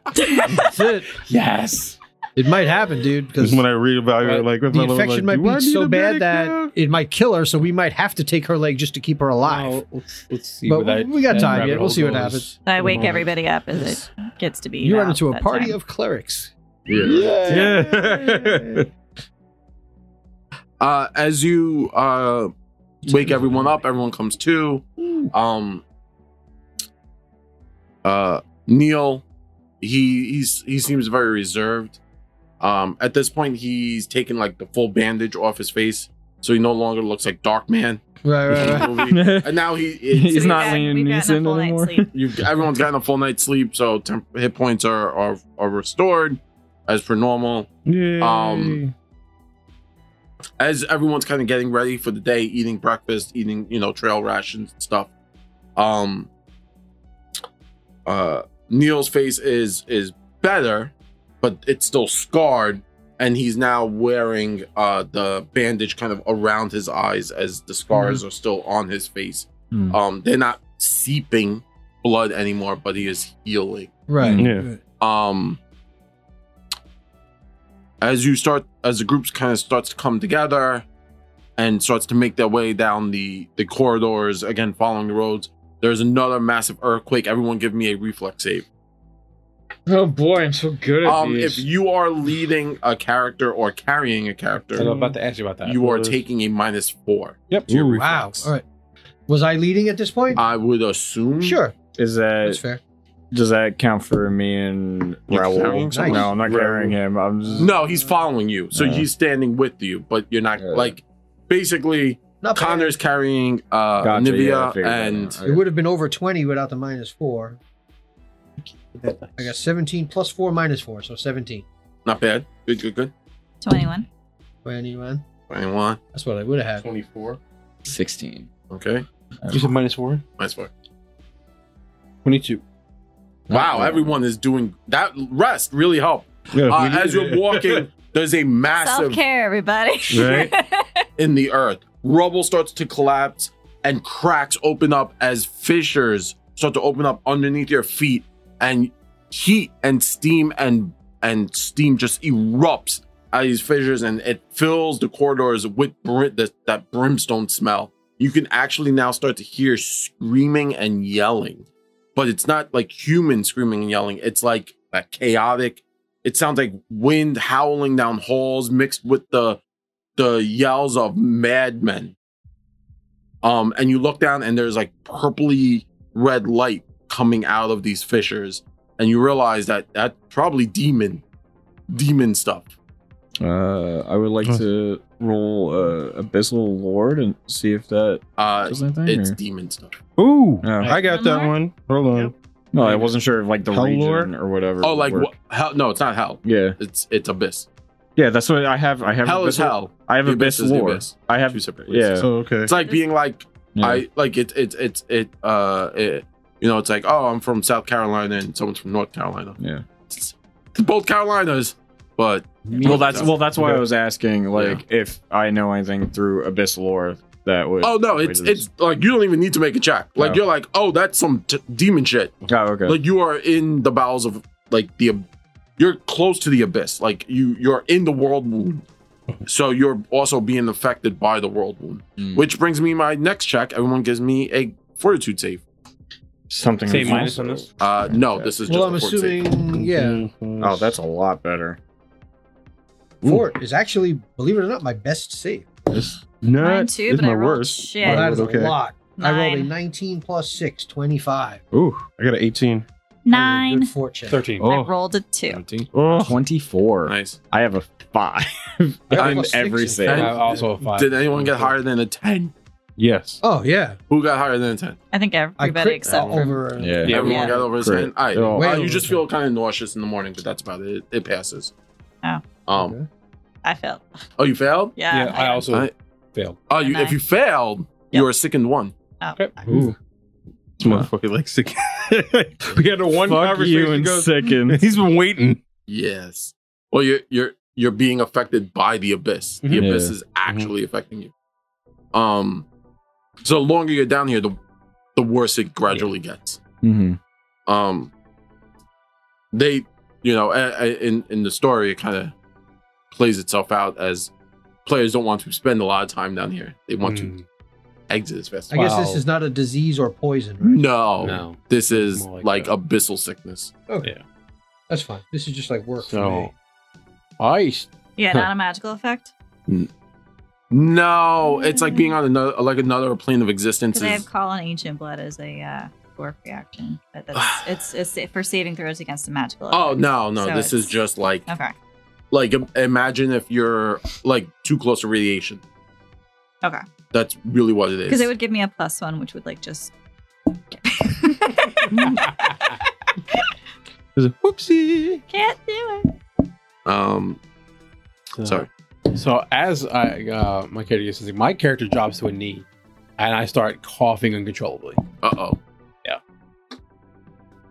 [SPEAKER 2] That's it.
[SPEAKER 6] Yes.
[SPEAKER 2] It might happen, dude.
[SPEAKER 9] Because
[SPEAKER 2] Because
[SPEAKER 9] when I read about
[SPEAKER 2] uh,
[SPEAKER 9] her, like
[SPEAKER 2] the infection
[SPEAKER 9] like, do I
[SPEAKER 2] might be
[SPEAKER 9] need
[SPEAKER 2] so
[SPEAKER 9] a
[SPEAKER 2] bad
[SPEAKER 9] medic
[SPEAKER 2] that
[SPEAKER 9] now?
[SPEAKER 2] it might kill her. So we might have to take her leg just to keep her alive.
[SPEAKER 6] Well, let's, let's see.
[SPEAKER 2] But
[SPEAKER 6] where that-
[SPEAKER 2] we got
[SPEAKER 6] that
[SPEAKER 2] time
[SPEAKER 6] rabbit
[SPEAKER 2] yet. We'll
[SPEAKER 6] hole
[SPEAKER 2] see what
[SPEAKER 6] goes.
[SPEAKER 2] happens.
[SPEAKER 5] I wake everybody up as it gets to be.
[SPEAKER 2] You run
[SPEAKER 5] about
[SPEAKER 2] into a
[SPEAKER 5] that
[SPEAKER 2] party
[SPEAKER 5] time.
[SPEAKER 2] of clerics.
[SPEAKER 9] Yeah.
[SPEAKER 1] uh, as you uh, wake everyone up. Everyone comes to. Um, uh, Neil, he he's he seems very reserved. Um, at this point, he's taken like the full bandage off his face, so he no longer looks like Dark Man.
[SPEAKER 2] Right,
[SPEAKER 1] and now he, it's-
[SPEAKER 5] So
[SPEAKER 4] He's
[SPEAKER 5] we've
[SPEAKER 4] not
[SPEAKER 5] got-
[SPEAKER 4] Liam
[SPEAKER 5] we've gotten a
[SPEAKER 4] Neeson
[SPEAKER 5] full night's
[SPEAKER 4] anymore.
[SPEAKER 5] sleep.
[SPEAKER 1] You've everyone's gotten a full night's sleep, so temp- hit points are, are are restored as per normal.
[SPEAKER 3] Yeah.
[SPEAKER 1] Um, As everyone's kind of getting ready for the day, eating breakfast, eating you know trail rations and stuff. Um, uh, Neil's face is is better, but it's still scarred, and he's now wearing uh the bandage kind of around his eyes as the scars are still on his face.
[SPEAKER 4] Mhm.
[SPEAKER 1] Um, they're not seeping blood anymore, but he is healing.
[SPEAKER 2] right.
[SPEAKER 3] Yeah.
[SPEAKER 2] Good.
[SPEAKER 1] Mm. um as you start as the groups kind of starts to come together and starts to make their way down the the corridors again following the roads there's another massive earthquake everyone give me a reflex save
[SPEAKER 11] Oh boy, I'm so good at
[SPEAKER 1] um if
[SPEAKER 11] these.
[SPEAKER 1] you are leading a character or carrying a
[SPEAKER 6] I'm
[SPEAKER 1] character
[SPEAKER 6] about to ask you about that.
[SPEAKER 1] you are taking a minus four
[SPEAKER 6] Yep.
[SPEAKER 1] to your
[SPEAKER 2] Wow.
[SPEAKER 1] reflex.
[SPEAKER 2] All right. Was I leading at this point?
[SPEAKER 1] i would assume
[SPEAKER 2] sure.
[SPEAKER 11] Is
[SPEAKER 2] That's
[SPEAKER 11] that
[SPEAKER 2] fair.
[SPEAKER 11] does that count for me and
[SPEAKER 1] You're
[SPEAKER 11] Raoul?
[SPEAKER 1] carrying someone?
[SPEAKER 11] No, I'm not
[SPEAKER 1] Raoul.
[SPEAKER 11] carrying him. I'm just
[SPEAKER 1] no he's following you so
[SPEAKER 11] Yeah.
[SPEAKER 1] he's standing with you but you're not
[SPEAKER 11] Yeah.
[SPEAKER 1] like basically
[SPEAKER 2] Not bad.
[SPEAKER 1] connor's carrying uh
[SPEAKER 11] Gotcha, yeah, I
[SPEAKER 1] nivea
[SPEAKER 11] figured that
[SPEAKER 1] and
[SPEAKER 11] out.
[SPEAKER 2] It would have been over 20 without the minus four. I got 17 plus four minus four, so 17.
[SPEAKER 1] Not bad. Good, good, good.
[SPEAKER 5] 21.
[SPEAKER 2] 21.
[SPEAKER 1] 21.
[SPEAKER 2] That's what I would have had.
[SPEAKER 7] 24.
[SPEAKER 4] 16.
[SPEAKER 1] Okay.
[SPEAKER 6] You said minus four?
[SPEAKER 1] Nice four.
[SPEAKER 6] 22.
[SPEAKER 1] Wow, everyone is doing that. Rest really helped.
[SPEAKER 3] Yeah,
[SPEAKER 1] Uh,
[SPEAKER 3] we need
[SPEAKER 1] as you're
[SPEAKER 3] it.
[SPEAKER 1] walking, there's a
[SPEAKER 5] Self
[SPEAKER 1] massive
[SPEAKER 5] care, everybody.
[SPEAKER 3] Right?
[SPEAKER 1] in the earth. Rubble starts to collapse and cracks open up as fissures start to open up underneath your feet and heat and steam and and steam just erupts out of these fissures and it fills the corridors with br- the, that brimstone smell. You can actually now start to hear screaming and yelling, but it's not like human screaming and yelling. It's like a chaotic. It sounds like wind howling down halls mixed with the the yells of madmen. Um, and you look down and there's like purpley red light coming out of these fissures, and you realize that that probably demon, demon stuff.
[SPEAKER 12] Uh, I would like
[SPEAKER 3] Huh.
[SPEAKER 12] to roll uh, Abyssal Lord and see if that
[SPEAKER 1] Uh,
[SPEAKER 12] does anything.
[SPEAKER 1] it's
[SPEAKER 12] or-
[SPEAKER 1] demon stuff.
[SPEAKER 3] Ooh,
[SPEAKER 12] Oh.
[SPEAKER 3] I got that
[SPEAKER 5] Remember?
[SPEAKER 3] one. Hold on.
[SPEAKER 12] no, I wasn't sure if like the
[SPEAKER 3] Hell
[SPEAKER 12] region
[SPEAKER 3] Lord?
[SPEAKER 12] or whatever.
[SPEAKER 1] Oh,
[SPEAKER 12] would
[SPEAKER 1] like
[SPEAKER 12] work.
[SPEAKER 1] what? Hell? No, it's not hell.
[SPEAKER 12] Yeah,
[SPEAKER 1] It's it's abyss.
[SPEAKER 12] yeah. That's what I have. I have
[SPEAKER 1] Hell is
[SPEAKER 12] Abyssal-
[SPEAKER 1] hell.
[SPEAKER 12] I have
[SPEAKER 1] The
[SPEAKER 12] Abyss,
[SPEAKER 1] is the
[SPEAKER 12] Lore.
[SPEAKER 1] abyss.
[SPEAKER 12] I have
[SPEAKER 1] Two separate. places.
[SPEAKER 12] yeah.
[SPEAKER 3] So okay.
[SPEAKER 1] It's like being like
[SPEAKER 12] yeah.
[SPEAKER 1] I like it. It's it's it. Uh, it, you know, it's like oh, I'm from South Carolina and someone's from North Carolina.
[SPEAKER 12] Yeah.
[SPEAKER 1] It's- it's both Carolinas, but
[SPEAKER 12] well, that's well, that's why I was
[SPEAKER 4] asking,
[SPEAKER 1] like,
[SPEAKER 4] if I know anything through Abyss lore that would.
[SPEAKER 1] Oh no, it's it's like you don't even need to make a check. Like
[SPEAKER 4] No.
[SPEAKER 1] you're like, oh, that's some t- demon shit.
[SPEAKER 4] Oh, okay.
[SPEAKER 1] Like you are in the bowels of like the, ab- you're close to the abyss. Like you you're in the world wound, so you're also being affected by the world wound.
[SPEAKER 4] Mm.
[SPEAKER 1] Which brings me my next check. Everyone gives me a fortitude save.
[SPEAKER 4] Something.
[SPEAKER 6] Say
[SPEAKER 4] is
[SPEAKER 6] minus on
[SPEAKER 4] also-
[SPEAKER 6] this? Mm.
[SPEAKER 1] Uh, no, this is just
[SPEAKER 2] Well, I'm
[SPEAKER 1] a fortitude save.
[SPEAKER 2] assuming, yeah.
[SPEAKER 4] Oh, that's a lot better.
[SPEAKER 2] Fort is actually, believe it or not, my best save.
[SPEAKER 5] Mine
[SPEAKER 3] Not
[SPEAKER 5] too,
[SPEAKER 3] is
[SPEAKER 5] but I
[SPEAKER 3] my
[SPEAKER 5] rolled
[SPEAKER 3] worst.
[SPEAKER 5] shit.
[SPEAKER 2] Well, that is
[SPEAKER 3] Okay.
[SPEAKER 2] a lot. I rolled a
[SPEAKER 5] Nine.
[SPEAKER 2] 19 plus 6, 25.
[SPEAKER 3] Ooh, I got an 18.
[SPEAKER 5] Nine.
[SPEAKER 2] Good fortune.
[SPEAKER 6] 13.
[SPEAKER 5] I
[SPEAKER 3] Oh,
[SPEAKER 5] rolled a two.
[SPEAKER 3] oh.
[SPEAKER 4] Twenty-four.
[SPEAKER 1] Nice.
[SPEAKER 4] I have a five
[SPEAKER 2] I
[SPEAKER 4] in
[SPEAKER 2] plus six
[SPEAKER 4] every
[SPEAKER 2] in
[SPEAKER 4] save.
[SPEAKER 1] fact.
[SPEAKER 6] I also a five.
[SPEAKER 1] Did anyone get higher than a ten?
[SPEAKER 3] yes.
[SPEAKER 2] Oh, yeah.
[SPEAKER 1] Who got higher than a ten?
[SPEAKER 5] I think
[SPEAKER 2] I
[SPEAKER 5] everybody
[SPEAKER 2] crit
[SPEAKER 5] except for
[SPEAKER 2] over.
[SPEAKER 12] yeah.
[SPEAKER 6] Yeah.
[SPEAKER 1] Everyone got over a
[SPEAKER 12] Great.
[SPEAKER 1] ten. All right.
[SPEAKER 12] Oh,
[SPEAKER 2] Way
[SPEAKER 1] Uh,
[SPEAKER 2] over
[SPEAKER 1] you just
[SPEAKER 2] the
[SPEAKER 1] feel kind of nauseous in the morning, but that's about it. It, it passes.
[SPEAKER 5] Oh.
[SPEAKER 1] Um.
[SPEAKER 5] I failed.
[SPEAKER 1] Oh, you failed.
[SPEAKER 5] Yeah.
[SPEAKER 6] Yeah, I also
[SPEAKER 1] I-
[SPEAKER 6] failed.
[SPEAKER 1] Oh, you,
[SPEAKER 5] And
[SPEAKER 1] if
[SPEAKER 5] I-
[SPEAKER 1] you failed, you were a sickened one.
[SPEAKER 5] oh,
[SPEAKER 3] Ooh. This motherfucker likes sick. we had a one
[SPEAKER 12] Fuck you
[SPEAKER 3] conversation.
[SPEAKER 12] in
[SPEAKER 3] goes,
[SPEAKER 12] seconds.
[SPEAKER 3] He's been waiting.
[SPEAKER 1] Yes. Well, you're you're you're being affected by the abyss. The
[SPEAKER 12] Mhm.
[SPEAKER 3] Mm-hmm.
[SPEAKER 1] abyss
[SPEAKER 12] Yeah.
[SPEAKER 1] is actually affecting you. Um. So the longer you're down here, the the worse it gradually gets.
[SPEAKER 12] mm-hmm.
[SPEAKER 1] Um. They, you know, a- a- in in the story, it kind of plays itself out as players don't want to spend a lot of time down here. They want to exit as fast.
[SPEAKER 2] I
[SPEAKER 1] as
[SPEAKER 2] guess
[SPEAKER 6] Hmm. Wow.
[SPEAKER 2] this is not a disease or poison, right?
[SPEAKER 1] No,
[SPEAKER 6] No.
[SPEAKER 1] this is
[SPEAKER 6] More like
[SPEAKER 1] like,
[SPEAKER 6] a-
[SPEAKER 1] abyssal sickness.
[SPEAKER 2] Okay. That's fine. This is just like work for
[SPEAKER 6] So-
[SPEAKER 2] me.
[SPEAKER 6] I
[SPEAKER 5] Yeah, not a magical effect.
[SPEAKER 1] No, it's like being on another like another plane of existence.
[SPEAKER 5] Because I have
[SPEAKER 1] Is,
[SPEAKER 5] call on ancient blood as a uh, dwarf reaction, but that's it's, it's sa- for saving throws against the magical.
[SPEAKER 1] oh
[SPEAKER 5] effect.
[SPEAKER 1] no, no,
[SPEAKER 5] So
[SPEAKER 1] this is
[SPEAKER 5] it's-
[SPEAKER 1] just like
[SPEAKER 5] Okay.
[SPEAKER 1] like im- imagine if you're like too close to radiation.
[SPEAKER 5] Okay.
[SPEAKER 1] That's really what it is.
[SPEAKER 5] Because it would give me a plus one, which would like just.
[SPEAKER 3] It's a whoopsie.
[SPEAKER 5] Can't do it.
[SPEAKER 1] um, sorry.
[SPEAKER 6] So as I uh, my character is my character drops to a knee, and I start coughing uncontrollably.
[SPEAKER 1] Uh oh.
[SPEAKER 6] Yeah.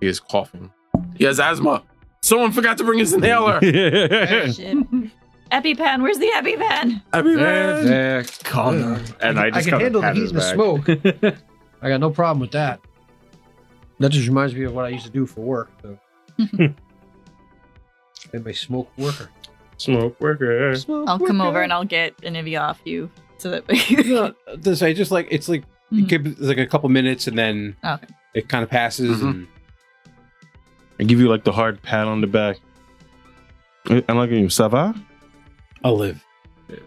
[SPEAKER 1] He is coughing. He has asthma. Someone forgot to bring his inhaler.
[SPEAKER 5] Shit. EpiPen, where's the EpiPen?
[SPEAKER 1] Everywhere.
[SPEAKER 2] Calm
[SPEAKER 11] And I,
[SPEAKER 2] I
[SPEAKER 11] just
[SPEAKER 2] can handle the
[SPEAKER 11] pat
[SPEAKER 2] heat
[SPEAKER 11] his
[SPEAKER 2] and the
[SPEAKER 11] back.
[SPEAKER 2] smoke. I got no problem with that. That just reminds me of what I used to do for work. So. I'm a smoke worker.
[SPEAKER 9] Smoke worker.
[SPEAKER 5] I'll come over and I'll get an Ivy off you so that.
[SPEAKER 6] No, this I just like it's like it
[SPEAKER 5] Mhm.
[SPEAKER 6] gives it's like a couple minutes and then
[SPEAKER 5] Okay.
[SPEAKER 6] it kind of passes.
[SPEAKER 1] Mhm.
[SPEAKER 9] I
[SPEAKER 6] And
[SPEAKER 9] give you like the hard pat on the back. Eh, I- I'm looking at you. Ça va?
[SPEAKER 6] I'll live.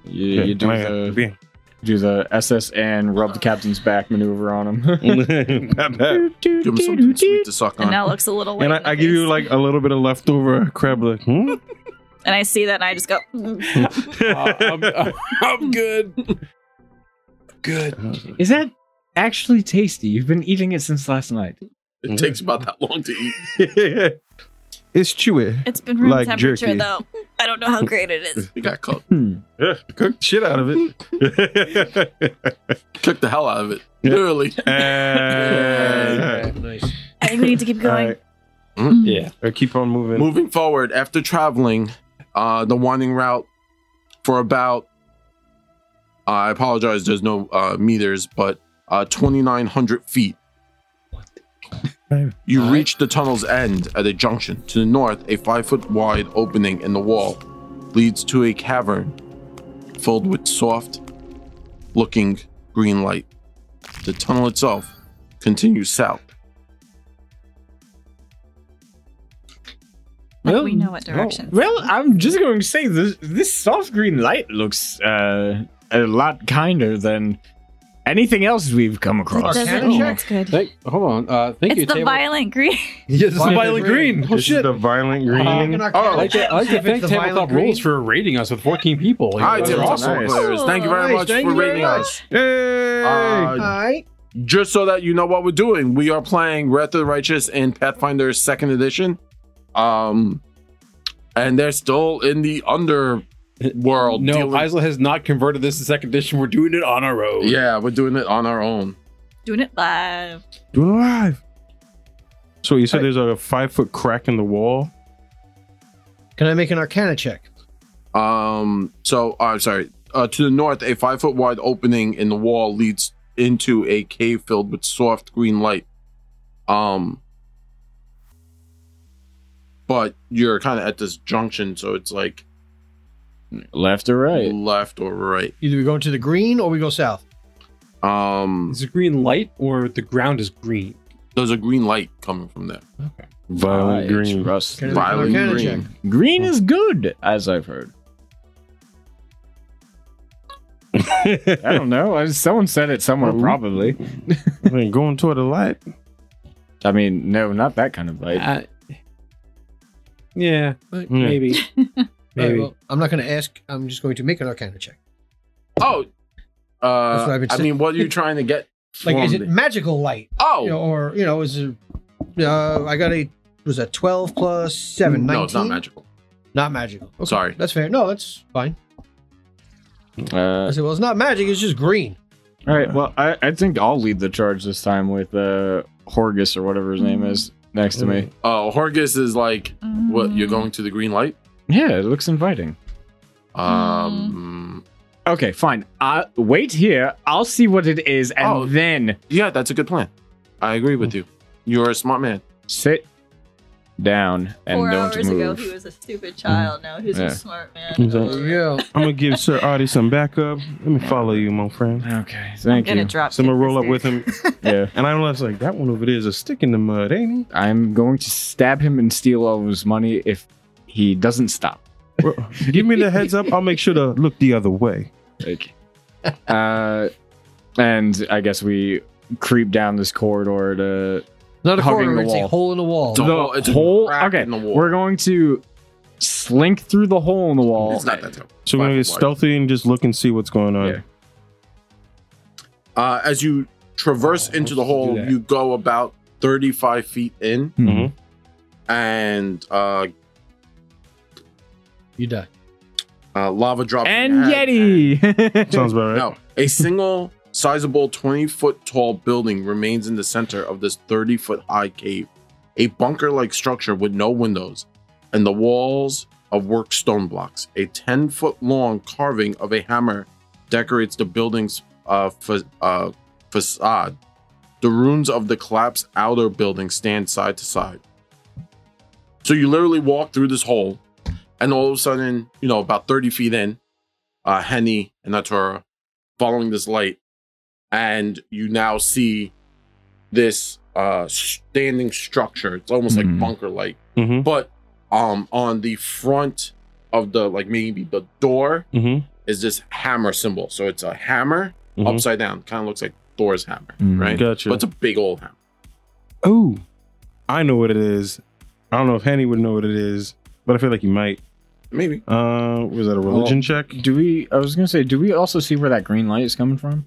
[SPEAKER 4] You, you do
[SPEAKER 9] Okay.
[SPEAKER 4] the do the SS and rub the captain's back maneuver on him.
[SPEAKER 9] Pat, pat.
[SPEAKER 1] Give him something sweet to suck
[SPEAKER 5] and
[SPEAKER 1] on.
[SPEAKER 5] now it looks a little.
[SPEAKER 9] And
[SPEAKER 5] white
[SPEAKER 9] I,
[SPEAKER 5] in the
[SPEAKER 9] I give
[SPEAKER 5] face.
[SPEAKER 9] you like a little bit of leftover crab. Like, hmm?
[SPEAKER 5] And I see that and I just go. "Mm."
[SPEAKER 6] Uh,
[SPEAKER 4] um,
[SPEAKER 6] I'm, I'm good.
[SPEAKER 4] Is that actually tasty? You've been eating it since last night.
[SPEAKER 1] It takes about that long to eat.
[SPEAKER 9] it's chewy.
[SPEAKER 5] It's been room
[SPEAKER 9] Like
[SPEAKER 5] temperature
[SPEAKER 9] jerky.
[SPEAKER 5] though. I don't know how great it is.
[SPEAKER 1] He got cooked.
[SPEAKER 9] Cook Hmm. the shit out of it.
[SPEAKER 1] Cooked the hell out of it.
[SPEAKER 9] Yeah.
[SPEAKER 1] Literally.
[SPEAKER 9] Eh.
[SPEAKER 2] Nice.
[SPEAKER 5] I think we need to keep
[SPEAKER 9] All
[SPEAKER 5] going.
[SPEAKER 9] right.
[SPEAKER 5] Mm.
[SPEAKER 6] Yeah.
[SPEAKER 9] I keep on moving.
[SPEAKER 1] Moving forward, after traveling uh, the winding route for about, I apologize, there's no uh, meters, but uh, 2,900 feet. You reach the tunnel's end at a junction. To the north, a five foot wide opening in the wall leads to a cavern filled with soft looking green light. The tunnel itself continues south.
[SPEAKER 5] Like
[SPEAKER 4] Well,
[SPEAKER 5] we know what direction.
[SPEAKER 4] Well, I'm just going to say this this soft green light looks uh, a lot kinder than anything else we've come
[SPEAKER 5] That
[SPEAKER 4] across.
[SPEAKER 5] doesn't
[SPEAKER 2] Arcana
[SPEAKER 5] mean
[SPEAKER 2] check.
[SPEAKER 5] it's good.
[SPEAKER 6] Thank, hold on. Uh, thank you.
[SPEAKER 5] It's the
[SPEAKER 6] table-
[SPEAKER 5] violent green.
[SPEAKER 6] Yes, it's the
[SPEAKER 2] Violet
[SPEAKER 6] violent green.
[SPEAKER 2] green.
[SPEAKER 6] Oh
[SPEAKER 9] This is
[SPEAKER 6] shit!
[SPEAKER 9] the violent green.
[SPEAKER 1] Oh.
[SPEAKER 6] I like to, I like
[SPEAKER 2] If
[SPEAKER 6] to
[SPEAKER 2] it's
[SPEAKER 6] thank
[SPEAKER 2] the
[SPEAKER 6] Tabletop
[SPEAKER 2] violent green.
[SPEAKER 6] Rules for rating us with 14 people. You
[SPEAKER 1] Hi,
[SPEAKER 6] guys are
[SPEAKER 1] Tabletop
[SPEAKER 6] awesome.
[SPEAKER 1] Role Players. Thank you very
[SPEAKER 2] Nice,
[SPEAKER 1] much
[SPEAKER 2] thank
[SPEAKER 1] for
[SPEAKER 2] you very
[SPEAKER 1] rating
[SPEAKER 2] much.
[SPEAKER 1] us. Uh, just so that you know what we're doing, we are playing Wrath of the Righteous in Pathfinder Second Edition, um, and they're still in the underworld.
[SPEAKER 6] No,
[SPEAKER 1] dealing-
[SPEAKER 6] Isla has not converted this to second edition. We're doing it on our own.
[SPEAKER 1] yeah, we're doing it on our own.
[SPEAKER 5] Doing it live.
[SPEAKER 9] Do it live. So you said there's a five foot crack in the wall.
[SPEAKER 2] Can I make an Arcana check?
[SPEAKER 1] Um, so I'm sorry. Uh, to the north, a five foot wide opening in the wall leads into a cave filled with soft green light. Um, but you're kind of at this junction, so it's like
[SPEAKER 12] Left or right?
[SPEAKER 1] left or right.
[SPEAKER 2] Either we go into the green or we go south.
[SPEAKER 1] Um,
[SPEAKER 6] Is it green light or the ground is green?
[SPEAKER 1] there's a green light coming from there.
[SPEAKER 9] Violet
[SPEAKER 12] I
[SPEAKER 9] green.
[SPEAKER 12] trust-
[SPEAKER 2] Can I make an
[SPEAKER 1] Violet
[SPEAKER 2] Arcana
[SPEAKER 1] green.
[SPEAKER 2] check?
[SPEAKER 12] Green is good, as I've heard.
[SPEAKER 4] I don't know. I- Someone said it somewhere,
[SPEAKER 9] Oh.
[SPEAKER 4] probably.
[SPEAKER 9] I mean, going toward the light.
[SPEAKER 4] I mean, no, not that kind of light.
[SPEAKER 6] Uh, yeah, maybe.
[SPEAKER 2] All right,
[SPEAKER 6] maybe.
[SPEAKER 2] well, I'm not going to ask. I'm just going to make an Arcana check.
[SPEAKER 1] Oh,
[SPEAKER 2] That's what
[SPEAKER 1] uh,
[SPEAKER 2] I've been
[SPEAKER 1] I
[SPEAKER 2] saying.
[SPEAKER 1] mean, what are you trying to get?
[SPEAKER 2] Like, is
[SPEAKER 1] from
[SPEAKER 2] it
[SPEAKER 1] the-
[SPEAKER 2] magical light?
[SPEAKER 1] oh,
[SPEAKER 2] You know, or you know, is it? Uh, I got a was that 12 plus 7, 19?
[SPEAKER 1] no, it's not magical.
[SPEAKER 2] Not magical. Okay,
[SPEAKER 1] Sorry.
[SPEAKER 2] that's fair. No, that's fine. I
[SPEAKER 12] Uh,
[SPEAKER 2] said, well, it's not magic. It's just green.
[SPEAKER 4] All right. Well, I, I think I'll lead the charge this time with uh, Horgus or whatever his
[SPEAKER 5] Mm-hmm.
[SPEAKER 4] name is next to me.
[SPEAKER 1] Oh, Horgus is like, what? You're going to the green light?
[SPEAKER 4] Yeah, it looks inviting.
[SPEAKER 1] Um,
[SPEAKER 4] Okay, fine. I wait here. I'll see what it is, and
[SPEAKER 1] Oh.
[SPEAKER 4] then Hmm.
[SPEAKER 1] yeah, that's a good plan. I agree with you. You're a smart man.
[SPEAKER 4] sit down and
[SPEAKER 5] Four
[SPEAKER 4] don't
[SPEAKER 5] hours ago,
[SPEAKER 4] move.
[SPEAKER 5] he was a stupid child. Now he's
[SPEAKER 4] Yeah.
[SPEAKER 5] a smart man.
[SPEAKER 2] Yeah.
[SPEAKER 9] I'm gonna give Sir Artie some backup. Let me follow you, my friend.
[SPEAKER 4] okay, thank
[SPEAKER 5] gonna
[SPEAKER 4] you.
[SPEAKER 5] drop
[SPEAKER 9] So I'm gonna
[SPEAKER 5] kick
[SPEAKER 9] roll up
[SPEAKER 5] this
[SPEAKER 9] with him,
[SPEAKER 4] yeah.
[SPEAKER 9] and I'm less like that one over there is a stick in the mud, ain't
[SPEAKER 4] I'm going to stab him and steal all of his money if he doesn't stop.
[SPEAKER 9] he? Well, give me the heads up. I'll make sure to look the other way.
[SPEAKER 4] Like, uh, and I guess we creep down this corridor to
[SPEAKER 2] Not a
[SPEAKER 4] Hugging
[SPEAKER 2] corridor,
[SPEAKER 4] the
[SPEAKER 2] it's a
[SPEAKER 4] wall.
[SPEAKER 2] hole in a wall.
[SPEAKER 1] It's a wall- it's a
[SPEAKER 4] hole.
[SPEAKER 1] crack
[SPEAKER 4] Okay,
[SPEAKER 1] in the wall.
[SPEAKER 4] we're going to slink through the hole in the wall.
[SPEAKER 1] It's not that tough.
[SPEAKER 3] So we're gonna get stealthy and just look and see what's going on.
[SPEAKER 4] Yeah.
[SPEAKER 1] Uh, as you traverse into the hole, you go about 35 feet in
[SPEAKER 4] Hmm. Mm-hmm.
[SPEAKER 9] Mm-hmm.
[SPEAKER 3] Mhm.
[SPEAKER 1] and uh,
[SPEAKER 2] You die.
[SPEAKER 1] uh, lava drops. in
[SPEAKER 4] And
[SPEAKER 1] your head
[SPEAKER 4] Yeti.
[SPEAKER 3] Sounds about right.
[SPEAKER 1] No, a single sizable 20 foot tall building remains in the center of this 30 foot high cave, a bunker like structure with no windows, and the walls of work stone blocks. A 10 foot long carving of a hammer decorates the building's uh, fa- uh, facade. The ruins of the collapsed outer building stand side to side. So you literally walk through this hole, and all of a sudden, you know, about 30 feet in, uh, Henny and Natura following this light, and you now see this uh standing structure. It's almost like
[SPEAKER 13] Mhm.
[SPEAKER 1] bunker like,
[SPEAKER 3] Mhm.
[SPEAKER 1] but um on the front of the like maybe the door
[SPEAKER 3] Mhm.
[SPEAKER 1] is this hammer symbol. So it's a hammer
[SPEAKER 3] Mhm.
[SPEAKER 1] upside down, kind of looks like Thor's hammer,
[SPEAKER 13] Mhm.
[SPEAKER 1] right?
[SPEAKER 3] Gotcha.
[SPEAKER 1] But it's a big old hammer.
[SPEAKER 3] Oh, I know what it is. I don't know if Henny would know what it is, but I feel like he might.
[SPEAKER 1] Maybe
[SPEAKER 3] Uh, was that a religion check?
[SPEAKER 4] do we? I was gonna say, do we also see where that green light is coming from?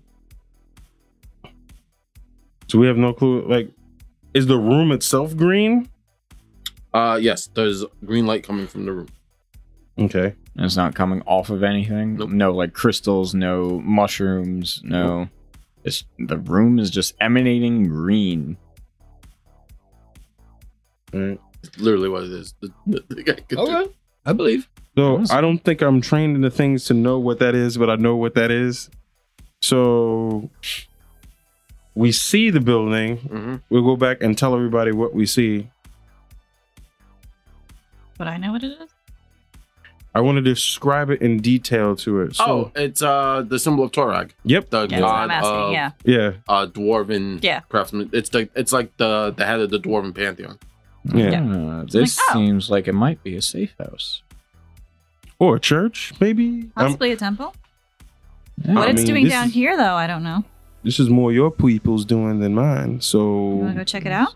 [SPEAKER 3] So we have no clue. Like, is the room itself green?
[SPEAKER 1] uh yes, there's green light coming from the room.
[SPEAKER 3] Okay.
[SPEAKER 4] And it's not coming off of anything.
[SPEAKER 1] Nope.
[SPEAKER 4] No, like crystals. No mushrooms. No. It's, the room is just emanating green.
[SPEAKER 1] It's Mm, literally what it is. The- the- the guy could do-
[SPEAKER 2] Okay. I believe.
[SPEAKER 3] So I don't think I'm trained into things to know what that is, but I know what that is. So we see the building.
[SPEAKER 1] Mhm.
[SPEAKER 3] We'll go back and tell everybody what we see.
[SPEAKER 5] But I know what it is.
[SPEAKER 3] I want to describe it in detail to it. So,
[SPEAKER 1] Oh, it's uh the symbol of Torag,
[SPEAKER 3] yep.
[SPEAKER 1] the
[SPEAKER 5] Yeah, that's what
[SPEAKER 1] god
[SPEAKER 5] I'm asking.
[SPEAKER 1] of
[SPEAKER 5] yeah.
[SPEAKER 3] Yeah.
[SPEAKER 1] uh dwarven
[SPEAKER 5] Yeah.
[SPEAKER 1] craftsman. It's the it's like the the head of the dwarven pantheon.
[SPEAKER 3] Yeah.
[SPEAKER 4] Ah, this
[SPEAKER 5] Like, oh.
[SPEAKER 4] seems like it might be a safe house.
[SPEAKER 3] Or a church, maybe. Um,
[SPEAKER 5] Possibly a temple.
[SPEAKER 4] Yeah.
[SPEAKER 5] what
[SPEAKER 3] I
[SPEAKER 5] it's
[SPEAKER 3] mean,
[SPEAKER 5] doing
[SPEAKER 3] this
[SPEAKER 5] down
[SPEAKER 3] is-
[SPEAKER 5] here, though, I don't know.
[SPEAKER 3] this is more your people's doing than mine.
[SPEAKER 5] You
[SPEAKER 3] So
[SPEAKER 5] want to go check it out?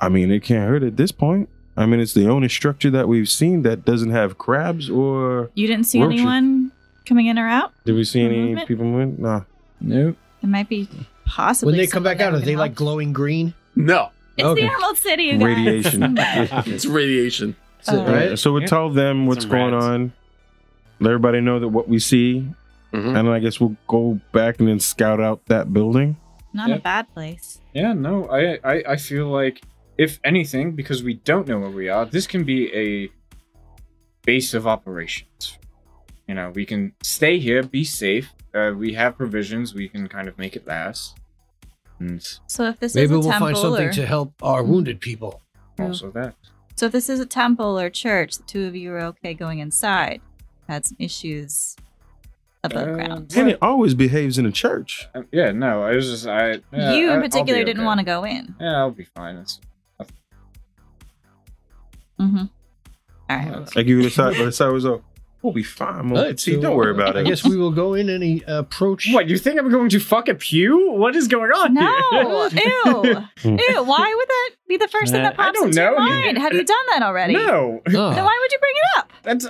[SPEAKER 3] I mean, it can't hurt at this point. I mean, it's the only structure that we've seen that doesn't have crabs or.
[SPEAKER 5] You didn't see
[SPEAKER 3] Worship.
[SPEAKER 5] anyone coming in or out?
[SPEAKER 3] Did we see any
[SPEAKER 5] Movement?
[SPEAKER 3] people move? Nah.
[SPEAKER 4] Nope.
[SPEAKER 5] It might be possibly.
[SPEAKER 2] When they come
[SPEAKER 5] someone
[SPEAKER 2] back out,
[SPEAKER 5] that
[SPEAKER 2] are
[SPEAKER 5] can
[SPEAKER 2] they
[SPEAKER 5] help.
[SPEAKER 2] like glowing green?
[SPEAKER 1] No,
[SPEAKER 5] It's
[SPEAKER 2] Okay.
[SPEAKER 5] the Emerald City, you guys.
[SPEAKER 3] Radiation.
[SPEAKER 1] it's radiation.
[SPEAKER 2] That's it,
[SPEAKER 5] Uh,
[SPEAKER 2] right?
[SPEAKER 3] Yeah, so we
[SPEAKER 6] Yeah.
[SPEAKER 3] tell them what's
[SPEAKER 13] Some
[SPEAKER 3] going
[SPEAKER 13] rats.
[SPEAKER 3] on. Let everybody know that what we see,
[SPEAKER 1] Mhm.
[SPEAKER 3] and then I guess we'll go back and then scout out that building.
[SPEAKER 5] Not
[SPEAKER 14] Yeah.
[SPEAKER 5] a bad place.
[SPEAKER 14] Yeah, no, I, I I feel like if anything, because we don't know where we are, this can be a base of operations. You know, we can stay here, be safe. Uh, we have provisions. We can kind of make it last. And
[SPEAKER 5] So if this
[SPEAKER 2] Maybe
[SPEAKER 5] is a
[SPEAKER 2] we'll
[SPEAKER 5] temple,
[SPEAKER 2] find something
[SPEAKER 5] or,
[SPEAKER 2] to help our wounded people.
[SPEAKER 14] also that.
[SPEAKER 5] so if this is a temple or church, the two of you are okay going inside. Had some issues above
[SPEAKER 14] Uh,
[SPEAKER 5] ground.
[SPEAKER 3] And it always behaves in a church.
[SPEAKER 4] Um,
[SPEAKER 14] Uh, yeah, no, I was just I. yeah,
[SPEAKER 5] you
[SPEAKER 14] I-
[SPEAKER 5] in
[SPEAKER 14] I'll
[SPEAKER 5] particular
[SPEAKER 14] be
[SPEAKER 5] didn't
[SPEAKER 14] okay.
[SPEAKER 5] want to go in.
[SPEAKER 14] Yeah, I'll be fine. It's,
[SPEAKER 5] Mm-hmm. All right.
[SPEAKER 3] I give you the side, but the side was like, "We'll be fine, Mo.
[SPEAKER 2] Alright,
[SPEAKER 3] See,
[SPEAKER 2] so
[SPEAKER 3] don't worry about
[SPEAKER 2] I
[SPEAKER 3] it."
[SPEAKER 2] guess we will go in and uh, approach.
[SPEAKER 14] what you think I'm going to fuck a pew? What is going on?
[SPEAKER 5] No,
[SPEAKER 14] here?
[SPEAKER 5] ew,
[SPEAKER 6] Hmm.
[SPEAKER 5] ew. Why would that be the first thing that
[SPEAKER 14] Uh, I
[SPEAKER 5] pops
[SPEAKER 14] don't
[SPEAKER 5] into your
[SPEAKER 14] know.
[SPEAKER 5] mind? Have you done that already?
[SPEAKER 14] no,
[SPEAKER 5] Then
[SPEAKER 2] Oh.
[SPEAKER 5] why would you bring it up?
[SPEAKER 14] that's.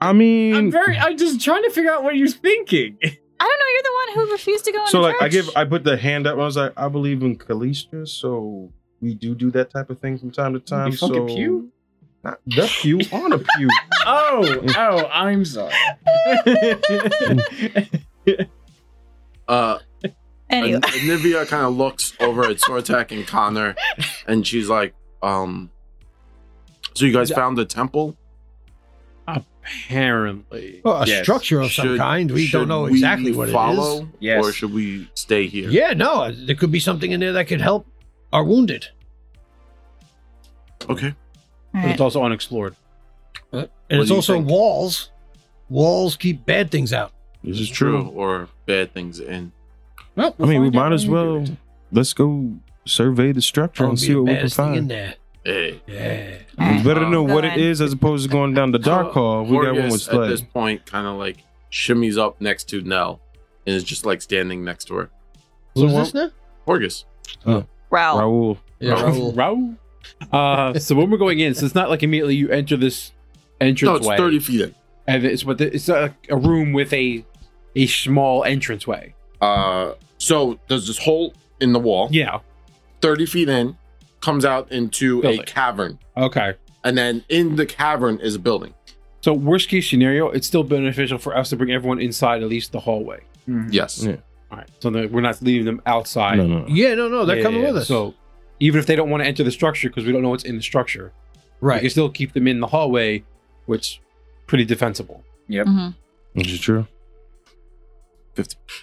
[SPEAKER 3] I
[SPEAKER 14] I'm
[SPEAKER 3] mean,
[SPEAKER 14] very. I'm just trying to figure out what you're thinking.
[SPEAKER 5] I don't know. You're the one who refused to go in.
[SPEAKER 3] so
[SPEAKER 5] the
[SPEAKER 3] like, I
[SPEAKER 5] church.
[SPEAKER 3] give, I put the hand up. I was like, "I believe in Kalistra, so we do do that type of thing from time to time."
[SPEAKER 14] You fuck a
[SPEAKER 3] so
[SPEAKER 14] pew?
[SPEAKER 3] not the pew on a pew.
[SPEAKER 14] Oh, oh, I'm sorry.
[SPEAKER 1] Uh,
[SPEAKER 5] Anyway.
[SPEAKER 1] And, and Nivea kind of looks over at Sortek and Connor, and she's like, um, "So you guys found the temple?
[SPEAKER 6] Apparently.
[SPEAKER 2] Well, a
[SPEAKER 14] Yes.
[SPEAKER 2] structure of some
[SPEAKER 1] Should-
[SPEAKER 2] kind. We
[SPEAKER 1] should
[SPEAKER 2] don't know
[SPEAKER 1] we
[SPEAKER 2] exactly what
[SPEAKER 1] follow,
[SPEAKER 2] it
[SPEAKER 14] Yes.
[SPEAKER 1] or should we stay here?
[SPEAKER 2] is. Yeah, no, uh, there could be something in there that could help our wounded.
[SPEAKER 1] Okay.
[SPEAKER 5] All right.
[SPEAKER 6] It's also unexplored.
[SPEAKER 2] And
[SPEAKER 1] What
[SPEAKER 2] it's
[SPEAKER 1] do you
[SPEAKER 2] also
[SPEAKER 1] think?
[SPEAKER 2] walls. Walls keep bad things out.
[SPEAKER 1] This is true, or bad things in.
[SPEAKER 14] Well,
[SPEAKER 3] I mean, we might as well let's go survey the structure
[SPEAKER 2] Don't
[SPEAKER 3] and
[SPEAKER 2] be
[SPEAKER 3] see
[SPEAKER 2] the
[SPEAKER 3] what we can
[SPEAKER 2] baddest thing in
[SPEAKER 3] find.
[SPEAKER 2] there. Oh,
[SPEAKER 1] Hey,
[SPEAKER 2] Yeah.
[SPEAKER 5] Alright.
[SPEAKER 3] It's better
[SPEAKER 14] Oh,
[SPEAKER 3] to know
[SPEAKER 5] Go
[SPEAKER 3] what
[SPEAKER 5] on.
[SPEAKER 3] it is as opposed to going down the dark hall. We got one with
[SPEAKER 1] Morgus at this
[SPEAKER 3] Sled.
[SPEAKER 1] point kind of like shimmies up next to Nell and is just like standing next to her.
[SPEAKER 2] Who's this now?
[SPEAKER 1] Horgus.
[SPEAKER 3] Oh.
[SPEAKER 5] Raoul.
[SPEAKER 9] Raul.
[SPEAKER 2] Yeah, Raul.
[SPEAKER 6] Raul. Uh, so when we're going in, so it's not like immediately you enter this entrance
[SPEAKER 1] No, it's
[SPEAKER 6] way,
[SPEAKER 1] 30 feet in.
[SPEAKER 6] and it's but the, it's a, a room with a a small entrance way.
[SPEAKER 1] Uh, so there's this hole in the wall,
[SPEAKER 6] Yeah.
[SPEAKER 1] 30 feet in, comes out into a
[SPEAKER 6] Building.
[SPEAKER 1] cavern.
[SPEAKER 6] Okay.
[SPEAKER 1] And then in the cavern is a building.
[SPEAKER 6] So worst case scenario, it's still beneficial for us to bring everyone inside at least the hallway.
[SPEAKER 14] Mm-hmm.
[SPEAKER 1] Yes.
[SPEAKER 9] Yeah.
[SPEAKER 6] All right. So that we're not leaving them outside.
[SPEAKER 9] No, no.
[SPEAKER 2] Yeah, no, no, they're
[SPEAKER 6] Yeah,
[SPEAKER 2] coming
[SPEAKER 6] yeah,
[SPEAKER 2] with
[SPEAKER 6] yeah.
[SPEAKER 2] us.
[SPEAKER 6] So even if they don't want to enter the structure because we don't know what's in the structure, we can
[SPEAKER 2] right.
[SPEAKER 6] still keep them in the hallway, which pretty defensible.
[SPEAKER 5] Mhm.
[SPEAKER 9] Which is true.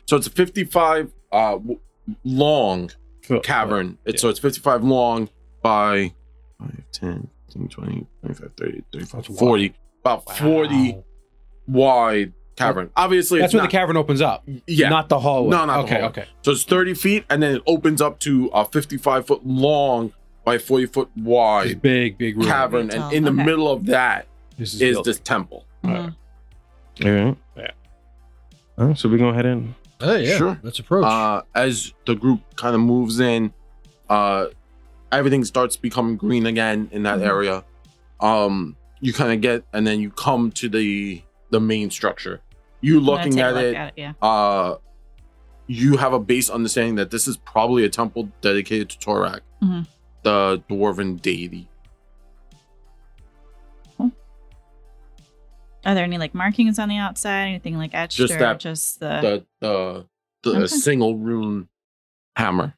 [SPEAKER 1] So it's a 55 uh, w- long
[SPEAKER 6] So-
[SPEAKER 1] cavern. It's, So it's 55 long by 5, 10, 15, 20, 25, 30, 35,
[SPEAKER 6] That's wide.
[SPEAKER 1] 40. About
[SPEAKER 6] Wow.
[SPEAKER 1] 40 wide cavern. Obviously,
[SPEAKER 6] That's
[SPEAKER 1] it's
[SPEAKER 6] when
[SPEAKER 1] not,
[SPEAKER 6] the cavern opens up.
[SPEAKER 1] yeah.
[SPEAKER 6] Not the hallway.
[SPEAKER 1] No, not the
[SPEAKER 6] okay,
[SPEAKER 1] hallway.
[SPEAKER 6] okay.
[SPEAKER 1] So it's 30 feet, and then it opens up to a 55 foot long by 40 foot
[SPEAKER 6] This
[SPEAKER 1] wide
[SPEAKER 6] big, big room.
[SPEAKER 1] cavern. And in the
[SPEAKER 5] Okay.
[SPEAKER 1] middle of that
[SPEAKER 6] This is,
[SPEAKER 1] is
[SPEAKER 6] built.
[SPEAKER 1] this temple.
[SPEAKER 5] Mhm.
[SPEAKER 9] All right.
[SPEAKER 6] Yeah.
[SPEAKER 9] All right, so we're gonna head in.
[SPEAKER 2] Oh, yeah.
[SPEAKER 1] Sure.
[SPEAKER 2] Let's approach.
[SPEAKER 1] Uh, as the group kind of moves in, uh, everything starts becoming green again in
[SPEAKER 2] Mm-hmm.
[SPEAKER 1] that area. Um, you kind of get, and then you come to the the main structure. You
[SPEAKER 5] I'm gonna
[SPEAKER 1] looking
[SPEAKER 5] take a
[SPEAKER 1] at
[SPEAKER 5] look
[SPEAKER 1] it,
[SPEAKER 5] Yeah.
[SPEAKER 1] uh, you have a base understanding that this is probably a temple dedicated to Torak,
[SPEAKER 5] Mhm.
[SPEAKER 1] the dwarven deity.
[SPEAKER 5] Are there any like markings on the outside? Anything like etched
[SPEAKER 1] Just
[SPEAKER 5] or
[SPEAKER 1] that-
[SPEAKER 5] just the?
[SPEAKER 1] the the the
[SPEAKER 5] Okay.
[SPEAKER 1] single rune hammer.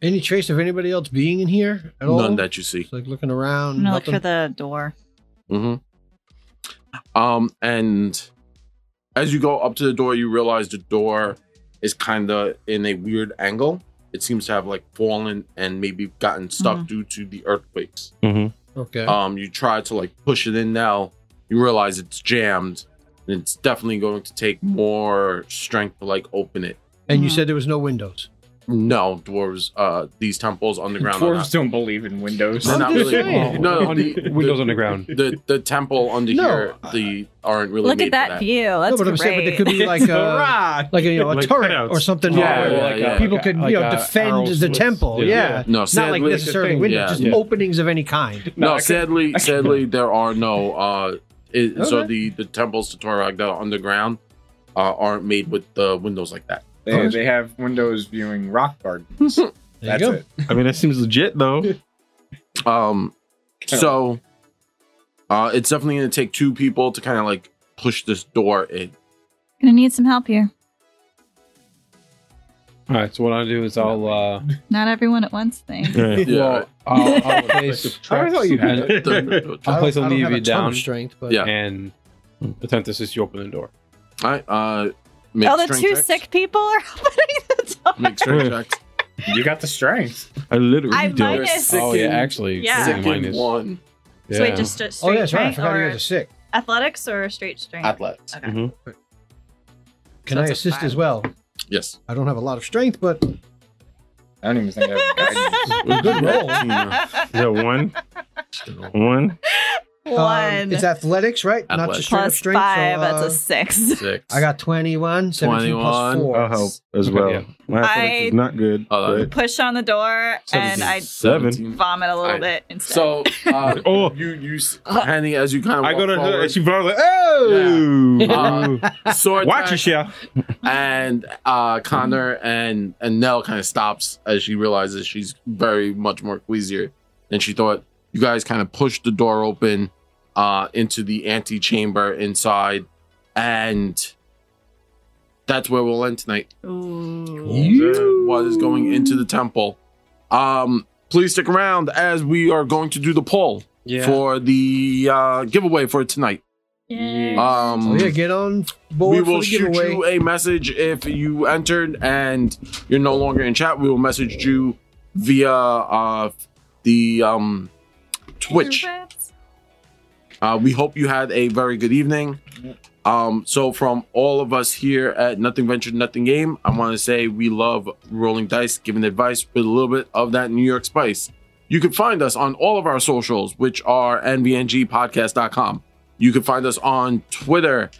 [SPEAKER 2] Any trace of anybody else being in here at all?
[SPEAKER 1] None that you see.
[SPEAKER 2] Just, like looking
[SPEAKER 5] I'm
[SPEAKER 2] around.
[SPEAKER 5] gonna look
[SPEAKER 2] nothing.
[SPEAKER 5] for the door.
[SPEAKER 1] hmm Um, and as you go up to the door, you realize the door is kind of in a weird angle. It seems to have like fallen and maybe gotten stuck
[SPEAKER 5] Mhm.
[SPEAKER 1] due to the earthquakes.
[SPEAKER 9] Mm-hmm.
[SPEAKER 2] Mm-hmm. okay.
[SPEAKER 1] Um, you try to like push it in now. You realize it's jammed, and it's definitely going to take more strength to like open it.
[SPEAKER 2] and you
[SPEAKER 5] mhm.
[SPEAKER 2] said there was no windows.
[SPEAKER 1] No dwarves. Uh, these temples underground. Are
[SPEAKER 11] Dwarves
[SPEAKER 1] not,
[SPEAKER 11] don't believe in windows.
[SPEAKER 1] they're
[SPEAKER 2] I'm
[SPEAKER 1] not
[SPEAKER 2] just
[SPEAKER 1] really.
[SPEAKER 2] saying.
[SPEAKER 1] No, no,
[SPEAKER 6] On-
[SPEAKER 1] the-
[SPEAKER 6] windows
[SPEAKER 1] the-
[SPEAKER 6] on the ground.
[SPEAKER 1] the the temple under
[SPEAKER 2] No,
[SPEAKER 1] here the aren't really
[SPEAKER 5] look
[SPEAKER 1] made
[SPEAKER 5] at that,
[SPEAKER 1] for
[SPEAKER 5] view. That's
[SPEAKER 2] no, but I'm
[SPEAKER 5] great.
[SPEAKER 2] saying, but there could be like a, like a, you know, a
[SPEAKER 9] Like
[SPEAKER 2] turret
[SPEAKER 9] cutouts.
[SPEAKER 2] or something.
[SPEAKER 1] Yeah,
[SPEAKER 2] where
[SPEAKER 1] yeah, yeah.
[SPEAKER 2] People could you know
[SPEAKER 6] a
[SPEAKER 2] defend
[SPEAKER 6] arrow
[SPEAKER 2] the
[SPEAKER 6] slits.
[SPEAKER 2] temple. Yeah.
[SPEAKER 1] no
[SPEAKER 2] Not
[SPEAKER 1] sadly
[SPEAKER 2] like necessarily
[SPEAKER 9] thing.
[SPEAKER 2] windows,
[SPEAKER 1] Yeah.
[SPEAKER 2] just
[SPEAKER 6] Yeah.
[SPEAKER 2] openings of any kind.
[SPEAKER 1] no,
[SPEAKER 11] I could-
[SPEAKER 1] sadly
[SPEAKER 11] I could-
[SPEAKER 1] sadly there are no uh it, so
[SPEAKER 2] Okay.
[SPEAKER 1] the the temples to torag that are underground uh, aren't made with the windows like that
[SPEAKER 11] They, they have windows viewing rock gardens.
[SPEAKER 2] There you
[SPEAKER 11] That's
[SPEAKER 2] go.
[SPEAKER 11] it.
[SPEAKER 9] I mean, that seems legit though.
[SPEAKER 1] um so uh it's definitely gonna take two people to kind of like push this door in
[SPEAKER 5] gonna need some help here.
[SPEAKER 6] All right. So what I'll do is I'll. Uh,
[SPEAKER 5] Not everyone at once thing.
[SPEAKER 9] Yeah.
[SPEAKER 1] yeah Uh,
[SPEAKER 6] I'll, I'll place.
[SPEAKER 11] I thought you had
[SPEAKER 6] and,
[SPEAKER 1] all
[SPEAKER 6] I'll place
[SPEAKER 2] I don't- I don't have
[SPEAKER 6] Olivia
[SPEAKER 2] a ton of
[SPEAKER 6] down
[SPEAKER 2] Strength, but
[SPEAKER 1] Yeah.
[SPEAKER 6] and attempt to assist you open the door.
[SPEAKER 1] right uh make
[SPEAKER 5] Oh, the
[SPEAKER 1] strength
[SPEAKER 5] two
[SPEAKER 1] checks.
[SPEAKER 5] sick people are opening the door.
[SPEAKER 1] make
[SPEAKER 6] Hmm.
[SPEAKER 1] strength checks
[SPEAKER 11] You got the strength.
[SPEAKER 9] I literally
[SPEAKER 5] I
[SPEAKER 9] do.
[SPEAKER 5] might- Minus-
[SPEAKER 6] Oh yeah, actually.
[SPEAKER 5] Yeah.
[SPEAKER 6] yeah,
[SPEAKER 1] Sick in
[SPEAKER 6] minus-
[SPEAKER 1] one
[SPEAKER 6] Yeah.
[SPEAKER 5] So wait, just st-
[SPEAKER 2] Oh,
[SPEAKER 5] straight
[SPEAKER 2] yeah, that's right. I
[SPEAKER 5] strength
[SPEAKER 2] forgot you
[SPEAKER 5] or
[SPEAKER 2] guys are sick.
[SPEAKER 5] athletics or straight strength?
[SPEAKER 1] athletics
[SPEAKER 5] Okay.
[SPEAKER 9] Mhm.
[SPEAKER 2] Can
[SPEAKER 5] So
[SPEAKER 2] I
[SPEAKER 5] it's a
[SPEAKER 2] assist
[SPEAKER 5] five.
[SPEAKER 2] as well?
[SPEAKER 1] yes
[SPEAKER 2] I don't have a lot of strength, but
[SPEAKER 11] I don't even think I have guidance.
[SPEAKER 2] good roll.
[SPEAKER 9] Yeah, one, one.
[SPEAKER 5] One
[SPEAKER 2] Um, it's athletics, right? Not
[SPEAKER 1] Athletics.
[SPEAKER 2] just straight up
[SPEAKER 5] plus five.
[SPEAKER 2] strength. so, uh,
[SPEAKER 5] that's a six.
[SPEAKER 1] six Uh-huh.
[SPEAKER 2] I got 21, 17 plus
[SPEAKER 1] 21.
[SPEAKER 2] 4.
[SPEAKER 9] I'll help as well.
[SPEAKER 6] yeah.
[SPEAKER 9] My athletics is
[SPEAKER 5] I-
[SPEAKER 9] not good.
[SPEAKER 1] Oh,
[SPEAKER 9] but-
[SPEAKER 1] that-
[SPEAKER 5] Push on the door, and I
[SPEAKER 9] Seven.
[SPEAKER 5] vomit a little
[SPEAKER 1] I-
[SPEAKER 5] bit instead.
[SPEAKER 1] So, uh,
[SPEAKER 9] Oh.
[SPEAKER 1] you you s- Henny as you kind of
[SPEAKER 9] I go to her and
[SPEAKER 1] forward,
[SPEAKER 9] she blows like, oh,
[SPEAKER 1] uh, sword
[SPEAKER 9] watch
[SPEAKER 1] attack,
[SPEAKER 9] yourself.
[SPEAKER 1] and uh, Connor and and Nell kind of stops as she realizes she's very much more queasier than she thought. You guys kind of push the door open uh, into the antechamber inside, and that's where we'll end tonight.
[SPEAKER 5] Ooh.
[SPEAKER 1] You what is going into the temple. Um, please stick around as we are going to do the poll for the uh, giveaway for tonight.
[SPEAKER 5] Yay.
[SPEAKER 1] Um,
[SPEAKER 2] So yeah, get on board
[SPEAKER 1] we
[SPEAKER 2] for
[SPEAKER 1] will
[SPEAKER 2] the
[SPEAKER 1] shoot
[SPEAKER 2] giveaway.
[SPEAKER 1] you a message if you entered and you're no longer in chat. We will message you via uh, the um, Twitch. Uh, we hope you had a very good evening. Um, so, from all of us here at Nothing Venture, Nothing Game, I want to say we love rolling dice, giving advice with a little bit of that New York spice. You can find us on all of our socials, which are nvngpodcast.com. You can find us on Twitter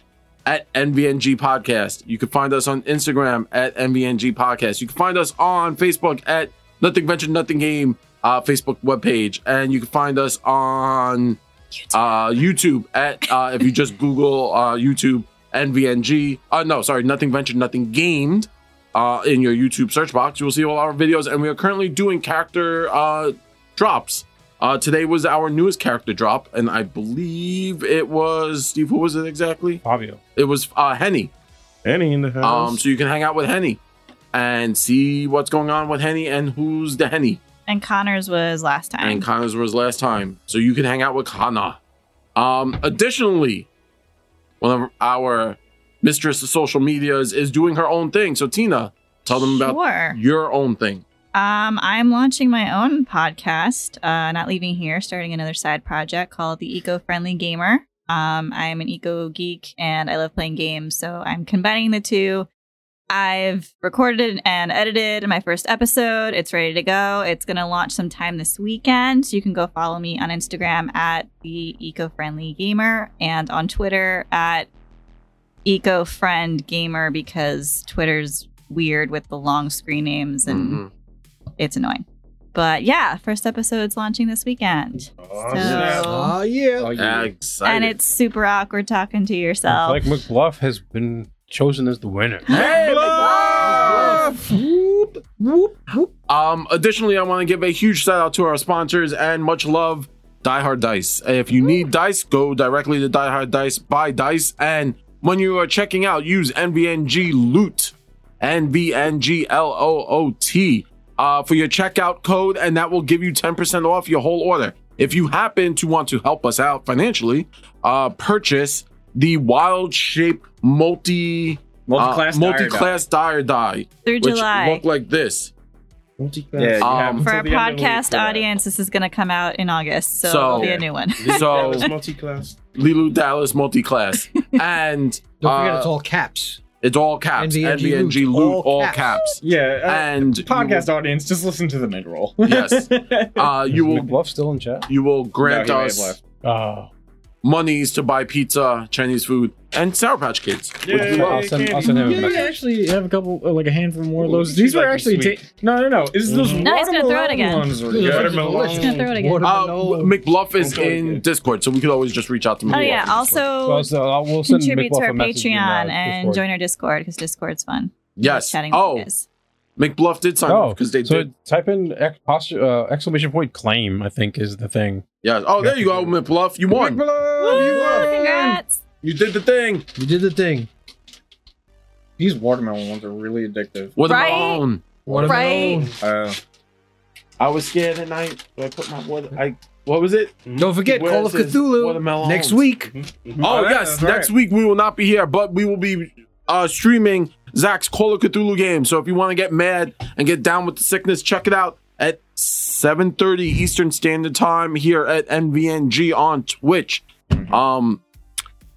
[SPEAKER 1] at NVNG Podcast. You can find us on Instagram at NVNG Podcast. You can find us on Facebook at Nothing Venture, Nothing Game uh, Facebook webpage. And you can find us on uh, YouTube at, uh, if you just Google uh, YouTube NVNG, uh, no, sorry, Nothing Venture, Nothing Gamed. Uh, in your YouTube search box, you will see all our videos, and we are currently doing character uh, drops. Uh, today was our newest character drop, and I believe it was Steve. Who was it exactly?
[SPEAKER 6] Fabio.
[SPEAKER 1] It was uh, Henny.
[SPEAKER 3] Any in the house.
[SPEAKER 1] Um, so you can hang out with Henny and see what's going on with Henny and who's the Henny.
[SPEAKER 5] And Connor's was last time.
[SPEAKER 1] And Connor's was last time, so you can hang out with Kana. Um, additionally, one of our mistress of social medias is doing her own thing. So Tina, tell them about
[SPEAKER 5] sure.
[SPEAKER 1] your own thing.
[SPEAKER 5] Um, I'm launching my own podcast, uh, Not Leaving Here, starting another side project called The Eco Friendly Gamer. Um, I'm an eco geek and I love playing games, so I'm combining the two. I've recorded and edited my first episode. It's ready to go. It's going to launch sometime this weekend. So you can go follow me on Instagram at The Eco Friendly Gamer and on Twitter at Eco Friend Gamer because Twitter's weird with the long screen names and
[SPEAKER 1] Mhm.
[SPEAKER 5] it's annoying. But yeah, first episode's launching this weekend. So,
[SPEAKER 2] Oh, yeah.
[SPEAKER 1] Excited.
[SPEAKER 5] and it's super awkward talking to yourself.
[SPEAKER 6] Like McBluff has been chosen as the winner.
[SPEAKER 1] Hey, Um, additionally, I want to give a huge shout out to our sponsors and much love, Die Hard Dice. If you need dice, go directly to Die Hard Dice, buy dice, and when you are checking out, use NVNG Loot, NVNG L O O T, uh, for your checkout code, and that will give you 10% off your whole order. If you happen to want to help us out financially, uh, purchase the Wild Shape Multi
[SPEAKER 11] Multi-class
[SPEAKER 1] uh,
[SPEAKER 11] dire die.
[SPEAKER 1] multi-class dire die
[SPEAKER 5] Through
[SPEAKER 1] which
[SPEAKER 5] July.
[SPEAKER 1] look like this.
[SPEAKER 11] Yeah, you
[SPEAKER 1] Um,
[SPEAKER 11] have
[SPEAKER 5] For
[SPEAKER 11] until
[SPEAKER 5] our
[SPEAKER 11] the end of the week
[SPEAKER 5] podcast
[SPEAKER 11] for that.
[SPEAKER 5] audience, this is going to come out in August. So,
[SPEAKER 1] So-
[SPEAKER 5] it'll be a new one.
[SPEAKER 1] So
[SPEAKER 9] multi-class.
[SPEAKER 1] Lilu Dallas multi-class, and
[SPEAKER 2] Don't forget, it's
[SPEAKER 1] uh,
[SPEAKER 2] all caps.
[SPEAKER 1] it's all caps.
[SPEAKER 2] NVNG
[SPEAKER 1] NVNG loot,
[SPEAKER 2] loot, all
[SPEAKER 1] all
[SPEAKER 2] caps.
[SPEAKER 1] caps.
[SPEAKER 11] Yeah,
[SPEAKER 1] And
[SPEAKER 11] uh, podcast audience, just listen to the mid roll.
[SPEAKER 1] You will, yes, uh, you will
[SPEAKER 6] McBluff still in chat?
[SPEAKER 1] you will grant
[SPEAKER 11] No, he may have
[SPEAKER 1] us
[SPEAKER 11] left.
[SPEAKER 6] Oh.
[SPEAKER 1] monies to buy pizza, Chinese food, and Sour Patch Kids.
[SPEAKER 11] Yeah,
[SPEAKER 1] Which we love.
[SPEAKER 6] I'll send, I'll send him a
[SPEAKER 11] Yeah, we
[SPEAKER 6] message.
[SPEAKER 11] actually have a couple, uh, like a handful more of those.
[SPEAKER 9] Ooh,
[SPEAKER 11] These
[SPEAKER 9] she's
[SPEAKER 11] were
[SPEAKER 9] like
[SPEAKER 11] actually
[SPEAKER 9] sweet.
[SPEAKER 11] ta- no, no, no. It's those
[SPEAKER 5] No, he's gonna throw it
[SPEAKER 11] watermelon
[SPEAKER 5] again.
[SPEAKER 11] ones were
[SPEAKER 2] Yeah,
[SPEAKER 11] good.
[SPEAKER 2] it's on the list.
[SPEAKER 5] Just gonna throw it again.
[SPEAKER 1] Uh,
[SPEAKER 2] Watermelon.
[SPEAKER 1] McBluff is
[SPEAKER 9] Don't worry,
[SPEAKER 1] in
[SPEAKER 9] kid.
[SPEAKER 1] Discord, so we could always just reach out to McBluff.
[SPEAKER 5] oh, yeah.
[SPEAKER 6] Well,
[SPEAKER 5] Also,
[SPEAKER 6] so I'll- we'll send
[SPEAKER 5] contribute to
[SPEAKER 6] McBluff
[SPEAKER 5] our
[SPEAKER 6] a message in,
[SPEAKER 5] Patreon
[SPEAKER 6] uh,
[SPEAKER 5] and
[SPEAKER 6] Discord.
[SPEAKER 5] join our Discord because Discord's fun. Just
[SPEAKER 1] Yes.
[SPEAKER 5] Chatting with you
[SPEAKER 1] Oh,
[SPEAKER 5] guys.
[SPEAKER 1] McBluff did sign
[SPEAKER 6] Oh,
[SPEAKER 1] up because they
[SPEAKER 6] so
[SPEAKER 1] did.
[SPEAKER 6] type in ex- post- uh, exclamation point claim. I think is the thing.
[SPEAKER 1] Yes. Oh, there you go, McBluff. You won.
[SPEAKER 5] Woo, congrats.
[SPEAKER 1] You did the thing.
[SPEAKER 2] You did the thing.
[SPEAKER 11] These watermelon ones are really addictive.
[SPEAKER 1] With
[SPEAKER 5] Right?
[SPEAKER 1] my own.
[SPEAKER 2] Watermelon.
[SPEAKER 11] Uh,
[SPEAKER 1] I was scared at night. I put my water. I what was it?
[SPEAKER 2] Don't forget,
[SPEAKER 1] Where
[SPEAKER 2] Call
[SPEAKER 1] it
[SPEAKER 2] of
[SPEAKER 1] says
[SPEAKER 2] Cthulhu
[SPEAKER 1] watermelon.
[SPEAKER 2] next week.
[SPEAKER 1] Oh,
[SPEAKER 11] yeah,
[SPEAKER 1] yes,
[SPEAKER 11] that's right.
[SPEAKER 1] next week we will not be here, but we will be uh, streaming Zach's Call of Cthulhu game. So if you want to get mad and get down with the sickness, check it out at 7:30 Eastern Standard Time here at NVNG on Twitch. Um,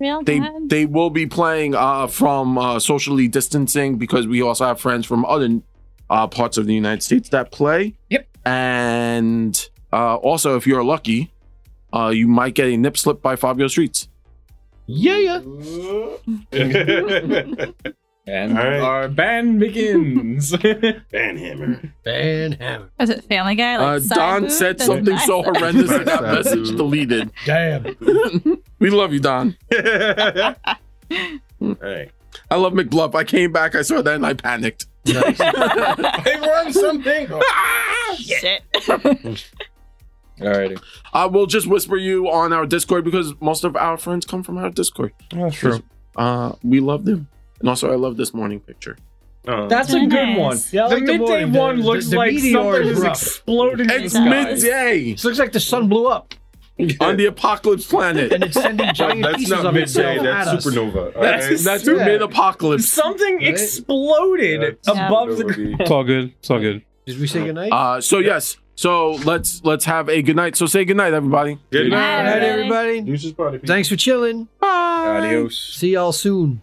[SPEAKER 5] Real
[SPEAKER 1] they
[SPEAKER 5] good.
[SPEAKER 1] they will be playing uh, from uh, socially distancing because we also have friends from other uh, parts of the United States that play.
[SPEAKER 11] Yep.
[SPEAKER 1] And uh, also, if you're lucky, uh, you might get a nip slip by Fabio Streets.
[SPEAKER 2] Yeah, yeah.
[SPEAKER 11] and
[SPEAKER 9] All right.
[SPEAKER 11] our band begins.
[SPEAKER 9] Banhammer.
[SPEAKER 2] Van Hammer.
[SPEAKER 5] Was it Family Guy? Like
[SPEAKER 1] Uh,
[SPEAKER 5] side
[SPEAKER 1] Don
[SPEAKER 5] boob?
[SPEAKER 1] said
[SPEAKER 5] That's
[SPEAKER 1] something so
[SPEAKER 5] nice.
[SPEAKER 1] horrendous that that
[SPEAKER 9] Side
[SPEAKER 1] message
[SPEAKER 9] boob.
[SPEAKER 1] deleted.
[SPEAKER 2] Damn.
[SPEAKER 1] we love you, Don.
[SPEAKER 9] All right.
[SPEAKER 1] I love McBluff. I came back, I saw that, and I panicked.
[SPEAKER 9] They won something.
[SPEAKER 5] Shit.
[SPEAKER 11] Alrighty.
[SPEAKER 1] I will just whisper you on our Discord because most of our friends come from our Discord.
[SPEAKER 3] That's true.
[SPEAKER 1] Uh, we love them, and also I love this morning picture.
[SPEAKER 9] Oh.
[SPEAKER 11] That's a
[SPEAKER 5] Very
[SPEAKER 11] good
[SPEAKER 5] nice.
[SPEAKER 11] one.
[SPEAKER 2] Yeah, I
[SPEAKER 11] the
[SPEAKER 2] like the
[SPEAKER 11] midday
[SPEAKER 2] morning.
[SPEAKER 11] one
[SPEAKER 2] The-
[SPEAKER 11] looks
[SPEAKER 2] the
[SPEAKER 11] like
[SPEAKER 2] meteor
[SPEAKER 11] something
[SPEAKER 2] is
[SPEAKER 11] is
[SPEAKER 2] rough.
[SPEAKER 11] exploding. in
[SPEAKER 1] It's
[SPEAKER 11] the sky.
[SPEAKER 1] midday
[SPEAKER 2] This looks like the sun blew up
[SPEAKER 1] on the apocalypse
[SPEAKER 2] and
[SPEAKER 1] planet.
[SPEAKER 2] it's sending giant
[SPEAKER 9] That's
[SPEAKER 2] pieces
[SPEAKER 9] not
[SPEAKER 2] of
[SPEAKER 9] midday.
[SPEAKER 2] itself
[SPEAKER 9] That's
[SPEAKER 2] at us.
[SPEAKER 9] supernova. all
[SPEAKER 11] That's-
[SPEAKER 9] right?
[SPEAKER 1] That's
[SPEAKER 11] Yeah.
[SPEAKER 1] mid-apocalypse.
[SPEAKER 11] Something
[SPEAKER 2] Right?
[SPEAKER 11] exploded
[SPEAKER 9] Yeah,
[SPEAKER 5] Yeah.
[SPEAKER 11] above the ground.
[SPEAKER 6] It's all good. It's all good.
[SPEAKER 2] Did we say goodnight?
[SPEAKER 1] Uh, so yes, so let's let's have a good night. So say good night, everybody.
[SPEAKER 9] Good
[SPEAKER 5] Bye,
[SPEAKER 9] night.
[SPEAKER 2] All right,
[SPEAKER 5] everybody.
[SPEAKER 2] everybody.
[SPEAKER 9] Deuces, party people.
[SPEAKER 2] Thanks for chilling.
[SPEAKER 11] Adios.
[SPEAKER 2] See y'all soon.